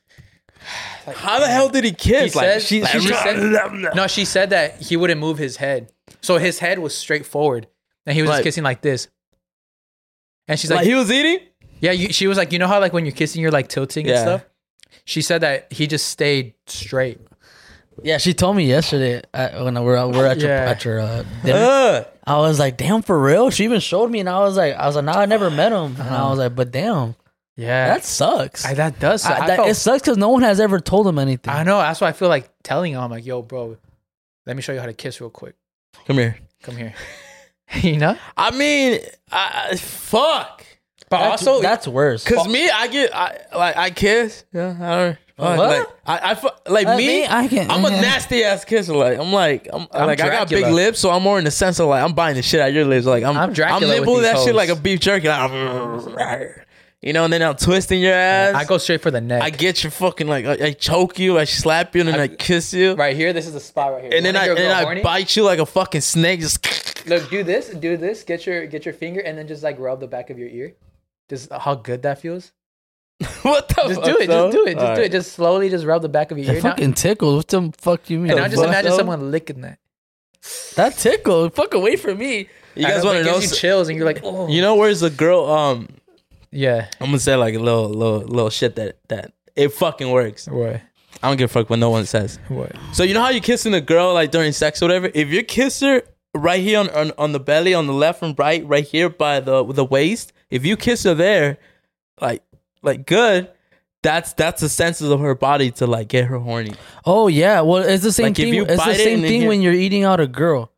S2: How the hell did he kiss?
S1: He
S2: like
S1: says-
S2: she,
S1: she
S2: she
S1: said- No, she said that he wouldn't move his head. So his head was straight forward. And he was
S2: Like-
S1: just kissing like this. And she's
S2: like,
S1: like,
S2: he was eating.
S1: Yeah, you, she was like, You know how, like, when you're kissing, you're like tilting and
S2: Yeah.
S1: stuff? She said that he just stayed straight.
S3: yeah, she told me yesterday uh when we were, we were at your,
S1: Yeah.
S3: at your uh, dinner.
S2: Ugh.
S3: I was like, damn, for real? She even showed me, and I was like, I was like, nah, I never met him. And I was like, but damn,
S1: Yeah.
S3: that sucks.
S1: I, that does. I,
S3: Uh-huh. I- that-
S1: felt-
S3: it sucks because no one has ever told him anything.
S1: I know. That's why I feel like telling him, I'm like, Yo, bro, let me show you how to kiss real quick.
S2: Come here.
S1: Come here. you know?
S2: I mean, I, fuck.
S1: But
S3: That's-
S1: also,
S3: that's worse.
S2: Cause me, I get, I like, I kiss. Yeah, I don't. fuck,
S3: What?
S2: Like, I, I fu- like
S3: Uh,
S2: me.
S3: I can.
S2: I'm a nasty ass kisser. Like I'm like I'm,
S1: I'm
S2: like I got big
S1: Dracula.
S2: lips, so I'm more in the sense of like I'm buying the shit out your lips. Like I'm
S1: I'm Dracula with
S2: nibbling
S1: these
S2: that
S1: hoes.
S2: shit like a beef jerky. Like, you know, and then I'm twisting your ass.
S1: I go straight for the neck.
S2: I get you fucking like I, I choke you, I slap you, and then I, kiss you,
S1: right here, this is the spot right here.
S2: and then
S1: Wanna
S2: I
S1: get a
S2: and
S1: girl
S2: I
S1: horny?
S2: bite you like a fucking snake. Just
S1: Look, do this, do this. Get your get your finger and then just like rub the back of your ear. Just how good that feels.
S2: what the?
S1: Just
S2: fuck,
S1: do it.
S2: though?
S1: Just do it. Just
S2: Oh, Alright.
S1: do it. Just slowly, just rub the back of your
S3: That
S1: ear. Now,
S3: fucking tickles. What the fuck you mean?
S1: and now just
S3: Fuck,
S1: imagine
S3: though.
S1: someone licking that.
S3: that tickle. Fuck away from me.
S2: You
S1: I
S2: guys
S1: but
S2: want to
S1: it
S2: know?
S1: gives You chills and you're like, oh,
S2: You know where's the girl? Um,
S1: yeah.
S2: I'm gonna say like a little, little, little shit that that it fucking works.
S1: What?
S2: I don't give a fuck what no one says.
S1: What?
S2: So you know how you kissing a girl like during sex or whatever? If you kiss her right here on, on, on the belly, on the left and right, right here by the the waist, if you kiss her there, like like good, that's that's the senses of her body to like get her horny.
S3: Oh yeah. Well, it's the same
S2: Like, if
S3: thing.
S2: you
S3: It's
S2: bite
S3: the
S2: it
S3: same
S2: and then
S3: thing
S2: you-
S3: when you're eating out a girl.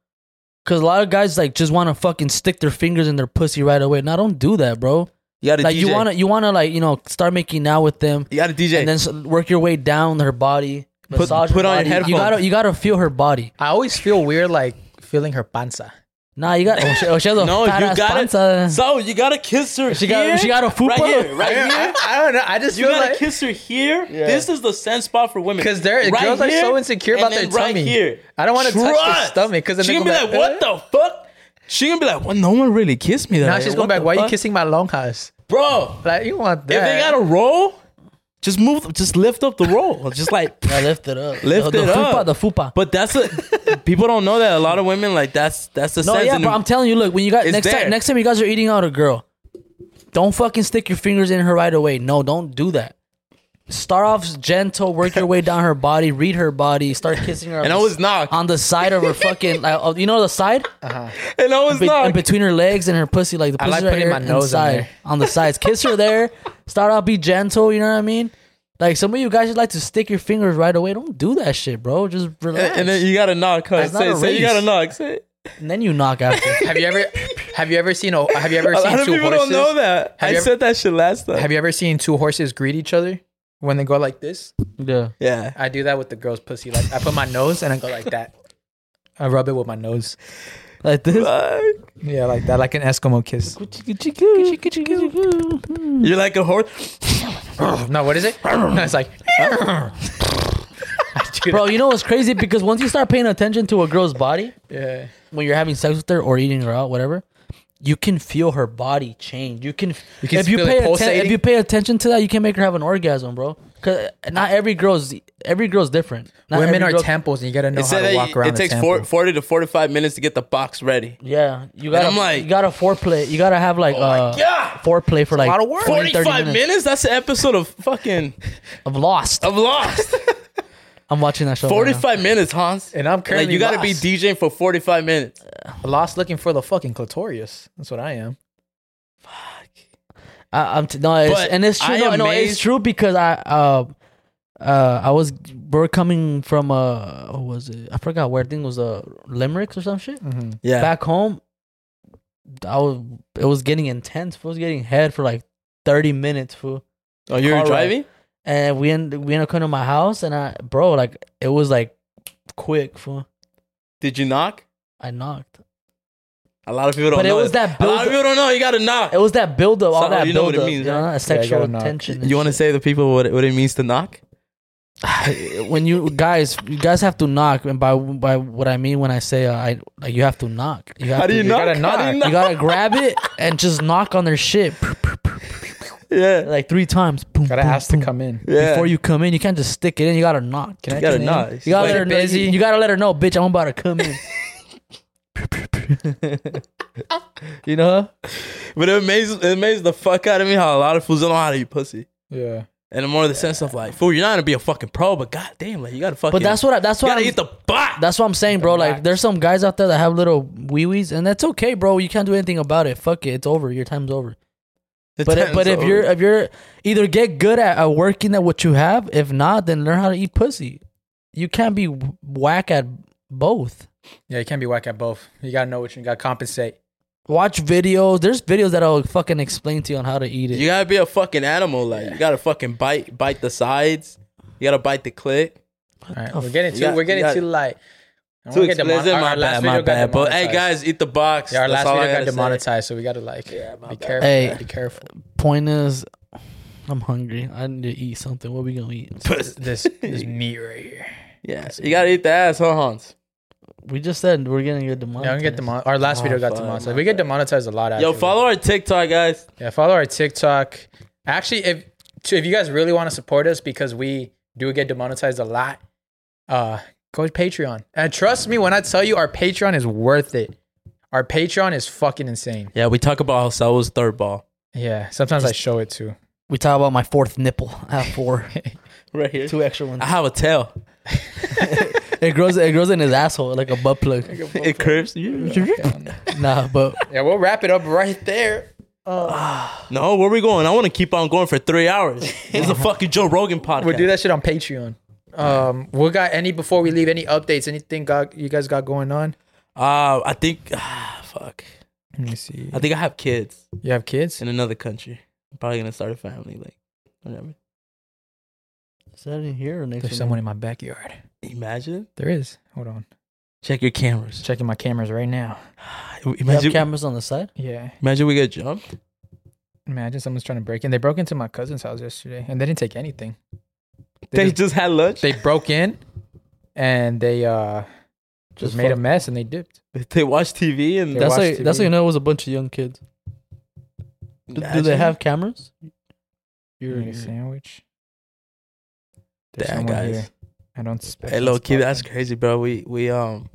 S3: Cause a lot of guys like just want to fucking stick their fingers in their pussy right away. Now don't do that, bro.
S2: You got to
S3: Like
S2: DJ.
S3: you wanna you wanna like you know start making out with them
S2: you got to DJ.
S3: and then s- work your way down her body.
S2: Put-
S3: massage her
S2: put on your
S3: body. You
S2: headphones.
S3: gotta you gotta feel her body.
S1: I always feel weird, like feeling her panza.
S3: Nah, you got. Oh, she, oh, she has a
S2: No, you
S3: fat ass
S2: gotta-
S3: panza.
S2: So you gotta kiss her.
S3: She got-
S2: here,
S3: she got a fupa?
S2: right here, right
S1: I,
S2: here.
S1: I don't know. I just
S2: You
S1: feel
S2: gotta
S1: like
S2: kiss her here. This is the sense spot for women.
S1: because they're
S2: Right
S1: girls are so
S2: here,
S1: insecure
S2: and
S1: about their
S2: then right
S1: tummy.
S2: Here.
S1: I don't want to touch their
S2: Trust.
S1: stomach because
S2: she gonna be like, "What the fuck?" She gonna be like, "Well, no one really kissed me." That
S1: Now
S2: way.
S1: she's
S2: What
S1: going back.
S2: the
S1: Why are you
S2: fuck?"
S1: kissing my longhouse?
S2: bro?
S1: Like you want
S2: If
S1: that?
S2: they got a roll, just move, just lift up the roll, just like.
S3: Yeah, lift it up.
S2: Lift
S3: the, the
S2: it
S3: fupa,
S2: up.
S3: The fupa.
S2: But that's a people don't know that a lot of women like that's that's the
S3: No,
S2: sense.
S3: yeah,
S2: and
S3: but I'm telling you, look, when you got
S2: It's
S3: next
S2: there.
S3: time, next time you guys are eating out a girl, don't fucking stick your fingers in her right away. No, don't do that. Start off gentle, work your way down her body, read her body, start kissing her. on
S2: And I
S3: the-
S2: was not.
S3: on the side of her fucking, like, oh, you know, the side,
S2: and I was
S3: Be-
S2: not.
S3: and between her legs and her pussy, like the pussy
S1: like
S3: right
S1: putting
S3: here
S1: my
S3: and
S1: nose on
S3: side,
S1: there.
S3: on the sides. Kiss her there. Start off, be gentle. You know what I mean? Like some of you guys just like to stick your fingers right away. Don't do that shit, bro. Just relax.
S2: and then you gotta knock. Huh?
S3: That's not
S2: Say,
S3: a
S2: say you
S3: race.
S2: gotta knock. Say.
S3: and then you knock after.
S1: have you ever? Have you ever seen a? Have you ever
S2: A
S1: seen
S2: lot of
S1: two
S2: people
S1: horses?
S2: don't know that.
S1: Have
S2: I
S1: you ever-
S2: said that shit last time.
S1: Have you ever seen two horses greet each other when they go like this?
S3: yeah.
S2: yeah.
S1: I do that with the girl's pussy. Like I put my nose and I go like that. I rub it with my nose.
S3: Like this.
S2: Uh,
S1: Yeah, like that, like an Eskimo kiss.
S2: You're like a horse.
S1: No, what is it? No, it's like
S3: Bro, you know what's crazy? Because once you start paying attention to a girl's body,
S1: yeah.
S3: when you're having sex with her or eating her out, whatever, you can feel her body change. You can,
S1: You can
S3: if you
S1: feel it
S3: pay attention,
S1: pulsating.
S3: if you pay attention to that, you can make her have an orgasm, bro. Cause not every girl's every girl's different. Not
S1: Women
S3: every
S1: are
S3: girl-
S1: temples, and you gotta know
S2: It
S1: how
S2: said
S1: to walk
S2: that
S1: around.
S2: it
S1: a
S2: takes
S1: temple.
S2: four, 40 to 45 minutes to get the box ready.
S3: Yeah, you gotta.
S2: I'm like- Oh
S3: you gotta foreplay. You gotta have like uh,
S2: Yeah.
S3: foreplay for like
S1: lot of work.
S3: 20, 30
S2: 45
S3: minutes.
S2: minutes? That's an episode of fucking
S3: of Lost.
S2: of Lost.
S3: I'm watching that show. right now.
S2: 45 minutes, Hans.
S1: And I'm currently
S2: like you gotta be
S1: lost.
S2: DJing for 45 minutes.
S1: lost looking for the fucking clitoris. That's what I am.
S3: I, I'm t- no, it's,
S2: But
S3: and it's true.
S2: I
S3: No,
S2: am
S3: no, it's
S2: amazed-
S3: true because I uh uh I was we're coming from uh what was it I forgot where I think it was uh Limericks or some shit
S2: Yeah.
S3: back home. I was it was getting intense. Fool. It was getting head for like thirty minutes. Fool.
S2: oh, you were
S3: car ride.
S2: driving?
S3: And we end we end up coming to my house and I bro like it was like quick. Fool.
S2: Did you knock?
S3: I knocked.
S2: A lot of people don't
S3: But it
S2: know.
S3: was that
S2: A lot of
S3: build-
S2: people don't know. You gotta knock.
S3: It was that build up, all
S2: So,
S3: that
S2: you know what
S3: build
S2: it
S3: up,
S2: means,
S3: you know,
S2: right?
S3: that sexual
S1: gotta knock.
S3: tension. and
S2: You wanna
S3: shit.
S2: say to people what it, what it means to knock?
S3: when you guys you guys have to knock and by by what i mean when i say uh, i like you have to knock you have
S2: How do
S3: to,
S2: you knock?
S1: gotta
S2: How do you
S3: you gotta grab it and just knock on their shit
S2: Yeah.
S3: like three times boom,
S1: Gotta
S3: boom,
S1: ask to
S3: boom.
S1: come in.
S2: Yeah.
S3: before you come in you can't just stick it in you gotta knock
S1: Can I
S2: You gotta
S1: come in?
S2: knock.
S3: you gotta
S2: Like,
S3: let her know
S1: busy.
S3: you, you gotta let her know bitch i'm about to come in you know
S2: But it amazed it amazed the fuck out of me how a lot of fools don't know how to eat pussy.
S1: Yeah.
S2: And the more the sense of like, fool, you're not gonna be a fucking pro, but goddamn, like you gotta fucking.
S3: but that's what I, that's
S2: you
S3: what
S2: gotta
S3: I'm,
S2: eat the bot.
S3: that's what i'm saying bro like there's some guys out there that have little wee wees and that's okay bro you can't do anything about it fuck it it's over your time's over
S2: The
S3: But if,
S2: time's
S3: but if
S2: over.
S3: you're if you're either get good at, at working at what you have, if not, then learn how to eat pussy. You can't be wh- whack at both.
S1: Yeah, you can't be whack at both. You gotta know what you gotta compensate.
S3: Watch videos. There's videos that I'll fucking explain to you on how to eat it.
S2: you gotta be a fucking animal, like you gotta fucking bite bite the sides, you gotta bite the clit.
S1: All right, we're getting too,
S2: Oh, You got-
S1: we're getting
S2: you got-
S1: too light. I
S2: Too
S1: wanna get demon-
S2: explicit,
S1: our-
S2: my
S1: our last
S2: bad, my
S1: video got
S2: bad. But hey,
S1: demonetized.
S2: guys, eat the box.
S1: yeah, our
S2: That's
S1: last
S2: all I
S1: video got
S2: gotta say.
S1: demonetized, so we gotta like be careful.
S3: Hey.
S1: be careful.
S3: Point is, I'm hungry. I need to eat something. What we gonna eat?
S1: This this meat right here.
S2: Yeah, you gotta eat the ass, huh, Hans?
S3: We just said we're gonna get
S1: Yeah,
S3: demonetized.
S1: we get demon- Our last video got
S2: fuck,
S1: demonetized.
S2: my
S1: We get demonetized a lot. Actually.
S2: Yo, follow our TikTok, guys.
S1: Yeah, follow our TikTok. Actually, if to- if you guys really want to support us, because we do get demonetized a lot, uh, go to Patreon. And trust me when I tell you, our Patreon is worth it. Our Patreon is fucking insane.
S2: Yeah, we talk about Saul's third ball
S1: Yeah, sometimes I show it too.
S3: We talk about my fourth nipple. I have four,
S2: right here.
S3: two extra ones.
S2: I have a tail.
S3: It grows. It grows in his asshole like a butt plug.
S2: It curves.
S3: Nah, but
S1: Yeah, we'll wrap it up right there. Oh,
S2: No, where we going? I want to keep on going for three hours. This is a fucking Joe Rogan podcast.
S1: We'll do that shit on Patreon. Um, we got any before we leave? Any updates? Anything got you guys got going on?
S2: Uh, I think, ah, fuck.
S1: Let me see.
S2: I think I have kids
S1: You have kids?
S2: in another country. I'm probably gonna start a family. Like, whatever.
S3: is that in here or next?
S1: There's
S3: one?
S1: someone in my backyard.
S2: Imagine.
S1: There is. Hold on.
S2: Check your cameras.
S1: Checking my cameras right now.
S3: You have
S2: Imagine,
S3: cameras on the side?
S1: Yeah.
S2: imagine we get jumped.
S1: Imagine someone's trying to break in. They broke into my cousin's house yesterday and they didn't take anything.
S2: They,
S1: They, just,
S2: just had lunch.
S1: they broke in and they uh just, made a
S3: fuck-
S1: mess and they dipped.
S2: They watch TV and
S1: They
S3: That's
S1: watch
S3: how, you- that's
S1: TV.
S3: how you know it was a bunch of young kids. Do, do they have cameras?
S1: You
S3: You're,
S2: Mm-hmm.
S1: need a
S3: you're-
S1: sandwich. There's
S2: Damn,
S1: someone
S2: guys.
S1: here. I don't suspect.
S2: Hey,
S1: this
S2: low key,
S1: fucker.
S2: that's crazy, bro. We we um.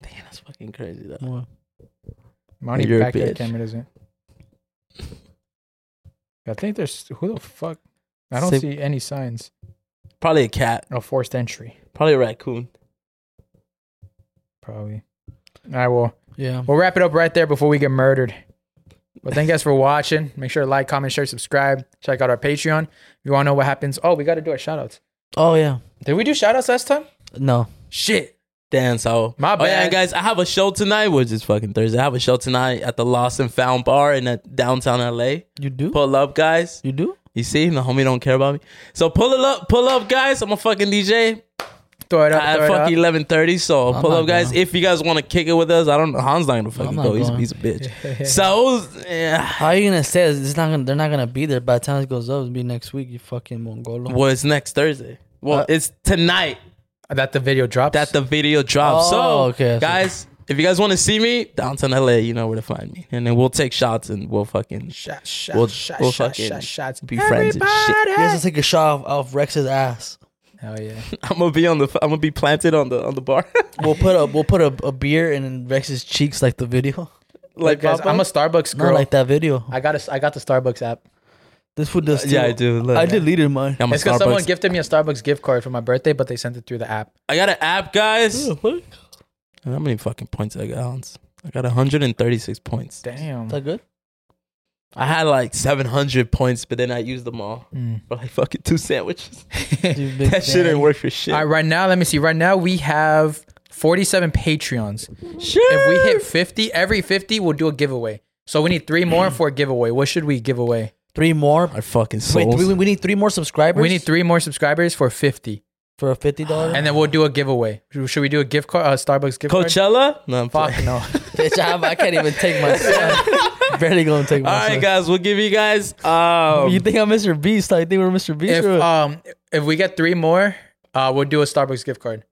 S2: Damn, that's fucking crazy though.
S3: Well,
S1: Monty
S2: You're a
S1: back that
S2: bitch.
S1: camera doesn't. I think there's who the fuck. I don't
S2: Save-
S1: see any signs
S2: Probably a cat.
S1: of forced entry.
S2: Probably a raccoon.
S1: Probably. All right, well,
S3: yeah.
S1: we'll wrap it up right there before we get murdered. But thank you guys for watching. Make sure to like, comment, share, subscribe. Check out our Patreon. If you want to know what happens, oh, we got to do our shout outs.
S3: Oh yeah.
S1: Did we do shout outs last time?
S3: No.
S1: Shit.
S2: Damn, so
S1: My
S2: Oh yeah,
S1: bad.
S2: and guys, I have a show tonight, which is fucking Thursday. I have a show tonight at the Lost and Found Bar in uh, downtown LA.
S3: You do?
S2: Pull up, guys.
S3: You do?
S2: You see, the homie don't care about me. So pull it up, pull up, guys. I'm a fucking DJ
S1: Throw it up.
S2: at
S1: Throw it
S2: fucking
S1: up.
S2: 11:30. So
S3: I'm
S2: pull
S3: not
S2: up, guys.
S3: going.
S2: If you guys want to kick it with us, I don't. Hans not gonna fucking
S3: not
S2: go. He's,
S3: going.
S2: he's a bitch. so yeah.
S3: How are you gonna say this? It's not gonna. They're not gonna be there by the time it goes up. It'll be next week. You fucking Mongolo.
S2: Well, it's next Thursday. Well,
S3: Uh,
S2: it's tonight
S1: Oh, That the video drops.
S2: that the video drops.
S3: Oh,
S2: so,
S3: okay, I see.
S2: guys, if you guys want to see me downtown LA, you know where to find me. And then we'll take shots and we'll fucking
S1: shot, shot,
S2: We'll-
S1: shot,
S2: we'll
S1: shot,
S2: fucking
S1: shot, shots.
S2: be friends and shit.
S3: You guys to take a shot off, off Rex's ass.
S1: Oh yeah.
S2: I'm gonna be on the I'm gonna be planted on the on the bar
S3: We'll put a we'll put a, a beer in Rex's cheeks like the video.
S1: Like,
S2: like
S1: guys,
S2: Papa?
S1: I'm a Starbucks
S3: Not
S1: girl.
S3: like that video.
S1: I got a, I got the Starbucks app.
S3: This food does.
S2: Uh, yeah I
S3: too.
S2: do look,
S3: I deleted mine.
S2: I'm a
S1: It's because someone
S2: Starbucks.
S1: gifted me a Starbucks gift card for my birthday, but they sent it through the app.
S2: I got an app, guys.
S3: What the fuck? Is
S2: How many fucking points I got? Hans? I got 136 points.
S1: Damn.
S3: that good?
S2: I had like 700 points, but then I used them all
S1: Mm.
S2: for like fucking two sandwiches.
S3: You big
S2: that shit
S3: daddy.
S2: didn't work for shit.
S1: All right, right now, let me see. Right now, we have 47 Patreons. If we hit 50, every 50, we'll do a giveaway. So we need three more for a giveaway. What should we give away?
S3: Three more.
S2: Our fucking
S3: Wait,
S2: souls.
S3: three, we need three more subscribers.
S1: We need three more subscribers for 50,
S3: for a fifty dollar.
S1: and then we'll do a giveaway. Should we do a gift card, a Starbucks gift card?
S2: Coachella? No, I'm
S1: Fuck
S2: fucking.
S1: no.
S3: Bitch, I, have- I can't even take my son. Barely gonna take my
S2: All
S3: son.
S2: right, guys, we'll give you guys. Um,
S3: You think I'm Mr. Beast? I think we're Mr. Beast.
S1: if
S3: or what?
S1: um if we get three more, uh, we'll do a Starbucks gift card.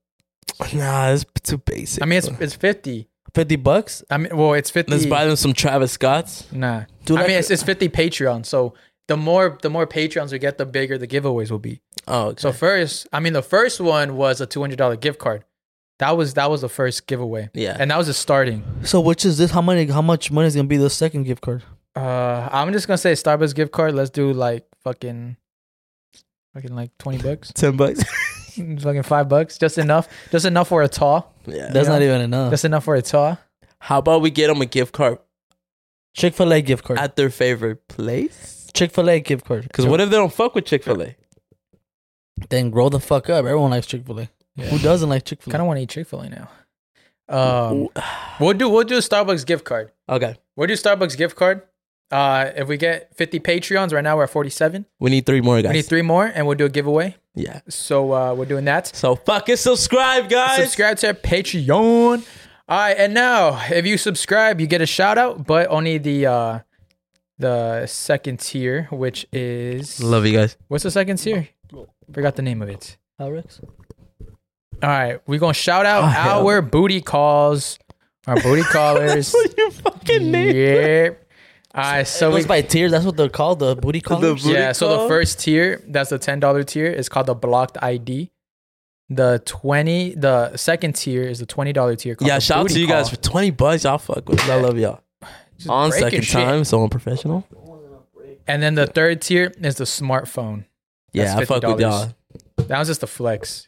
S2: nah, it's too basic.
S1: I mean, it's it's 50.
S3: Fifty bucks.
S1: I mean, well, it's 50.
S2: let's buy them some Travis Scotts.
S1: Nah.
S3: Do
S1: I
S3: like
S1: mean,
S3: a-
S1: it's, it's 50 Patreon. So the more the more Patreons we get, the bigger the giveaways will be.
S2: Oh, okay.
S1: So first, I mean, the first one was a two hundred dollar gift card. That was that was the first giveaway,
S2: yeah,
S1: and that was the starting.
S3: So which is this? How many? How much money is gonna be the second gift card?
S1: Uh, I'm just gonna say Starbucks gift card. Let's do like fucking, fucking like twenty bucks,
S2: ten bucks.
S1: fucking five bucks, just enough, just enough for a tall,
S2: yeah.
S3: That's
S1: Yeah.
S3: not even enough.
S1: just enough for a tall.
S2: How about we get them a gift card
S3: Chick Fil A gift card.
S2: at their favorite place?
S3: Chick Fil A gift card.
S2: Because what if they don't fuck with Chick Fil A?
S3: Then grow the fuck up. Everyone likes Chick Fil A. Who doesn't like Chick Fil
S1: Kind
S3: A?
S1: of want to eat Chick Fil A now. Um, we'll do we'll do a Starbucks gift card.
S2: Okay,
S1: We'll do Starbucks gift card. Uh, if we get 50 Patreons, right now we're at 47.
S2: we need three more guys.
S1: We need three more, and we'll do a giveaway.
S2: Yeah.
S1: So uh, we're doing that.
S2: So fucking subscribe, guys.
S1: Subscribe to our Patreon. All right, and now if you subscribe, you get a shout out, but only the uh, the second tier, which is
S2: Love you guys.
S1: what's the second tier? Forgot the name of it.
S3: How Rex?
S1: All right, we're gonna shout out
S2: Oh, hell.
S1: our booty calls, our booty callers.
S2: Your fucking name.
S1: Yep. All right, so
S3: It
S1: we
S3: goes by tiers. That's what they're called. The booty call.
S2: booty-
S1: yeah, so the
S2: call?
S1: first tier, that's the ten dollar tier, is called the blocked ID. The twenty, the second tier is the twenty dollar tier. called
S2: Yeah,
S1: the
S2: shout out
S1: booty
S2: to you guys for
S1: call.
S2: twenty bucks. Y'all fuck with. it. I love y'all.
S1: Just
S2: On
S1: breaking
S2: second
S1: shit.
S2: time, so unprofessional.
S1: And then the third tier is the smartphone.
S2: Yeah, I
S1: That's
S2: fuck with
S1: $50.
S2: y'all.
S1: That was just a flex.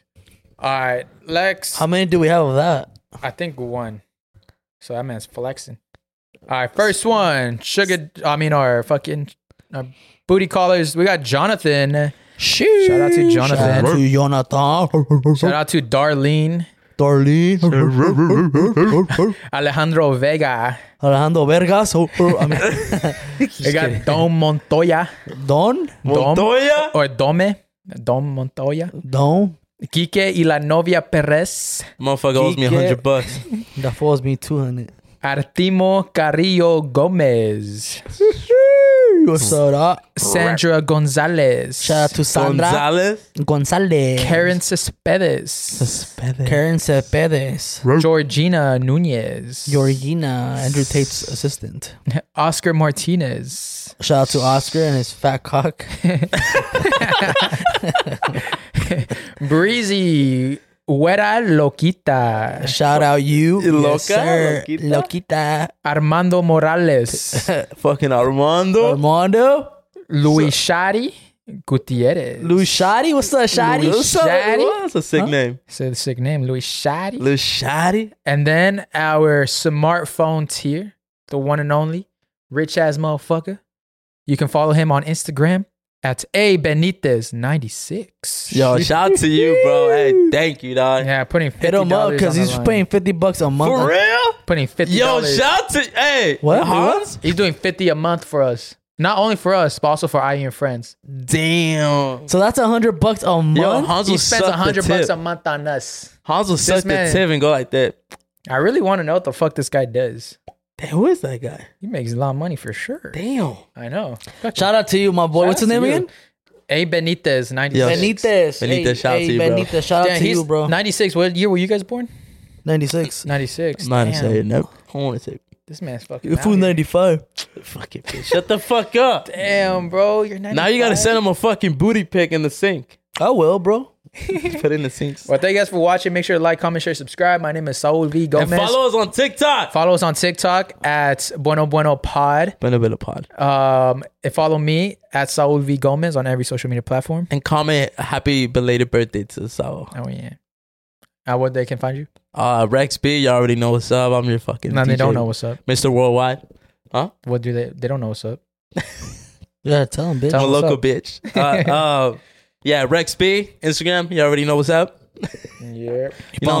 S1: All right, Lex.
S3: How many do we have of that?
S1: I think one. So that man's flexing. All right, first one, sugar. I mean, our fucking our booty callers. We got Jonathan.
S3: Shoot.
S1: Shout out to
S3: Shout out
S1: Jonathan.
S3: to Jonathan.
S1: Shout out to Darlene.
S3: Darlene.
S1: Alejandro Vega.
S3: Alejandro Vergas. Oh, oh, I mean,
S1: We got Don Montoya.
S3: Don.
S1: Dom
S2: Montoya?
S1: or Dome, Dom Montoya,
S3: Don.
S1: Quique y la novia Perez,
S2: Motherfucker owes me a
S3: Quique.
S2: hundred bucks.
S3: That falls me 200.
S1: Artimo Carrillo Gomez,
S3: What's up?
S1: Sandra Gonzalez,
S3: Shout out to Sandra
S2: Gonzalez.
S3: Gonzalez.
S1: Karen Cespedes,
S3: Karen Cepedes.
S1: Georgina Nunez,
S3: Georgina, Andrew Tate's assistant.
S1: Oscar Martinez,
S3: Shout out to Oscar and his fat cock.
S1: Breezy Huera Loquita,
S3: Shout out you.
S2: Loca,
S3: yes, sir. Loquita.
S1: Armando Morales,
S2: Fucking Armando.
S3: Armando.
S1: Luis Shari Gutierrez.
S3: Lou Shadi. What's up, Shadi?
S2: Lil Shotty.
S1: Shotty.
S2: What? That's a sick name.
S1: So the sick name, Luis Shari.
S2: Lil Shotty.
S1: And then our smartphone tier, the one and only, rich ass motherfucker. You can follow him on Instagram at A Benitez96.
S2: Yo, shout out to you, bro. Hey, thank you, dog.
S1: Yeah, putting $50
S3: Hit him up
S1: because
S3: because he's paying 50 bucks a month.
S2: For real?
S1: Putting $50.
S2: Yo, shout out to hey
S3: What?
S2: Hans.
S1: he's doing 50 a month for us. Not only for us, but also for I and friends.
S2: Damn.
S3: So that's 100 bucks a month.
S2: Yo, Hans
S1: He
S2: will
S1: spends
S2: suck the
S1: 100 bucks
S2: tip.
S1: a month on us.
S2: Hans will suck the
S1: man-
S2: tip and go like that.
S1: I really want to know what the fuck this guy does.
S2: Damn, who is that guy?
S1: He makes a lot of money for sure.
S2: Damn.
S1: I know.
S3: Shout out to you, my boy. What's his name again?
S1: A Benitez, 96.
S2: Yo,
S3: Benitez.
S2: Benitez,
S3: Hey,
S2: shout out
S3: hey,
S2: to you, bro.
S3: Benitez, shout out
S1: Damn,
S3: to
S1: he's
S3: you, bro.
S1: 96. What year were you guys born?
S3: 96.
S1: 96.
S2: Not
S1: Damn.
S2: say it. No. I want to say
S1: This man's fucking.
S3: Your
S1: out
S3: food
S1: here.
S3: 95.
S2: Fuck it, bitch. Shut the fuck up.
S1: Damn, bro. You're 95.
S2: Now you gotta send him a fucking booty pic in the sink.
S3: I will, bro.
S2: Put in the sink.
S1: Well, thank you guys for watching. Make sure to like, comment, share, subscribe. My name is Saul V.
S2: And
S1: Gomez.
S2: follow us on TikTok.
S1: Follow us on TikTok at Bueno Bueno Pod.
S2: Been a bit of pod.
S1: Um, and follow me at Saul V. Gomez on every social media platform.
S2: And comment happy belated birthday to Sao.
S1: Oh, yeah. At what they can find you?
S2: Uh, Rex B, you already know what's up. I'm your fucking.
S1: No, they
S2: DJ,
S1: don't know what's up.
S2: Mr. Worldwide.
S1: What do they? They don't know what's up.
S3: Yeah, tell him, bitch.
S1: Tell
S2: I'm a
S1: him what's
S2: local
S1: up.
S2: bitch. Uh, uh, yeah, Rex B, Instagram. You already know what's up.
S1: Yeah.
S2: You know
S3: Follow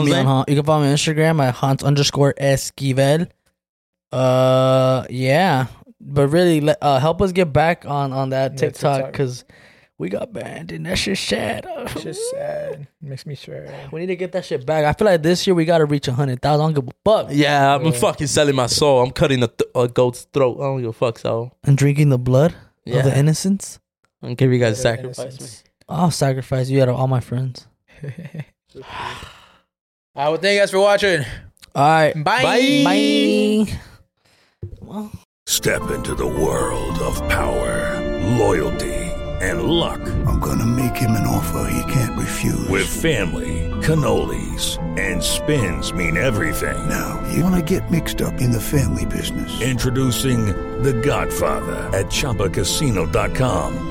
S2: what I'm
S3: me on,
S2: saying?
S3: Han- you can follow me on Instagram at Hans underscore Esquivel. Uh, yeah, but really, let- uh, help us get back on on that
S1: Yeah,
S3: TikTok
S1: TikTok.
S3: because we got banned and that shit sad.
S1: Just sad. Makes me sad.
S3: We need to get that shit back. I feel like this year we gotta reach a hundred thousand. I don't give a fuck.
S2: Yeah, I'm fucking selling my soul. I'm cutting a, th- a goat's throat. I don't give a fuck, so
S3: And drinking the blood
S2: yeah.
S3: of the innocents.
S2: I'm gonna give you guys a sacrifice. man.
S3: I'll sacrifice you out of all my friends.
S1: I would thank you guys for watching.
S3: All right,
S1: Bye.
S3: bye. Well.
S6: Step into the world of power, loyalty, and luck
S7: I'm gonna make him an offer he can't refuse.
S6: with family, cannolis, and spins mean everything.
S7: now, you wanna get mixed up in the family business.
S6: Introducing The Godfather at ChumbaCasino.com.